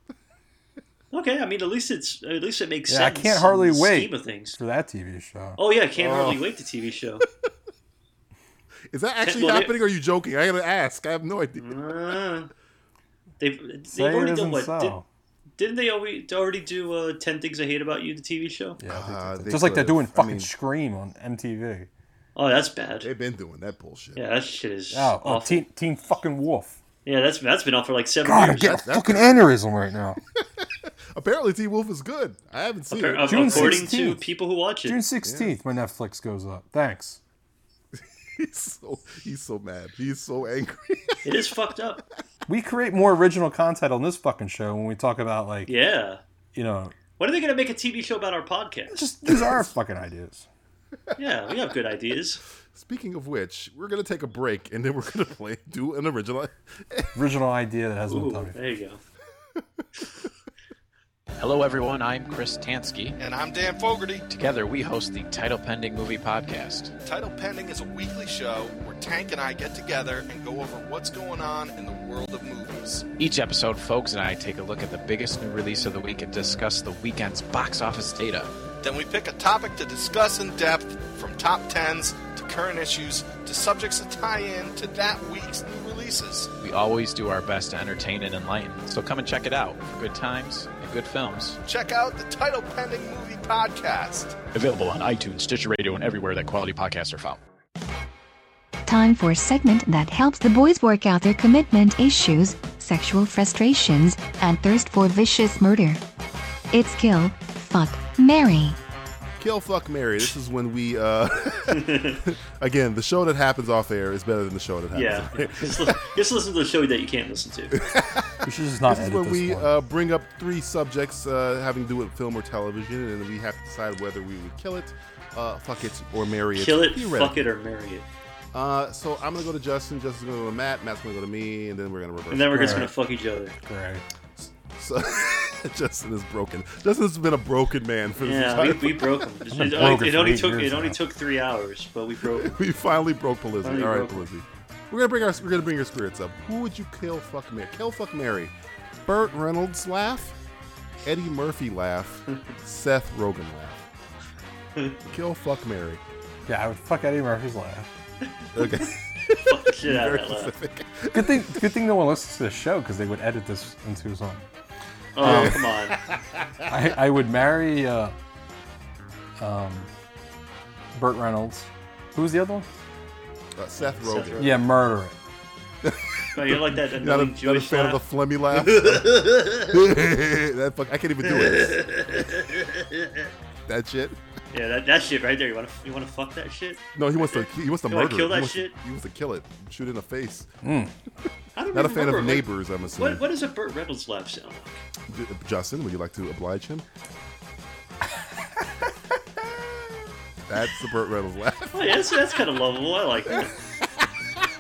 F: Okay, I mean at least it's at least it makes
B: Yeah, I
F: sense.
B: can't hardly
F: in the
B: wait.
F: Scheme of things.
B: for that TV show.
F: Oh yeah, I can't hardly wait to TV
B: [LAUGHS]
F: show.
D: Is that actually
F: Well, they-
D: happening? or Are you joking? I gotta ask. I have no idea.
F: Uh, they've they've
B: Say it
F: already done
B: isn't
F: what?
B: so.
F: Did, didn't they already already do uh, Ten Things I Hate About You, the TV show?
B: Yeah, I think
D: Ah,
B: that's it.
D: they
B: just like they're
D: could've.
B: doing
D: I
B: fucking
D: mean-
B: Scream on MTV.
F: Oh, that's bad.
D: They've been doing that bullshit.
F: Yeah, that shit is
B: Oh, oh,
F: awful.
B: Teen, teen fucking Wolf.
F: yeah, that's that's been out for like seven
B: God, I'm
F: years.
B: getting
D: That-
B: a
D: that-
B: fucking aneurysm right
D: [LAUGHS]
B: now.
D: Apparently, T Wolf is good. I haven't seen
F: Appar- uh,
D: it. [LAUGHS]
B: June
F: according
B: 16th.
F: to people who watch it.
B: June 16th, my Netflix goes up. Thanks.
D: He's so he's so mad. He's so angry.
F: It is fucked up.
B: We create more original content on this fucking show when we talk about, like,
F: Yeah.
B: you know,
F: When are they gonna make a TV show about
B: [LAUGHS]
F: our podcast?
B: just these are our fucking ideas.
F: Yeah, we have good ideas.
D: Speaking of which, we're gonna take a break and then we're gonna [LAUGHS] play do an original.
B: Original idea that hasn't been
F: Ooh,
B: done yet.
F: there you go.
J: Hello, everyone. I'm Chris Tansky.
K: And I'm Dan Fogarty.
J: Together, we host the Title Pending Movie Podcast.
K: Title Pending is a weekly show where Tank and I get together and go over what's going on in the world of movies.
J: Each episode, folks and I take a look at the biggest new release of the week and discuss the weekend's box office data.
K: Then we pick a topic to discuss in depth, from top tens to current issues to subjects that tie in to that week's new releases.
J: We always do our best to entertain and enlighten, so come and check it out for good times and good films.
K: Check out the Title Pending Movie Podcast.
J: Available on iTunes, Stitcher Radio, and everywhere that quality podcasts are found.
C: Time for a segment that helps the boys work out their commitment issues, sexual frustrations, and thirst for vicious murder. It's kill, fuck, marry.
D: Kill fuck Mary. This is when we uh [LAUGHS] again the show that happens off air is better than the show that happens.
F: Yeah. [LAUGHS]
D: off air.
F: Just, li- just listen to the show that you can't listen to.
B: We should just not
D: This is
B: edit
D: when
B: this
D: we
B: one.
D: uh, bring up three subjects uh, having to do with film or television, and we have to decide whether we would kill it, uh, fuck it, or marry it.
F: Kill it,
D: Theoretically.
F: fuck it, or marry it.
D: Uh, so I'm gonna go to Justin. Justin's gonna go to Matt. Matt's gonna go to me, and then we're gonna reverse.
F: And then we're just
B: Right.
F: gonna fuck each other.
B: Great.
D: [LAUGHS] so, Justin is broken. Justin's been a broken man for this
F: Yeah,
D: [LAUGHS]
F: we,
D: entire.
F: we broke them.
B: been
F: It,
B: broken
F: only, it
B: for
F: only
B: eight
F: took
B: years
F: it only
B: now.
F: took three hours, but
D: [LAUGHS]
F: we broke. them.
D: We, finally broke Pelizzi.
F: Finally
D: All right,
F: broke
D: Pelizzi. We're gonna bring our we're gonna bring our spirits up. Who would you kill? Fuck Mary. Kill fuck Mary. Burt Reynolds laugh. Eddie Murphy
F: [LAUGHS]
D: laugh. Seth Rogen laugh. Kill fuck Mary.
B: Yeah, I would fuck Eddie Murphy's laugh.
D: Okay.
F: Fuck the shit out
D: Very
F: of
D: [LAUGHS]
F: that laugh.
D: specific.
B: Good thing, good thing no one listens to this show because they would edit this into something.
F: Oh come on.
B: I, I would marry uh, um, Burt Reynolds. Who was the other one?
D: Uh, Seth Rogen.
F: Rogen.
B: Yeah, murder it.
F: No, you're like
D: [LAUGHS]
F: that
D: Not a,
F: annoying
D: not a
F: Jewish
D: fan of
F: laugh.
D: the phlegmy
F: [LAUGHS]
D: laugh. that fuck, I can't even do it. that shit.
F: Yeah, that, that shit right there. You wanna you wanna fuck that shit?
D: No, he wants to. He wants to
F: You wanna
D: murder. it.
F: kill
D: he
F: that
D: wants,
F: shit?
D: He wants to kill it. Shoot it in the face.
F: I don't
D: Not a fan
F: even
D: of
F: remember, like,
D: neighbors. I'm assuming.
F: What what does a Burt Reynolds laugh sound like?
D: J- Justin, would you like to oblige him? That's the Burt Reynolds laugh.
F: Oh yeah, that's, that's kind of lovable. I like
D: [LAUGHS]
F: that.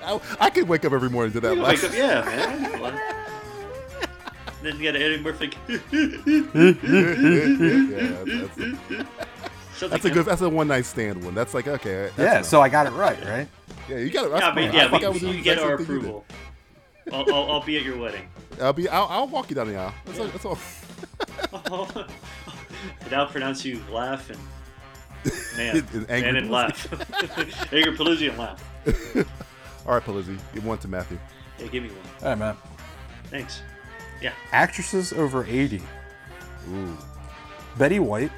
D: I, I could wake up every morning to that
F: You wake
D: [LAUGHS] laugh.
F: up, yeah, man. Come on. then you got Eddie Murphy. [LAUGHS]
D: yeah, that's, that's,
F: Sounds
D: that's a
F: like-
D: good. That's a one night stand one. That's like okay. That's
B: yeah,
D: enough.
B: so I got it right, right?
D: yeah, you got it.
F: Yeah, I mean, yeah,
D: think
F: we,
D: would do
F: you
D: the
F: get
D: exact
F: our
D: same thing you did.
F: approval. I'll, I'll, I'll be at your wedding.
D: I'll be. I'll, I'll walk you down the aisle. That's, all, that's all.
F: [LAUGHS] and I'll pronounce you laugh and man,
D: [LAUGHS] An angry
F: man and
D: Palooza.
F: laugh. [LAUGHS] Angry Pelusian laugh.
D: All right, Pelizzi, give one to Matthew.
F: Hey, give me one.
B: All right, man.
F: Thanks. Yeah.
B: Actresses over 80.
D: Ooh,
B: Betty White,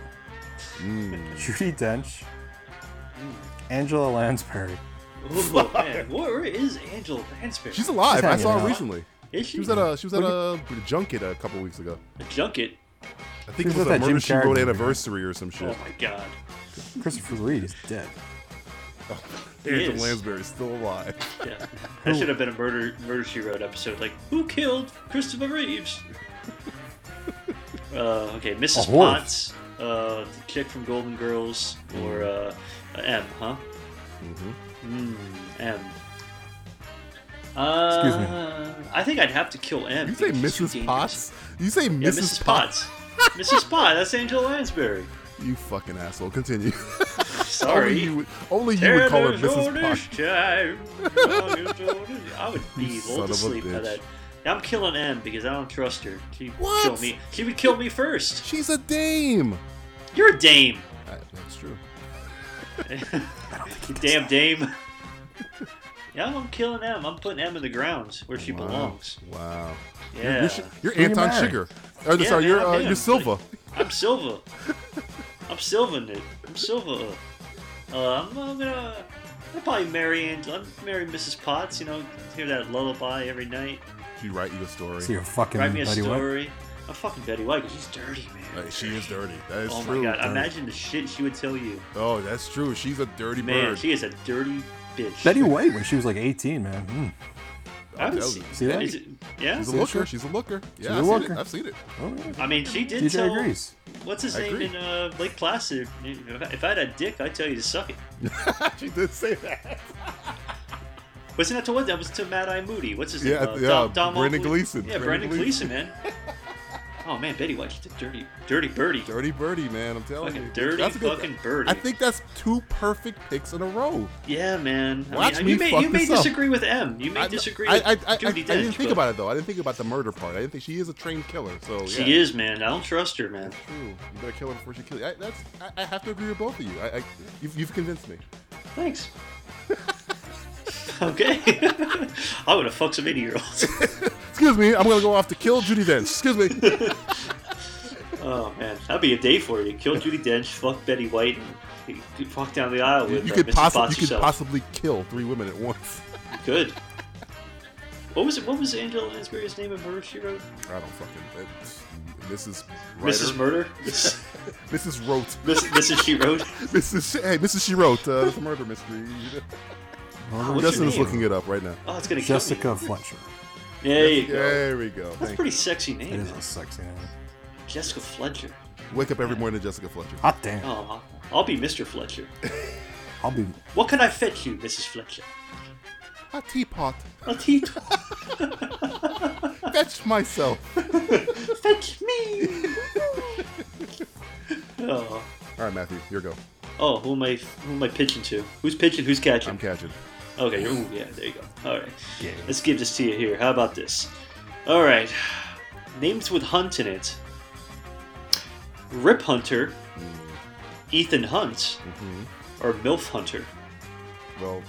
B: Judy Dench, Hmm. Angela Lansbury.
D: [LAUGHS]
F: Ooh, man, where is Angela Lansbury?
D: she's alive. I
B: hanging
D: saw her
B: out.
D: recently.
F: Is she?
D: She was at a she was at a junket a couple weeks ago.
F: a junket.
D: I think
B: She
D: it
B: was
D: was
B: at
D: a
B: that
D: murder
B: Jim
D: she
B: Carrey
D: wrote
B: movie, right?
D: anniversary or some
F: Oh
D: shit.
F: my god.
B: Christopher Reed is dead.
D: Angela
F: is.
D: Lansbury's still alive.
F: Yeah. That should have been a murder murder she wrote episode. Like, who killed Christopher Reeves? uh, okay,
B: A
F: Mrs.
B: horse.
F: Potts, uh, the chick from Golden Girls, or uh, M, huh? Mm-hmm. Mm, M. Uh,
B: Excuse me.
F: I think I'd have to kill M.
D: You say
F: because she's too
D: Mrs.
F: dangerous.
D: Potts? You say
F: Yeah,
D: Mrs.
F: Mrs.
D: Potts?
F: Potts. Mrs. Potts. That's Angela Lansbury.
D: You fucking asshole. Continue. [LAUGHS] only
F: Sorry.
D: you would, only you would call her
F: Tell us all
D: Mrs.
F: this
D: Potts.
F: time. Tell us all this- Oh, I would
D: [LAUGHS]
F: be
D: son of
F: lulled
D: a
F: to sleep by
D: bitch.
F: that. I'm killing M because I don't trust her. She would
D: What?
F: kill me. She would kill me first.
D: She's a dame.
F: You're a dame.
D: Uh, That's true.
F: You damn dame. [LAUGHS] yeah, I'm killing M. I'm putting M in the ground where she belongs.
D: Wow.
F: Yeah.
D: You're, sh- you're
H: you
D: Anton
H: married?
D: Sugar. Or,
F: Yeah,
D: sorry,
F: man,
D: you're,
F: I'm
D: uh,
F: him.
D: you're Silva. [LAUGHS]
F: I'm Silva. I'm Silva, it. I'm Silva. Uh, I'm, I'm gonna. I'll probably marry Angel. I'm marry Mrs. Potts. You know, hear that lullaby every night.
D: You write you a story.
B: See your fucking
F: Write me a
B: Betty White.
F: story. I'm fucking Betty White. 'cause She's dirty, man.
D: Like, she is dirty. That is
F: oh
D: true.
F: my god!
D: Dirty.
F: Imagine the shit she would tell you.
D: Oh, that's true. She's a dirty
F: Man,
D: bird.
F: she is a dirty bitch.
B: Betty White when she was like 18, man. Mm.
F: I would
D: Oh,
F: see,
B: See that?
F: is it- yeah.
D: She's a
B: See,
D: looker.
B: sure.
D: She's a looker.
B: a
D: Yeah, I've seen, it.
B: looker.
D: I've seen it.
B: Oh, yeah.
F: I mean, she did
B: DJ
F: tell.
B: agrees.
F: What's his
D: I
F: name
D: agree.
F: in uh, Lake Placid? If I had a dick, I'd tell you to suck it.
D: [LAUGHS] She did say
F: [LAUGHS]
D: that.
F: Wasn't that to what? That was to Mad Eye Moody. What's his
D: Yeah,
F: name? Uh,
D: yeah, Brendan
F: Mobley?
D: Gleeson.
F: Yeah,
D: Brendan
F: Brendan Gleeson, man.
D: [LAUGHS]
F: oh man, Betty White, she's a dirty, dirty birdie.
D: Dirty birdie, man. I'm telling
F: Fucking
D: you.
F: dirty
D: That's a good-
F: fucking birdie.
D: I think that's two perfect picks in a row.
F: Yeah, man. I
D: Watch
F: mean,
D: me
F: you may,
D: fuck
F: you may
D: this up.
F: disagree with M. You may
D: I,
F: disagree
D: I,
F: with
D: I, I, I, I
F: Judy Dench.
D: didn't think
F: but
D: about it though. I didn't think about the murder part. I didn't think she is a trained killer. So
F: She
D: yeah.
F: is, man. I don't trust her, man.
D: True. You better kill her before she kills you. I, that's. I, I have to agree with both of you. I, I you've, you've convinced me.
F: Thanks. okay. [LAUGHS] I would have fucked some 80 year olds.
D: Excuse me. I'm gonna go off to kill Judy Dench. Excuse
F: [LAUGHS]
D: me.
F: Oh, man. That'd be a day for you. Kill Judy Dench, fuck Betty White, and you walk down the aisle with
D: you
F: uh,
D: could
F: Mrs.
D: possibly
F: Potts
D: you could
F: herself.
D: possibly kill three women at once.
F: Good. What was it? What was Angela Lansbury's name in Murder She Wrote?
D: I don't fucking. It's Mrs.
F: Mrs.
D: Ryder.
F: Murder. Mrs.
D: Mrs. Rote.
F: Mrs. She Wrote.
D: Mrs. Hey, Mrs. She wrote uh, the murder
F: [LAUGHS]
D: mystery.
F: What's her
D: Justin is
F: name?
D: looking it up right now.
F: Oh, it's gonna kill
B: Jessica Fletcher.
F: Me. There you go.
D: There we go.
F: That's a
D: Thank you.
F: pretty sexy
B: It
F: name.
B: is a sexy name.
F: Jessica Fletcher.
D: Wake up every morning, to Jessica Fletcher.
B: Hot damn.
F: Oh, I'll be Mr. Fletcher.
B: I'll be.
H: Oh,
F: What can I fetch you, Mrs. Fletcher?
D: A teapot.
F: A teetotal.
D: Fetch myself.
F: fetch me. [LAUGHS]
D: All
F: oh.
D: right, Matthew, your go.
F: oh, who am I? Who am I pitching to? Who's pitching? Who's catching?
D: I'm catching.
F: Okay, you're- ooh, yeah, there you go. All right. Let's give this to you here. How about this? All right. Names with Hunt in it Rip Hunter,
D: Hmm.
F: Ethan Hunt,
D: Mm-hmm.
F: or MILF Hunter.
D: Well,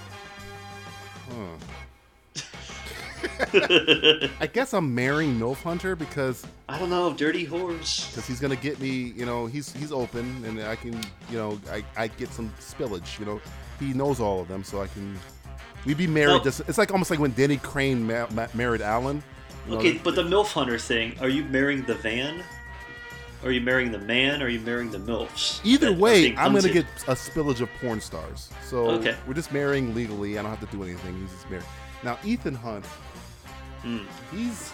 F: [LAUGHS]
D: huh. I guess I'm marrying Milf Hunter because
F: I don't know, Dirty Whores.
D: because he's gonna get me. You know, he's he's open, and I can you know I, I get some spillage. You know, he knows all of them, so I can. We be married.
F: Well-
D: just it's like almost like when Danny Crane ma- ma- married Alan. You know,
F: Okay, but the MILF Hunter thing, are you marrying the van? Are you marrying the man? Or are you marrying the MILFs?
D: Either
F: that are
D: way,
F: being
D: I'm gonna
F: hunted?
D: get a spillage of porn stars. So
F: Okay.
D: we're just marrying legally. I don't have to do anything. He's just married. Now Ethan Hunt,
F: Mm.
D: he's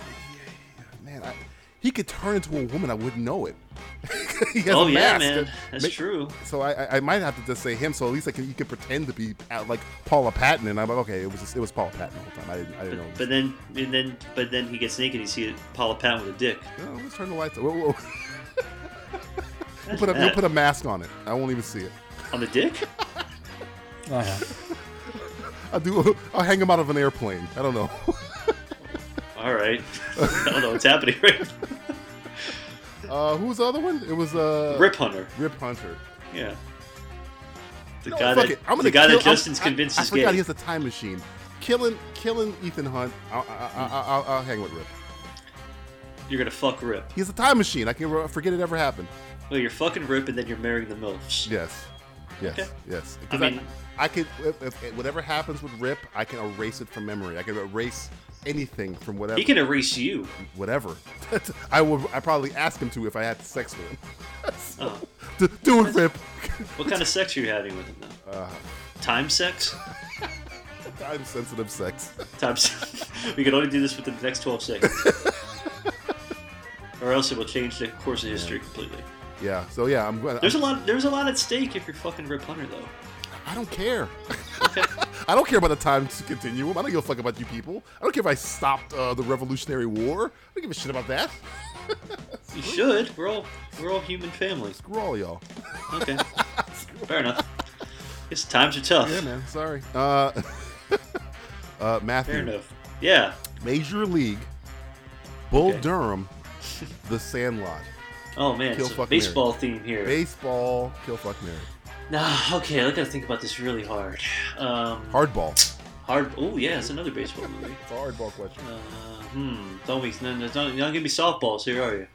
D: man, I, he could turn into a woman. I wouldn't know it. [LAUGHS] he has a
F: Oh, yeah,
D: mask.
F: man. That's
D: Ma-
F: true.
D: So I, I- I might have to just say him. So at least I can you can pretend to be uh, like Paula Patton, and I'm like, okay, it was just, it was Paula Patton the whole time. I didn't I didn't know.
F: But then, and then, but then he gets naked. and You see Paula Patton with a dick.
D: No, Oh, let's turn the lights. Whoa, whoa. we'll
F: That's
D: put a, we'll
F: bad.
D: put a mask on it. I won't even see it.
F: on
D: [LAUGHS]
F: the dick.
B: Oh, yeah.
D: I'll do. [LAUGHS] I'll hang him out of an airplane. I don't know. [LAUGHS]
F: All right. I don't know what's happening right
D: Uh, who was the other one? It was uh,
F: Rip Hunter.
D: Rip Hunter.
F: Yeah. The
D: No,
F: guy
D: fuck
F: that
D: it. I'm gonna
F: the guy
D: kill-
F: that Justin's
D: I'm- I-
F: convinced
D: I,
F: is
D: forgot
F: gay.
D: he has a time machine. Killing, killing Ethan Hunt. I'll, I, I, I'll, I'll hang with Rip.
F: You're gonna fuck Rip.
D: He has a time machine. I can re- forget it ever happened.
F: Well, you're fucking Rip, and then you're marrying the milfs.
D: Yes, yes,
F: Okay.
D: yes.
F: I
D: 'Cause I,
F: mean-
D: I, could. If, if, whatever happens with Rip, I can erase it from memory. I can erase anything from whatever.
F: He can erase you.
D: whatever. [LAUGHS] I would. I probably ask him to if I had sex with him. [LAUGHS]
F: Oh.
D: Do, do it, Rip.
F: What kind of [LAUGHS] sex are you having with him though?
D: Uh.
F: Time sex.
D: Time sensitive sex. [LAUGHS]
F: Time. sex. [LAUGHS] we can only do this within the next 12 seconds, or else it will change the course of history completely.
D: Yeah. So yeah, I'm going.
F: There's a lot. There's a lot at stake if you're fucking Rip Hunter though.
D: I don't care. [LAUGHS] I don't care about the time to continuum. I don't give a fuck about you people. I don't care if I stopped uh, the Revolutionary War. I don't give a shit about that. [LAUGHS]
F: You should. We're all we're all human families.
D: Screw all y'all.
F: Okay. Fair enough. It's times are tough.
D: Yeah, man. Sorry. Uh, [LAUGHS] uh,
F: Fair
D: Matthew,
F: enough. Yeah.
D: Major League Bull
F: Okay.
D: Durham, The Sandlot,
F: Oh man,
D: Kill,
F: it's a
D: fuck,
F: baseball theme here.
D: baseball, kill, fuck, Mary,
F: Nah, okay, I gotta think about this really hard. Um,
D: hardball.
F: hard. Oh yeah, it's another baseball movie.
D: It's a hardball question.
F: Uh, hmm. Don't we? No, no, don't, don't give me softballs here, are you?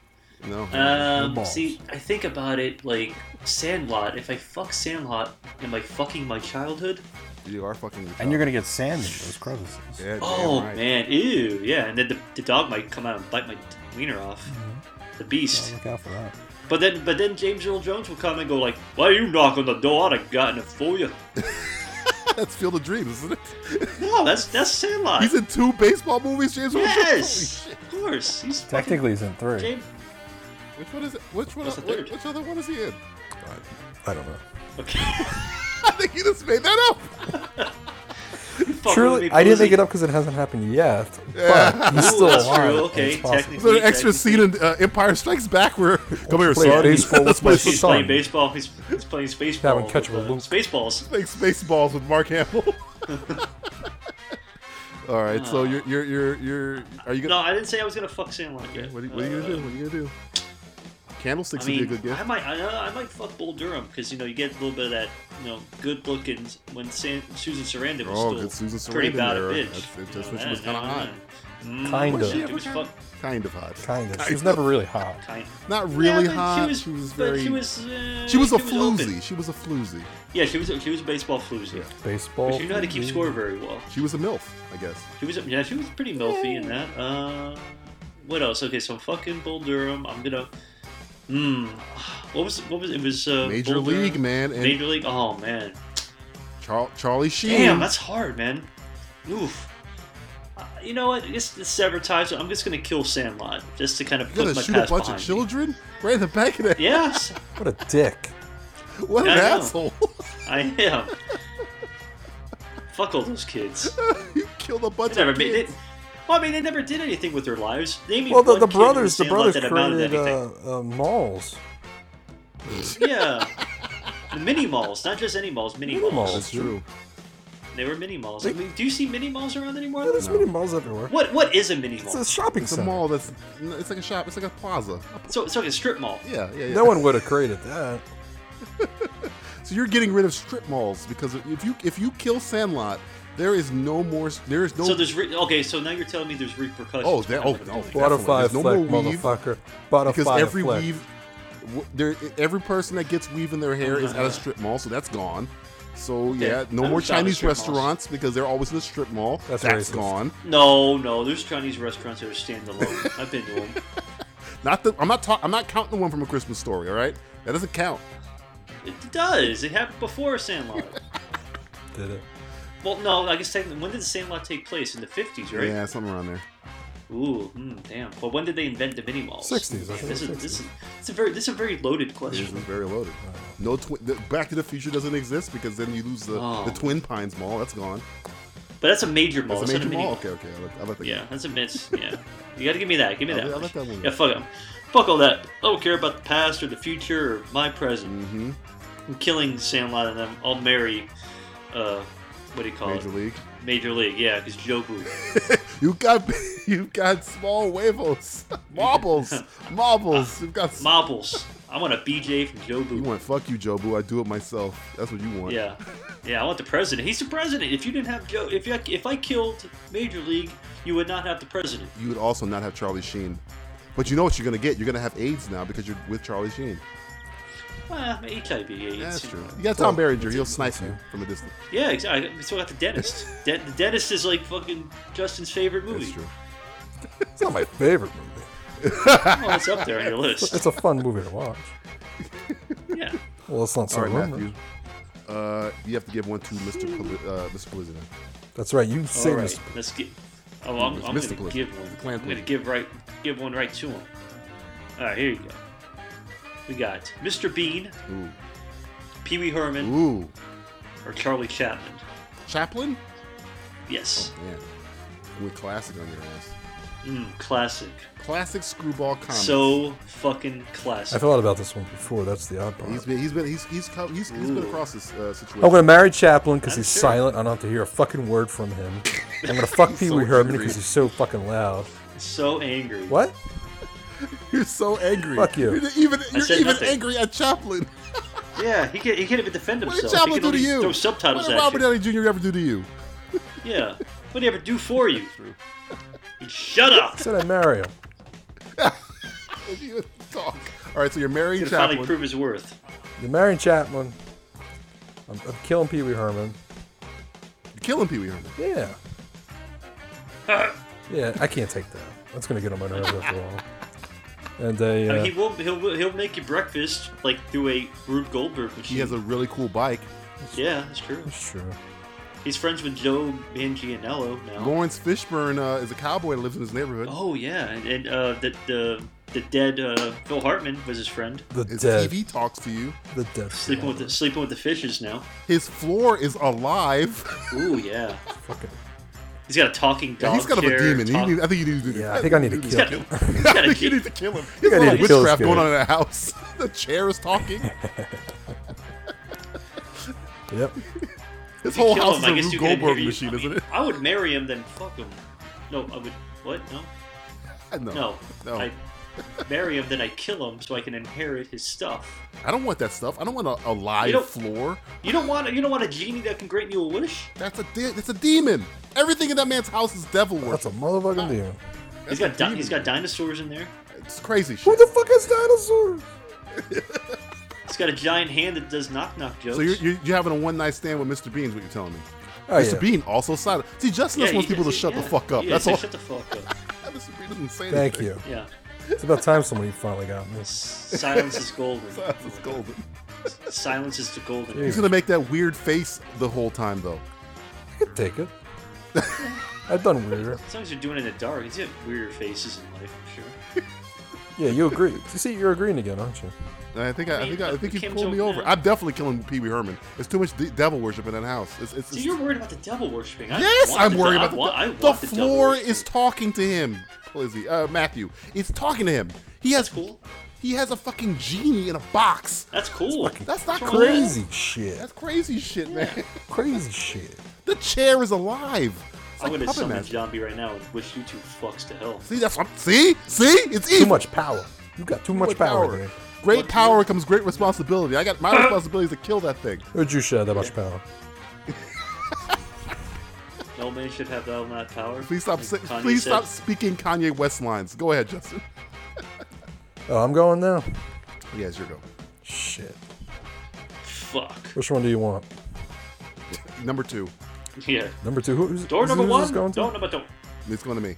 D: No.
F: Um,
D: balls.
F: see, I think about it like Sandlot. If I fuck Sandlot, am I fucking my childhood?
D: you are fucking. the
B: And you're gonna get sand in those crevices.
D: top. Yeah, damn
F: Oh
D: right.
F: man, ew, yeah. And then the, the dog might come out and bite my wiener off.
D: Mm-hmm.
F: The beast.
B: So look out for that.
F: But then, but then James Earl Jones will come and go like, "Why you knock on the door? I'd have gotten it for you."
D: [LAUGHS] That's Field of Dreams, isn't it?
F: No, that's that's Sandlot.
D: He's in two baseball movies, James. Earl Jones?
F: yes, of course. He's fucking
B: Technically, he's in three.
F: James.
D: Holy shit. Which one is it? Which one?
F: That's the
D: Which,
F: third.
D: which other one is he in? [LAUGHS]
H: I don't know.
F: Okay, [LAUGHS]
D: I think he just made that up.
F: you fucking with me,
H: Truly, I didn't make
F: Boozy.
H: it up because it hasn't happened
F: [LAUGHS]
H: yet. But
F: Ooh,
H: he's still
F: that's
H: alive.
F: true.
H: and
F: Okay,
H: it's possible.
F: technically.
D: There's an extra scene in uh, Empire Strikes Back where come here, son.
H: Play baseball
D: Let's [LAUGHS]
H: with
D: play
H: my
F: [LAUGHS] He's
H: son.
F: playing baseball. He's, he's playing spaceballs.
H: That one, catch
F: with,
H: him a
F: uh,
H: loop.
F: Spaceballs.
D: Like Spaceballs with Mark Hamill. [LAUGHS] All right, so you're you're you're you're are you
F: No,
D: gonna?
F: I didn't say I was gonna fuck Sandlot. yet. Uh,
D: What, are you, what are you gonna do? What are you gonna do?
F: I
D: Candlesticks
F: mean,
D: would be a good gift.
F: I might, I, uh, I might fuck Bull Durham because you know you get a little bit of that, you know, good looking when San, Susan Sarandon was
D: Oh,
F: still
D: good Susan
F: pretty
D: Sarandon
F: bad
D: there.
F: bitch.
D: That's- that's
F: You know,
D: when she was
F: that-
D: kinda
F: no,
D: hot.
F: no. Mm,
H: Kinda.
F: she
D: Ever
F: was fuck,
D: Kind of hot.
H: Kind of. She was [LAUGHS] never really hot.
F: kind.
D: Not really
F: Yeah, but
D: hot.
F: She was, but
D: very.
F: She was, uh,
D: she was a
F: open.
D: floozy. She was a floozy.
F: Yeah, she was. a- She was a baseball floozy.
H: Baseball.
F: But she knew how to keep score very well.
D: She was a milf, I guess.
F: She was. Yeah, she was pretty milfy in that. Uh, what else? Okay, so I'm fucking Bull Durham. I'm gonna. Hmm. What was? What was? It was. Uh,
D: Major
F: Bull Durham.
D: League, man, and-
F: Major League. Oh man.
D: Char- Charlie Sheen.
F: Damn, that's hard, man. Oof. Uh, you know what? It's, it's severed ties. I'm just gonna kill Sandlot just to kind of
D: you
F: put
D: gonna
F: my
D: shoot a
F: past
D: bunch
F: behind
D: of
F: me.
D: children right in the back of
F: [LAUGHS]
H: [LAUGHS]
D: that.
F: Yes,
H: What a dick.
D: What an
F: I know.
D: asshole! [LAUGHS]
F: I am. Fuck all those kids.
D: you killed a bunch
F: They never
D: of
F: made
H: [LAUGHS]
D: kids.
F: it. Well, I mean, they never did anything with their lives. Name me
H: Well, the,
F: one
H: the
F: kid who was
H: brothers, the
F: Sandlot
H: brothers
F: that amounted
H: created
F: to anything.
H: uh, uh, malls.
F: [LAUGHS] Yeah. The mini malls, not just any malls, mini,
H: uh, Mini malls.
F: malls.
D: That's true.
F: They were mini malls. I mean, do you see mini malls around anymore?
H: Yeah, there's mini malls everywhere.
F: What what is a mini
H: It's
F: mall?
H: a shopping
D: It's a
H: center.
D: mall that's. It's like a shop. It's like a plaza. A-
F: So it's like a strip mall.
D: Yeah, yeah, yeah.
H: No one would have created that.
D: So you're getting rid of strip malls because if you if you kill Sandlot, there is no more. There is no.
F: So there's re- okay. So now you're telling me there's repercussions.
D: oh, there, oh,
F: I'm
D: no,
F: gonna do
H: Butterfly
D: definitely. There's
H: flick,
D: no more weave
H: motherfucker. Butterfly
D: because every
H: flick.
D: weave, w- there every person that gets weave in their hair is at a strip mall, so that's gone. So yeah,
F: Yeah,
D: no
F: I'm
D: more
F: just out of
D: Chinese
F: strip malls.
D: restaurants because they're always in a strip mall.
H: That's
D: that's
H: racist.
D: gone.
F: that. No, no, there's Chinese restaurants that are
D: [LAUGHS]
F: standalone. I've been to them.
D: Not the I'm not ta- I'm not counting the one from a Christmas story. All right, that doesn't count.
F: It does. It happened before Sandlot.
H: Did it.
F: Well, no, I guess technically, when did the Sandlot take place? In the 50s, right?
D: Yeah, something around there.
F: Ooh, mm, damn. But when did they invent the mini malls?
H: 60s, I
F: Yeah,
H: think
F: This is
H: 60s.
F: this is it's a very this is a very loaded
D: It is
F: question.
D: very loaded. No, twi- the- Back to the Future doesn't exist because then you lose the,
F: Oh.
D: the Twin Pines Mall. That's gone.
F: But that's a major mall.
D: That's a
F: it's not
D: major
F: mini
D: mall. Okay, okay. I like, I like that.
F: Yeah, that's a miss. Yeah, you got to give me that. Give me
D: I'll
F: that.
D: let- I'll
F: much.
D: let that one
F: yeah,
D: go.
F: fuck 'em. Fuck all that. I don't care about the past or the future or my present. Mm-hmm. I'm killing Sandlot and them. I'll marry. Uh, what do you call
D: Major
F: it?
D: League.
F: Major League. Yeah, because Joku.
D: You got [LAUGHS] you got small huevos, [LAUGHS]
F: [LAUGHS]
D: marbles, marbles. You've got.
F: Marbles. I want a BJ from
D: you
F: Jobu.
D: want fuck you, Jobu. I do it myself. That's what you want.
F: Yeah, yeah. I want the president. He's the president. If you didn't have Joe, if I, if I killed Major League, you would not have the president.
D: You would also not have Charlie Sheen, but you know what you're gonna get. You're gonna have AIDS now because you're with Charlie Sheen.
F: Well, HIV. AIDS,
D: That's
F: you
D: true.
F: know.
D: You got Tom Berenger. He'll snipe you from a distance.
F: Yeah, exactly. We still got the dentist. De- the dentist is like fucking Justin's favorite movie.
D: That's true.
H: It's not my favorite movie.
F: Well, it's up there on your list.
H: It's a fun movie to watch.
F: [LAUGHS] Yeah.
H: Well, it's not so
D: All right,
H: rumor.
D: Matthew. Uh, you have to give one to Mr. Poli- uh, Mr. Blizzard.
H: That's right. You say
F: All right.
H: Mr.
F: Let's get. Oh, I'm, I'm
D: Mr.
F: gonna
D: Blizzard.
F: give one.
D: The Clan
F: I'm gonna
D: Blizzard.
F: give right, give one right to him. All right, here you go. We got Mr. Bean,
D: Ooh.
F: Pee Wee Herman,
D: Ooh.
F: or Charlie Chaplin.
D: Chaplin?
F: Yes.
D: Man. With classic on your ass.
F: Mm, classic.
D: Classic screwball comedy.
F: So fucking classic.
H: I thought about this one before. That's the odd part.
D: he's been he's been he's he's co- he's, he's been
F: Ooh.
D: across this uh, situation.
H: I'm gonna marry Chaplin because
F: I'm
H: he's
F: sure.
H: silent. I don't have to hear a fucking word from him. I'm gonna fuck Pee Wee Herman because he's so fucking loud.
F: so angry.
B: What?
D: [LAUGHS] You're so angry.
B: Fuck you.
D: You're even, you're
F: said
D: even
F: nothing.
D: angry at
F: [LAUGHS]
D: Chaplin.
F: Yeah, he can't, he can't even defend
D: What did
F: himself. he
D: Chaplin
F: can
D: do to
F: only
D: you?
F: throw subtitles
D: what did
F: at
D: Robert
F: you.
D: Downey Jr. ever do to you?
F: Yeah. What do you ever do for
D: [LAUGHS]
F: you? Shut up!
B: So did Mario.
D: You talk. All right, so you're marrying
F: Gonna finally
D: Chaplin.
F: prove his worth.
B: You're marrying Chapman. I'm, I'm killing Pee Wee Herman.
D: You're killing Pee Wee Herman.
B: Yeah. yeah, I can't take that. That's gonna get on my nerves after a while. And they, uh,
F: I mean, he will he'll he'll make you breakfast like through a Rube Goldberg machine.
D: He has a really cool bike.
F: yeah, that's true.
B: sure.
F: He's friends with Joe Manganiello now.
D: Lawrence Fishburne uh, is a cowboy that lives in his neighborhood.
F: Oh yeah, and, and uh, the the the dead uh, Phil Hartman was his friend.
B: The
D: His
B: dead,
D: TV talks to you.
B: the dead.
F: Sleeping with the sleeping with the fishes now.
D: His floor is alive. [LAUGHS]
F: Ooh yeah,
B: Fucking,
F: he's got a talking dog.
D: Yeah, he's kind of a
F: chair,
D: demon. You
F: talk-
D: need- I think you need to.
B: Yeah, I think I need to
D: you
B: kill
F: him.
D: him.
F: [LAUGHS] He's
D: I
F: gotta
D: think you
F: keep-
D: need to kill him. There's a
B: gotta
D: lot of
B: need to kill this
D: witchcraft going
B: guy.
D: on in that house. [LAUGHS] the chair is talking.
B: [LAUGHS] yep.
D: This
F: If
D: [LAUGHS]
F: you
D: whole
F: kill
D: house
F: him,
D: is a
F: I guess
D: Rube
F: you can interview-
D: Goldberg machine,
F: I mean,
D: isn't it? [LAUGHS]
F: I would marry him, then fuck him. No, I would. What? No,
D: No,
F: no,
D: no.
F: I
D: I,
F: marry him, then I kill him, so I can inherit his stuff.
D: don't want that stuff. I don't want a, a
F: You
D: live
F: don't-
D: floor.
F: You don't want you don't want a genie that can grant you a wish.
D: That's a de- that's a demon. Everything in that man's house is devil worship.
B: That's a motherfucking deal.
F: He's got di- he's got dinosaurs in there.
D: It's crazy shit.
B: What the fuck is dinosaurs?
F: He's got a giant hand that does knock knock jokes.
D: so you're, you're, you're having a one night stand with Mr. Bean's what you're telling me.
B: Oh,
D: Mr.
B: yeah.
D: Bean also silent. See, Justin just
F: he-
D: wants people to shut
F: yeah,
D: the fuck up.
F: yeah,
D: That's
F: he's
D: all.
F: like, Shut the fuck up.
D: [LAUGHS] Mr. Bean doesn't say anything.
B: Thank
D: [LAUGHS]
B: you.
F: Yeah.
B: It's about time somebody finally got me.
F: Silence is golden.
D: That's just golden.
F: Silence is the golden.
B: Jeez.
D: He's gonna make that weird face the whole time though.
B: I could take it. I've done weirder.
F: As long as you're doing it in the dark, he's got weirder faces in life, I'm sure.
B: Yeah, you agree. You see, you're agreeing again, aren't you?
D: And I think I, I
F: mean,
D: think I, I
F: look,
D: think
F: we
D: he
F: came
D: pulled
F: to
D: me
F: a-
D: over. I'm definitely killing Pee Wee Herman. It's too much de- devil worship in that house. It's, it's,
F: So
D: it's-
F: you're worried about the devil worshipping. I
D: yes,
F: want
D: I'm
F: the-
D: worried
F: I
D: about
F: want- I
D: the,
F: want
D: the
F: devil
D: floor
F: worshipping.
D: is talking to him. Lizzie, uh, Matthew, it's talking to him. He has
F: That's cool.
D: He has a fucking genie in a box.
F: That's cool.
D: That's not
F: What's wrong with that?
B: Crazy shit.
D: That's crazy shit, man.
B: Crazy shit.
D: [LAUGHS] The chair is alive. It's
F: I'm
D: like
F: gonna
D: Puppet
F: summon
D: Master.
F: zombie right now and wish you two fucks to hell.
D: See, that's what I'm- see, see, it's evil.
B: Too much power. You got too much power there.
D: Great power comes great responsibility. I got my
F: [LAUGHS]
D: responsibility is to kill that thing.
B: Where'd you share that much power?
F: No man should have thou not power.
D: Please stop.
F: Like
D: Say,
F: Kanye
D: please
F: said.
D: stop speaking Kanye West lines. Go ahead, [LAUGHS] Justin.
B: Oh, I'm going now.
D: Yes, your go.
B: Shit.
F: Fuck. [LAUGHS]
B: Which one do you want?
D: Number two.
F: Yeah.
B: Number two. Who- Who's,
F: Door
B: who's-
F: number
B: who's this Going
F: one.
B: to?
F: Door number two.
D: It's going to me.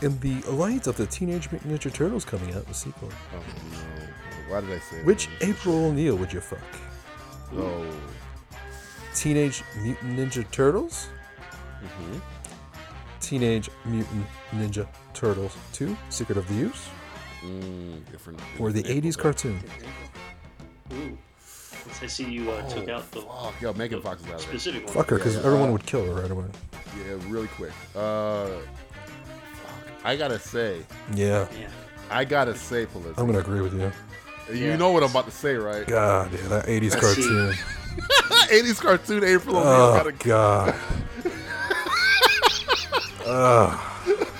B: In the light of the Teenage Mutant Ninja Turtles coming out, the sequel.
D: Oh no! Why did I say that?
B: Which April O'Neil would you fuck?
D: Oh,
B: Teenage Mutant Ninja Turtles?
F: Mm-hmm.
B: Teenage Mutant Ninja Turtles 2, Secret of the Use?
D: different.
B: Or the 80s cartoon?
F: Ooh. I see you uh, took out the
D: Oh, yo, Megan Fox is out of it.
F: specific one.
B: Fuck her, because
D: Yeah,
B: everyone
D: uh,
B: would kill her right away.
D: Yeah, really quick. Uh, fuck. I gotta say,
B: Yeah,
F: Yeah.
D: I gotta say, Pulitzer.
B: I'm going to agree with you.
D: You know what I'm about to say, right? [LAUGHS]
B: God, yeah, that 80s cartoon.
D: 80s cartoon April O'Neil.
B: Oh,
D: gotta-
B: God. [LAUGHS]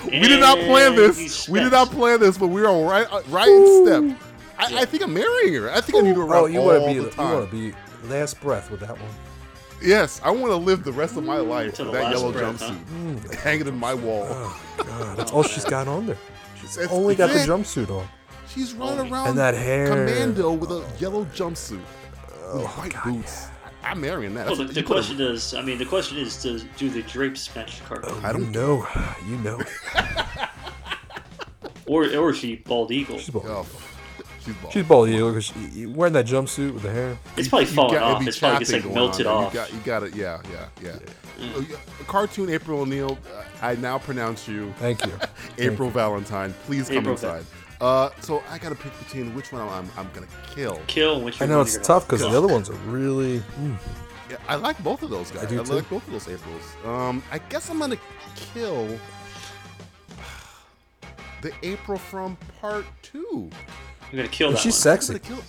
D: we did not plan this.
F: And
D: We did not plan this, but we are right, uh, right in step. I, I think I'm marrying her. I think I need to
B: Bro,
D: around
B: you
D: all
B: want to be
D: the
B: you want
D: time.
B: to be last breath with that one.
D: Yes, I want to live the rest of my life
F: Mm. To
D: with
F: the
D: that
F: last
D: yellow
F: breath, huh?
D: jumpsuit
B: Mm.
D: hanging in my wall.
B: God, that's all she's got on there. She's
D: That's
B: only "Oh, got the
D: it.
B: jumpsuit on.
D: She's running around
B: And that hair. Oh,
D: commando with a yellow jumpsuit, with white boots. I'm marrying that.
F: Well, the,
D: That's-
F: the
D: you put a-
F: question is, I mean, the question is, does do the drapes match the
D: Oh.
F: carpet,
B: I don't know. [SIGHS] You know.
F: or or is she bald eagle?
B: She's bald.
D: Oh, she's bald.
B: She's bald eagle because wearing that jumpsuit with the hair.
F: It's probably falling
D: gotta
F: off.
D: be
F: It's probably just like
D: chopping going
F: melted
D: on.
F: off. Mm.
D: You got, you got it. Yeah, yeah, yeah. Uh, yeah. Cartoon April O'Neil. uh, I now pronounce you
B: Thank
D: [LAUGHS]
B: you.
D: April Valentine. Please come
F: April
D: inside. Uh, so I gotta pick between which one I'm, I'm gonna kill.
F: Kill. Which
B: I
F: one
B: know
F: you're
B: it's
F: gonna
B: tough because the
F: fuck.
B: other ones are really. mm,
D: Yeah, I like both of those guys. I,
B: do too.
D: like both of those Aprils. Um, I guess I'm gonna kill [SIGHS] the April from Part Two.
F: You're gonna kill
B: and
F: that
B: she's
F: one.
D: I'm
B: sexy.
D: gonna kill.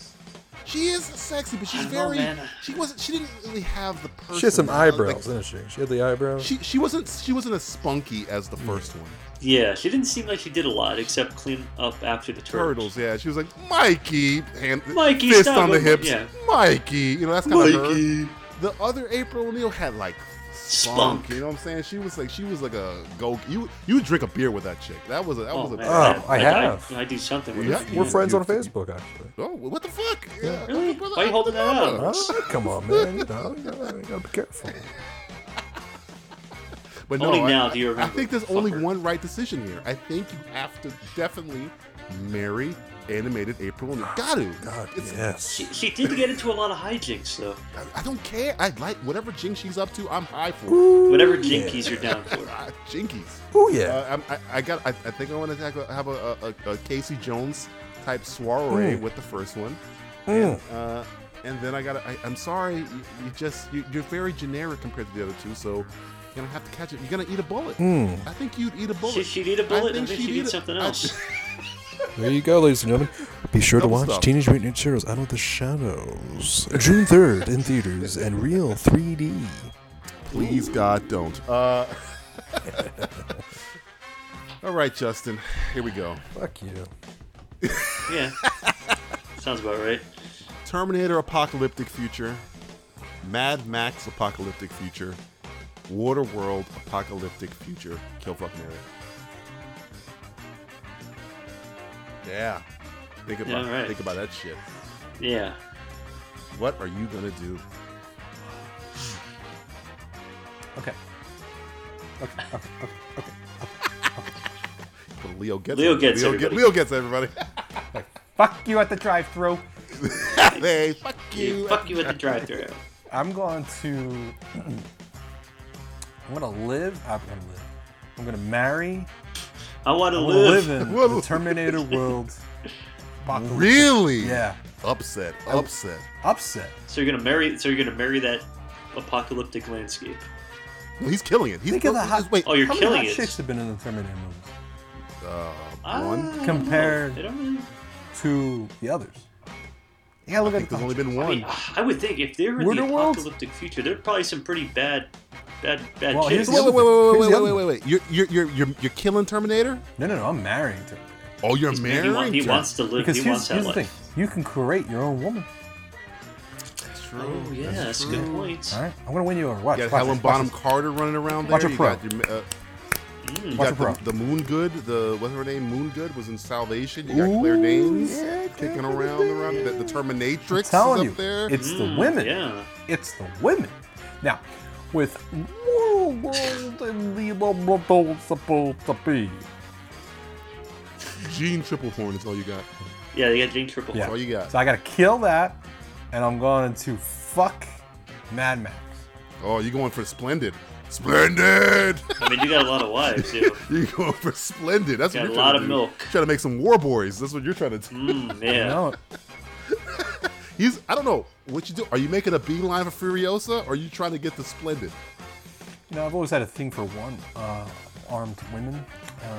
D: She is sexy, but she's
F: don't know,
D: very.
F: man.
D: she wasn't. She didn't really have the. Person,
H: She had some
D: like-
H: eyebrows, didn't she? She had the eyebrows.
D: she she wasn't she wasn't as spunky as the first one.
F: Yeah, she didn't seem like she did a lot except clean up after the turtles.
D: Turtles, yeah. She was like Mikey, hand,
F: Mikey,
D: fist
F: stop
D: on the
F: it,
D: hips,
F: yeah.
D: Mikey. You know that's kind of her.
F: Mikey.
D: The other April O'Neil had like spunk,
F: Spunk.
D: You know what I'm saying? She was like she was like a go. You you would drink a beer with that chick. That was a, that
F: Oh,
D: was a.
F: man,
H: Oh, I have.
F: I, do something with
D: Yeah,
F: it.
H: We're friends on
D: Beautiful.
H: Facebook, actually.
D: Oh, what the fuck? Yeah,
F: Really?
D: brother,
F: Why you holding that
D: brother.
F: up?
H: All right, come on, man. You know, you gotta, you gotta be
D: [LAUGHS]
H: careful.
D: But
F: Only
D: I-
F: now
D: I,
F: do you remember,
D: I think there's only
F: fucker.
D: one right decision here. I think you have to definitely marry animated April O'Neil. Got to.
H: God,
D: It's-
H: yes.
F: She, she did get into a lot of hijinks, though.
D: I, I don't care. I like whatever jink she's up to. I'm high for.
F: Whatever jinkies you're down for.
D: Ah, [LAUGHS] Jinkies.
H: Oh yeah.
D: Uh, I'm- I, I got. I, I think I want to have a, a, a Casey Jones type soiree
H: Mm.
D: with the first one,
H: Mm.
D: uh, and then I got. I, I'm sorry, you, you just you, you're very generic compared to the other two, so you're gonna have to catch it. You're gonna eat a bullet. I think you'd eat a bullet.
F: She, she'd eat a bullet,
D: think
F: and then
D: she'd
F: she'd
D: eat
F: eat
D: a- Oh,
F: something
D: I- [LAUGHS]
F: else.
H: There you go, ladies and gentlemen. Be sure to
D: Double
H: watch
D: stuff.
H: Teenage Mutant Ninja Turtles Out of the Shadows, June third in theaters and real 3D.
D: Please, God, don't. Uh, [LAUGHS] all right, Justin. Here we go.
H: Fuck you.
F: [LAUGHS] Yeah. Sounds about right.
D: Terminator apocalyptic future, Mad Max apocalyptic future, Waterworld apocalyptic future, Kill Fuck Mary. Yeah. Think about
F: Yeah, right.
D: think about that shit.
F: Yeah.
D: What are you gonna do?
B: Okay.
D: But Leo gets
F: Leo
D: it.
F: gets
D: Leo,
F: everybody.
D: Leo gets everybody. [LAUGHS]
B: Fuck you at the drive-through.
D: hey, fuck you.
F: You, fuck you at the drive-thru.
B: I'm going to. [CLEARS THROAT] I'm gonna live. I'm gonna live. I'm gonna marry.
F: I want to
B: I'm gonna live,
F: live.
B: in
D: Whoa.
B: the Terminator
D: [LAUGHS]
B: world. Apocalypse.
D: Really?
B: Yeah.
D: Upset. Upset.
B: Upset.
F: So you're gonna marry. So you're gonna marry that apocalyptic landscape.
D: Well, he's killing it. He's
B: Think of the hot-
D: wait.
F: Oh, you're
B: How
F: killing
B: many hot
F: it.
B: chicks have been in the Terminator movies
D: Uh,
F: Ah,
D: one.
F: I don't
B: Compared-
F: know. I don't really.
B: to the others? Yeah,
D: I
B: look
D: think
B: at the
D: there's only been one.
F: Oh I mean, I would think if they were in the
B: Waterworld?
F: apocalyptic future, there are probably some pretty bad, bad, bad
B: Well, here's
F: chicks.
B: the
D: wait,
B: other
D: wait, wait,
B: Here's the
D: wait, wait, wait,
B: other
D: wait, wait, wait. You're, you're, you're, you're, you're killing Terminator?
B: No, no, no. I'm marrying Terminator.
D: Oh, you're
F: He's-
D: married.
F: he, wa- he
D: to-
F: wants to live.
B: Because
F: he
B: here's,
F: wants that
B: here's the
F: life.
B: thing: you can create your own woman.
D: True.
F: Oh yeah, that's, good points.
B: All right, I'm gonna win you over. Watch.
D: You
B: watch
D: got Helen
B: this, watch
D: Bonham
B: this.
D: Carter running around there.
B: Watch her
D: you
B: pro.
D: got, your, uh,
F: Mm.
D: you
B: Watch
D: got
B: her
D: the, the Moon Good. The what's her name? Moon Good was in Salvation. You got Claire
B: Ooh,
D: Danes
B: yeah,
D: kicking
B: Claire
D: around around. The, the Terminatrix is
B: telling
D: up
B: you,
D: there.
B: it's the
F: Mm,
B: women.
F: Yeah.
B: It's the women. Now, with World World and the World supposed to be.
D: Gene Triplehorn is all you got.
F: Yeah, they got Jane Triple.
B: Yeah.
D: all you got.
B: So I gotta kill that, and I'm going to fuck Mad Max.
D: Oh, you're going for Splendid. Splendid. [LAUGHS]
F: I mean, you got a lot of
B: [LAUGHS]
F: wives, too.
D: you're going for Splendid. That's
F: Got
D: what
F: a
D: you're
F: lot
D: trying to
F: of
D: do.
F: milk.
D: Trying to make some war boys. That's what you're trying to do.
F: Mm,
B: You
F: yeah.
B: know it.
D: He's I don't know what you do. Are you making a beeline for Furiosa? Or are you trying to get the Splendid?
B: You know, I've always had a thing for one uh, armed women. Um,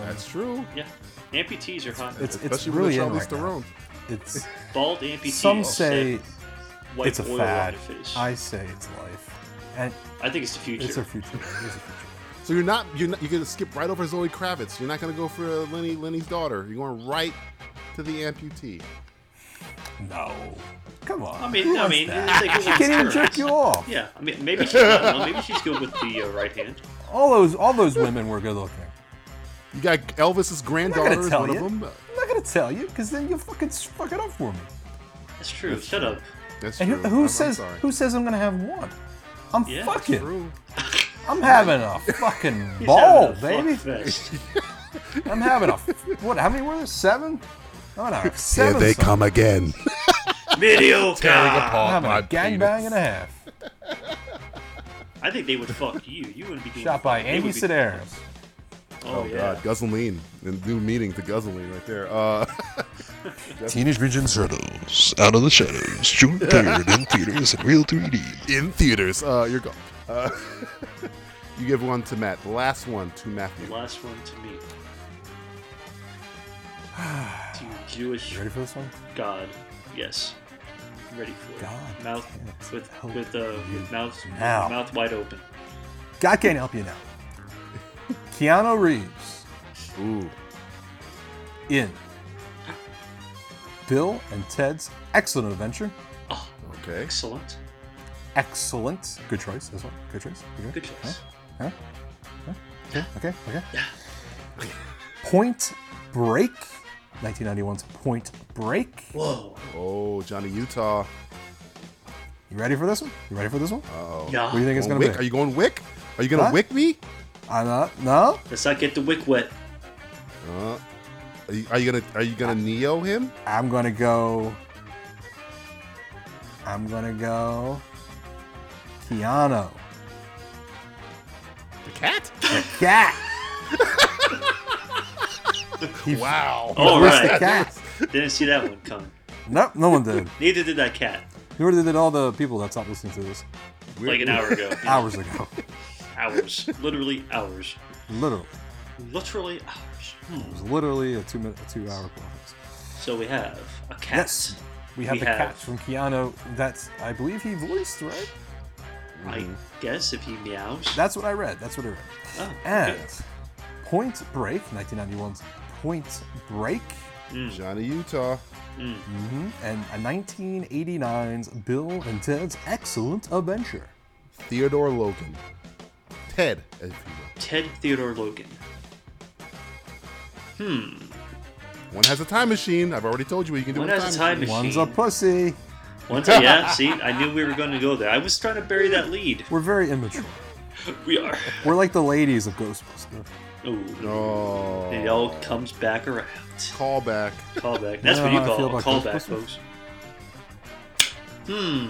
D: That's true.
F: Yeah. Amputees are hot.
B: it's it's
D: Especially with
B: really in
D: Charlize
B: right now.
D: Theron.
F: [LAUGHS]
B: It's
F: Bald amputees.
B: some
F: have
B: say
F: white
B: it's a
F: oil
B: fad.
F: On their face. I,
B: I say it's life, and
F: think it's the future.
B: it's our future. It's a future.
D: So you're not you're not, you're gonna skip right over Zoe Kravitz. You're not gonna go for uh, Lenny Lenny's daughter. You're going right to the amputee.
B: No, come on.
F: I mean,
B: who
F: I
B: wants
F: mean,
B: that?
F: it's like, who
B: she
F: wants
B: can't even
F: girls?
B: jerk you off.
F: Yeah, I mean, maybe she's, I don't know, maybe she's good with the uh, right hand.
B: All those all those women were good looking.
D: You got Elvis's granddaughter is
B: tell
D: one of
B: you.
D: them.
B: I'm not gonna tell you because then you'll fucking s- fuck it up for me.
F: That's true. Shut up.
D: That's
B: And who,
D: true.
B: who
D: I'm- I'm
B: says
D: sorry.
B: who says I'm gonna have one? I'm
F: Yeah, that's
B: fucking.
D: True.
B: I'm having a
F: [LAUGHS]
B: fucking
F: He's
B: ball,
F: having a
B: baby.
F: fuck fest.
B: [LAUGHS] I'm having a what? How many were there? Seven? I'm gonna have seven. son.
D: again.
F: Mediocre.
B: I'm having
D: my
B: a gangbang and a half.
F: I think they would fuck you. You wouldn't be doing
B: Shot by
F: they
B: Amy
F: would be-
B: Sedaris.
F: Oh,
D: Oh
F: yeah.
D: God, Guzzling. The new meaning to Guzzling right there. Uh,
H: Teenage Mutant Ninja Turtles Out of the Shadows, June third in theaters and real 3D.
D: [LAUGHS] in theaters. Uh, you're gone. Uh, [LAUGHS] you give one to Matt. The last one to Matthew.
F: The last one
B: [SIGHS]
F: to me. to you Jewish
B: You ready for this one?
F: God. Yes. ready for it.
B: God
F: mouth
B: damn
F: with
B: it.
F: with uh, with mouth
B: Now.
F: mouth wide open.
B: God can't help you now. Keanu Reeves
D: Ooh.
B: in Bill and Ted's Excellent Adventure.
F: Oh,
D: Okay.
F: excellent.
B: Excellent. Good choice. This one. Good choice.
F: Good choice.
B: Huh? Huh? Okay. Okay. Point Break. 1991's Point Break.
F: Whoa.
D: Oh, Johnny Utah.
B: You ready for this one? You ready for this one?
F: Yeah.
B: what do you think it's
D: Going
B: gonna be?
D: wick? Are you going wick? Are you gonna
B: Huh?
D: wick me?
B: I'm not. No.
F: Let's not get the
B: [LAUGHS]
F: wick wet.
D: Uh, are, you, are you gonna Are you gonna neo him?
B: I'm gonna go. I'm gonna go. Keanu.
D: The cat?
B: Cat.
F: [LAUGHS]
D: Wow.
F: All
B: Where's the
F: right.
B: cat?
F: Didn't see that one coming.
B: Nope, no one did.
F: Neither did that cat.
B: Nor did all the people that's not listening to this
F: Like an hour ago.
B: [LAUGHS] hours ago.
F: hours. Literally hours.
B: Literally.
F: Literally hours. Hmm.
B: It was literally a two minute, a two hour conference.
F: So we have a cat.
B: Yes. We have
F: We
B: the
F: have-
B: cats from Keanu. That's, I believe he voiced, right?
F: I
B: Mm-hmm.
F: guess if he meows.
B: That's what I read. That's what I read.
F: Oh, okay.
B: And Point Break, 1991's Point Break,
F: Hmm.
D: Johnny Utah.
B: and 1989's Bill and Ted's Excellent Adventure.
D: Theodore Logan. Ted, as you will.
F: Ted Theodore Logan.
D: One has a time machine. I've already told you what you can do
F: One
D: with
F: has a time machine.
B: One's a pussy.
F: One's
B: [LAUGHS]
F: a- yeah, see, I knew we were going to go there. I was trying to bury that lead.
B: We're very immature.
F: We are.
B: We're like the ladies of Ghostbusters.
F: Oh,
D: Oh.
F: It all comes back around.
D: Callback.
F: Callback. That's
B: know
F: what you
B: how I feel
F: call a
B: about
F: callback,
B: Ghostbusters.
F: folks. Hmm.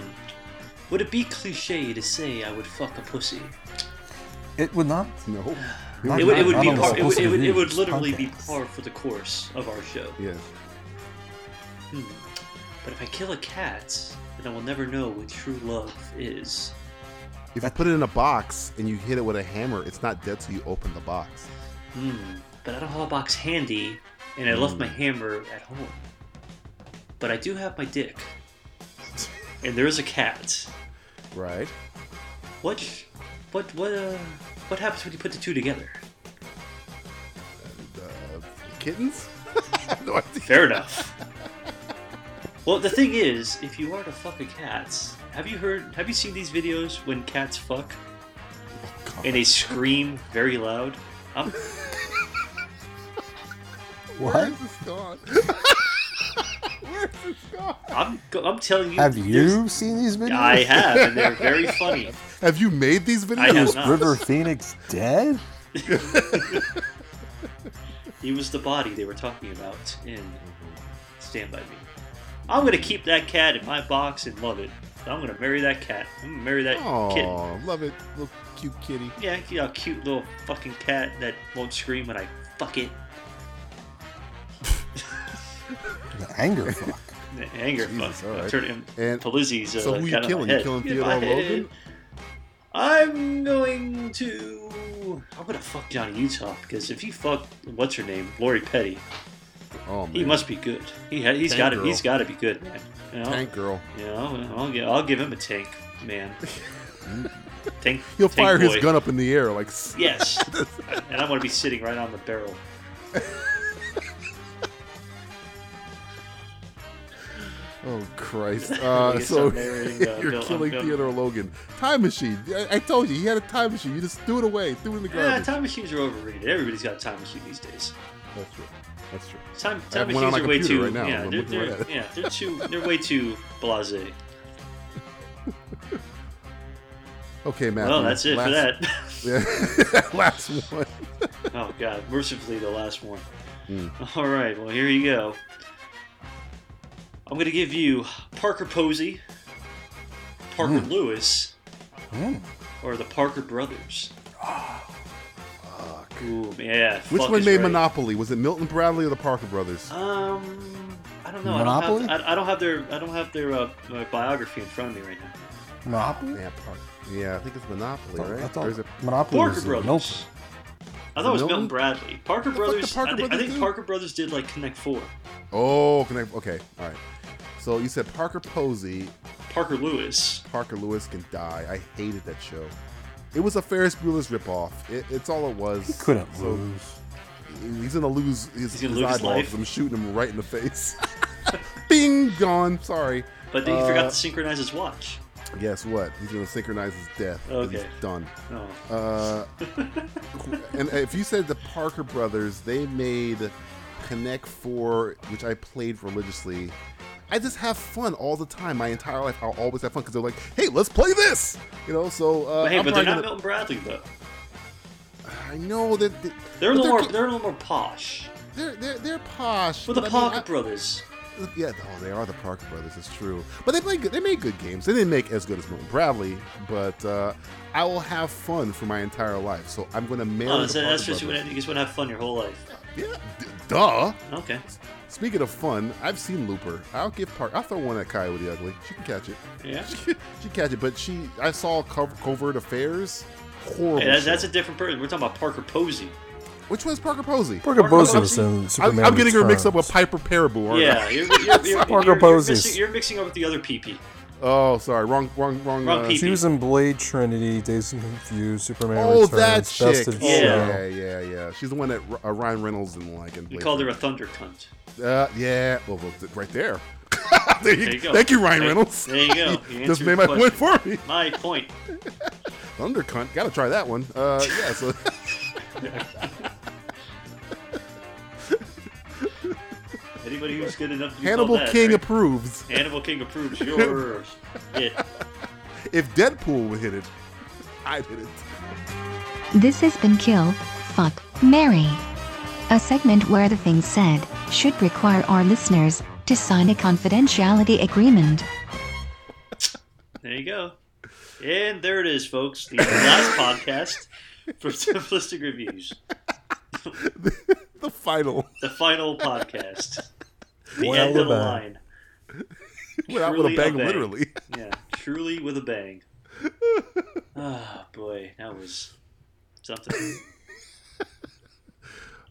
F: Would it be cliche to say I would fuck a pussy?
B: It would not.
D: No.
B: Not-
F: It would,
B: not-
F: it would
B: not
F: be
B: on the
F: par, it would, it would, it would
B: Ghostbusters
F: literally be
B: podcast.
F: par for the course of our show. Hmm.
D: Yes.
F: But if I kill a cat, then I will never know what true love is.
D: If I put it in a box and you hit it with a hammer, it's not dead till you open the box.
F: Hmm. But I don't have a box handy, and I
B: Hmm.
F: left my hammer at home. But I do have my dick, and there is a cat.
D: Right.
F: What? What? What? Uh, what happens when you put the two together?
D: Uh, kittens? [LAUGHS] I have no idea.
F: Fair enough.
B: [LAUGHS]
F: well, the thing is, if you are to fuck a cat, have you heard? Have you seen these videos when cats fuck
B: Oh,
F: and they scream very loud? I'm,
B: What?
D: Where's this gone? Where's this gone?
F: I'm, go- I'm telling you.
B: Have
F: there's-
B: you seen these videos?
F: I have, and
B: [LAUGHS]
F: they're very funny.
D: Have you made these
F: I
D: videos?
F: have
B: Is
F: not.
B: River Phoenix dead?
F: He was the body they were talking about in
B: Mm-hmm.
F: Stand By Me. I'm gonna keep that cat in my box and love it. I'm gonna marry that cat. I'm gonna marry that kitten.
D: Oh, love it, little cute kitty.
F: Yeah, you know, cute little fucking cat that won't scream when I fuck it.
B: The anger fuck.
F: The anger
D: Jesus,
F: fuck.
D: all right.
F: Turn him.
D: And-
F: Pelizzi's. Uh,
D: so who you
F: got on my
D: killing? You
F: head.
D: killing
F: [LAUGHS] In
D: Theodore
F: my head.
D: Logan?
F: I'm going to. I'm gonna fuck Johnny Utah because if he fucked what's her name, Lori Petty,
D: Oh man,
F: he must be good. He ha- he's
D: Tank
F: got to
D: girl.
F: he's got to be good, man. You know?
D: tank girl.
F: You know, I'll give I'll give him a tank, man.
D: [LAUGHS]
F: tank.
D: He'll
F: tank
D: fire his
F: boy.
D: gun up in the air like. s- [LAUGHS]
F: Yes. and I'm going to be sitting right on the barrel.
D: Oh
F: [LAUGHS]
D: Christ! Uh,
F: guess
D: so
F: I'm marrying, uh,
D: [LAUGHS] you're
F: Bill- I'm
D: killing
F: Bill-
D: Theodore Logan. Time machine. I, I told you he had a time machine. You just threw it away, threw it in the
F: Yeah,
D: garbage.
F: time machines are overrated. Everybody's got a time machine these days.
D: That's true. That's true.
F: Time,
D: I have
F: time
D: one on
F: machines
D: my
F: are way
D: computer
F: too
D: right now.
F: yeah,
D: I'm
F: they're,
D: looking right
F: they're-
D: at it.
F: yeah, they're too they're way too
D: [LAUGHS]
F: blasé.
D: Okay, Matthew.
F: Well, that's it for
D: last-
F: that.
D: [LAUGHS]
F: [LAUGHS]
D: Yeah, last one.
F: oh god, mercifully the last one.
D: Hmm.
F: All right, well here you go. I'm gonna give you Parker Posey, Parker
D: Hmm.
F: Lewis, or the Parker Brothers. Ooh, yeah.
D: Ah, Which
F: fuck
D: one
F: is
D: made
F: right. Uh,
D: Monopoly? Was it Milton Bradley or the Parker Brothers?
F: Um, I don't know. I
B: Monopoly?
F: don't have, I, I don't have their I don't have their uh, uh, biography in front of me right now.
B: Monopoly?
D: yeah, Parker. Yeah, I think it's Monopoly, right?
B: I
D: Or
B: thought
D: is it
B: Monopoly
F: Parker
B: was a
F: Brothers.
B: Milton.
F: I thought it was
D: Milton?
F: Milton Bradley.
D: fuck
F: Parker
D: did
F: Brothers.
D: Parker
F: I, thi- I
D: Brothers
F: think
D: do?
F: Parker Brothers did like Connect Four.
D: Oh, connect. Okay, all right. So you said Parker Posey,
F: Parker Lewis.
D: Parker Lewis can die. I hated that show. It was a Ferris Bueller's ripoff. It, it's all it was.
B: He couldn't
D: So
B: lose.
D: He's gonna lose his,
F: He's gonna
D: his
F: lose his
D: eyeballs.
F: life.
D: I'm shooting him right in the face. [LAUGHS] Bing gone. Sorry.
F: But he
D: Uh,
F: forgot to synchronize his watch.
D: Guess what? He's gonna synchronize his death. 'cause
F: Okay.
D: He's done.
F: Oh.
D: Uh, and if you said the Parker brothers, they made Connect Four, which I played religiously. I just have fun all the time. My entire life, I'll always have fun because they're like, "Hey, let's play this," you know. So uh,
F: but hey,
D: I'm
F: but
D: probably
F: they're not
D: gonna-
F: Milton Bradley though.
D: I know that they,
F: They're a
D: but
F: little more.
D: ki-
F: They're a little more posh.
D: they're, they're they're posh.
F: Well, the
D: but I mean,
F: Parker
D: I-
F: Brothers.
D: Yeah, oh, they are the Parker brothers. It's true, but they play good. They made good games. They didn't make as good as Milton Bradley, but uh, I will have fun for my entire life. So I'm going to marry
F: Oh,
D: the
F: so
D: Parker
F: that's just you,
D: brothers.
F: wanna- you just want to have fun your whole life.
D: Yeah, d- duh.
F: Okay.
D: Speaking of fun, I've seen Looper. I'll give Parker. I'll throw one at Coyote Ugly. She can catch it.
F: Yeah.
D: [LAUGHS] She, can catch it. But she, I saw Cov- Covert Affairs. Horrible.
F: Hey, that's,
D: show.
F: that's a different person. We're talking about Parker Posey.
D: Which one's Parker Posey?
H: Parker
F: Parker
H: Posey
F: Posey.
H: was in
D: I'm,
H: Superman.
D: I'm getting her mixed up with
H: Returns.
D: Piper Parable. aren't I?
F: Yeah, you're, you're, you're, you're,
H: Parker
F: you're,
H: Posey's.
F: mixing, you're mixing up with the other PP.
D: Oh, sorry. Wrong. Wrong. Wrong.
F: Wrong
D: uh,
F: people.
H: She was in Blade Trinity, Days and Confused, Superman
D: Oh,
H: Returns,
D: that chick.
H: Best of
D: Oh,
F: Show.
D: yeah, yeah, yeah. She's the one that R- uh, Ryan Reynolds didn't like. And
F: You called her a thunder cunt.
D: Uh, yeah. Well, well, th- right there. [LAUGHS] there, you,
F: There you go.
D: Thank you, Ryan
F: There-
D: Reynolds.
F: there you
D: [LAUGHS]
F: go. You
D: Just
F: answered
D: made my
F: your
D: point for me.
F: My point.
D: Thunder cunt. Gotta try that one. Uh,
F: [LAUGHS]
D: yeah. So.
F: Anybody who's good enough to do
D: Hannibal
F: that,
D: King
F: right?
D: approves.
F: Hannibal King approves your
D: [LAUGHS]
F: shit.
D: If Deadpool would hit it, I did it.
C: This has been Kill, Fuck, Mary. A segment where the things said should require our listeners to sign a confidentiality agreement.
F: There you go. And there it is, folks.
D: [LAUGHS]
F: The last podcast for Simplistic Reviews.
D: The
F: [LAUGHS]
D: final.
F: The final podcast. The
H: Well,
F: end of the
H: bang.
F: line.
D: Went out with a
F: Truly
D: bang, literally. [LAUGHS]
F: Yeah, truly with a bang. Ah, boy, that was something.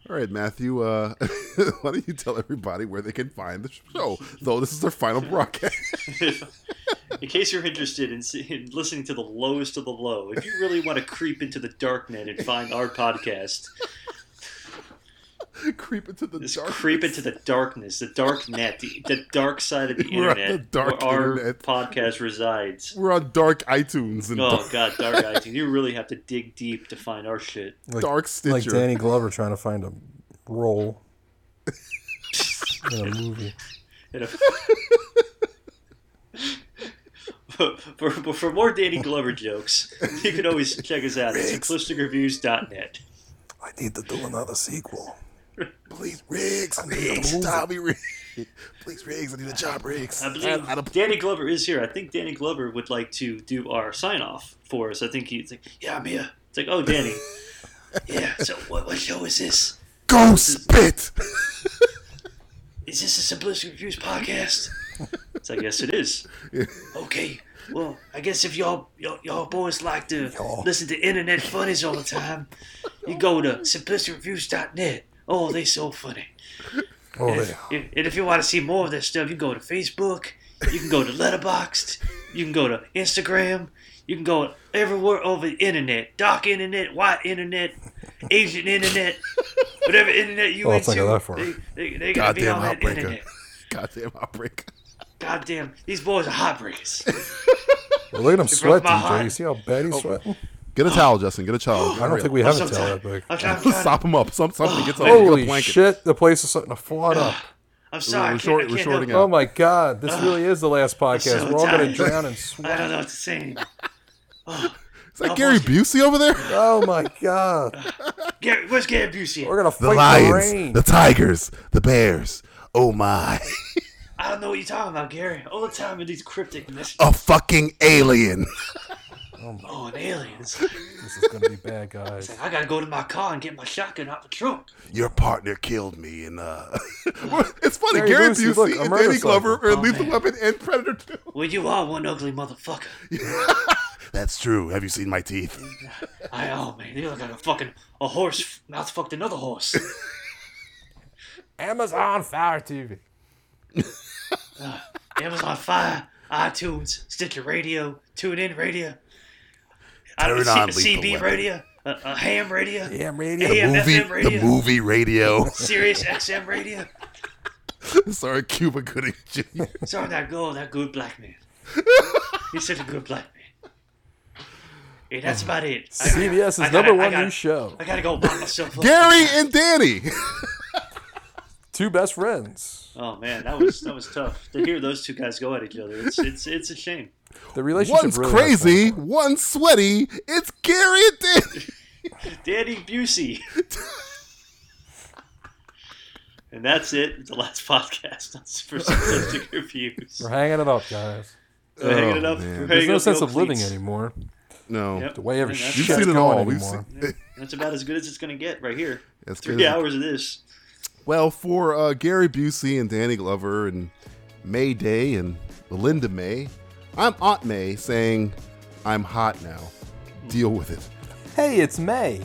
D: All right, Matthew. Uh, [LAUGHS] why don't you tell everybody where they can find the
F: [LAUGHS]
D: show? Though this is their final broadcast.
F: in case you're interested in, see- in listening to the lowest of the low, if you really want to creep into the dark net and find our podcast,
D: [LAUGHS] Creep into the
F: just
D: dark.
F: creep into the darkness, the dark net, the, the dark side
D: [LAUGHS]
F: of the
D: We're on
F: internet,
D: the dark
F: where our
D: internet. [LAUGHS]
F: podcast resides.
D: We're on dark iTunes and
F: Oh
D: dark,
F: god, dark iTunes! You really have to dig deep to find our shit.
H: like,
D: dark Stitcher.
H: like Danny Glover trying to find a role
D: [LAUGHS]
H: in a movie.
F: You know? But for, but for more Danny Glover jokes, you can always check us out at simplisticreviews.net.
H: I need to do another
F: [LAUGHS]
H: sequel.
D: Please, Riggs. Riggs. Stop me, Riggs. Please, Riggs. I need a job, Riggs.
F: I believe
D: I- I-
F: Danny Glover is here. I think Danny Glover would like to do our sign off for us. I think he's like, yeah, I'm here. It's like, oh, Danny. yeah, so what, what show is this?
D: Go spit.
F: Is this a Simplistic Reviews podcast? It's like, yes, it is. okay, well, I guess if y'all, y'all, y'all boys like to listen to internet funnies all the time, you go to simplisticreviews.net. Oh, they so funny.
H: Oh,
F: And
H: yeah.
F: if, if- and if you want to see more of this stuff, you can go to Facebook, you can go to Letterboxd, you can go to Instagram, you can go everywhere over the internet. Dark internet, white internet, Asian internet, whatever internet you
H: Oh, I'll
F: into.
H: take that for
F: They,
H: it.
F: they, they gotta be
D: Goddamn
F: on that
D: Outbreaker.
F: internet.
D: Goddamn outbreak.
F: Goddamn, these boys are heartbreakers.
H: Well, look at him sweating,
F: my heart.
H: Jay. You see how bad he's sweating?
D: Get a towel, Justin. Get a [GASPS] towel.
H: I don't think we have a towel
F: Sometime-
H: that big.
F: I'm,
D: [LAUGHS]
F: I'm, trying-
D: Stop him up. Some, something gets on him. Get a
H: Holy
D: blanket.
H: shit, the place is starting to flood up.
F: I'm sorry, I
D: We're
F: can't,
D: short-
F: I
D: we're
F: can't
D: shorting
F: help
H: Oh my god, this really is the last podcast.
F: so
H: We're all going to
F: tired.
H: drown in
F: it. I
H: sweat.
F: don't know what to say anymore.
D: Is that Gary Busey over there?
H: Oh my god,
F: Gary, where's Gary Busey?
H: we're going to fight the rain.
D: tigers, the bears. Oh my.
F: I don't know what you're talking about, Gary. All the time in these cryptic messages.
D: A fucking alien.
F: Oh,
D: [LAUGHS]
F: and aliens.
H: This is going to be bad, guys.
F: I gotta go to my car and get my shotgun out the trunk.
D: Your partner killed me
H: [LAUGHS]
D: and uh [LAUGHS] It's funny,
H: Gary
D: Gary
H: Busey,
D: Busey,
H: look, a
D: and
H: murder Oh,
D: Danny Glover
H: cycle.
D: are in Lethal Weapon and Predator 2.
F: Well, you are one ugly motherfucker.
D: That's true. Have you seen my teeth?
F: I oh man, you look like a fucking a horse f- mouth fucked another horse. [LAUGHS]
H: Amazon Fire TV.
F: It was on fire. iTunes, Stitcher Radio, TuneIn Radio,
D: Turn
F: C-
D: on Lethal
F: CB
D: Weapon.
F: Radio, uh, uh, Ham Radio,
H: Yeah,
F: AM,
H: radio.
D: The movie,
F: FM Radio,
D: the movie radio. [LAUGHS]
F: Sirius XM Radio.
D: Sorry, Cuba Gooding
H: [LAUGHS]
D: Jr.
F: Sorry, that girl, that good black man. He's such a good black man. Yeah, that's about it. I-
H: CBS
F: I
H: is
F: gotta-
H: number
F: I
H: one
F: gotta-
H: new show.
F: I gotta go buy myself. up.
D: Gary and Danny.
H: Two best friends.
F: Oh man, that was that was tough to hear those two guys go at each other. It's it's it's a shame.
H: The relationship
D: One's
H: really has
D: crazy, one's sweaty. It's Gary and Danny.
F: Danny
H: [LAUGHS]
F: Busey. and that's it. The last podcast on Super Simplistic Reviews.
H: We're hanging it up, guys.
F: We're hanging it
D: Oh,
F: up.
D: man.
F: We're
H: There's
F: hanging
H: no
F: up
H: sense of living
F: cleats.
H: anymore.
D: No,
F: Yep.
H: The way every
F: And that's-
D: we've
H: shit's
D: seen it
H: going
D: all. We've
H: anymore.
D: seen.
F: That's about as good as it's gonna get right here.
D: That's
F: Three
D: crazy.
F: hours of this.
D: Well, for uh, Gary Busey and Danny Glover and May Day and Belinda May, I'm Aunt May saying, "I'm hot now. Deal with it.
H: Hey, it's May.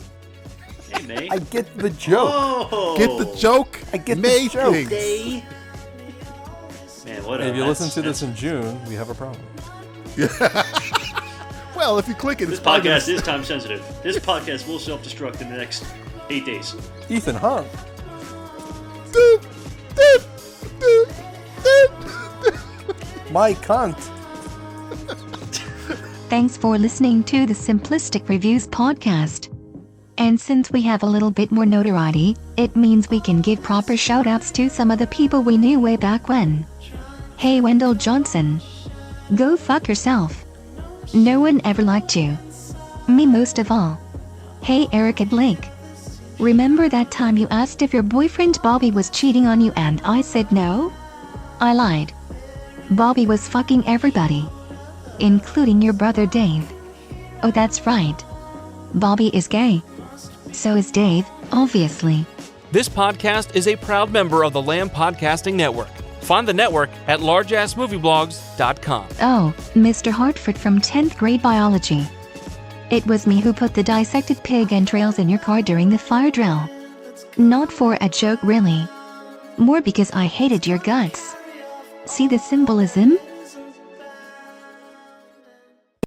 F: Hey May.
H: I get the joke.
F: oh,
D: Get the joke.
H: I get the
D: May
H: joke.
D: things.
F: Man, what a,
H: And if you listen
F: that's-
H: to this
F: that's-
H: in June, we have a problem.
D: Well, if you click it,
F: this
D: it's probably gonna-
F: podcast is time sensitive. This podcast will self destruct in the next eight days.
H: Ethan Hunt.
D: Doop, doop, doop, doop.
H: My cunt.
C: Thanks for listening to the Simplistic Reviews podcast. And since we have a little bit more notoriety, it means we can give proper shout outs to some of the people we knew way back when. Hey, Wendell Johnson. Go fuck yourself. No one ever liked you. Me most of all. Hey, Erica Blake. Remember that time you asked if your boyfriend Bobby was cheating on you and I said no? I lied. Bobby was fucking everybody including your brother Dave. Oh, that's right. Bobby is gay. So is Dave, obviously.
L: This podcast is a proud member of the Lamb Podcasting Network. Find the network at largeassmovieblogs.com.
C: Oh, Mr. Hartford from 10th grade biology. It was me who put the dissected pig entrails in your car during the fire drill. Not for a joke, really. More because I hated your guts. See the symbolism?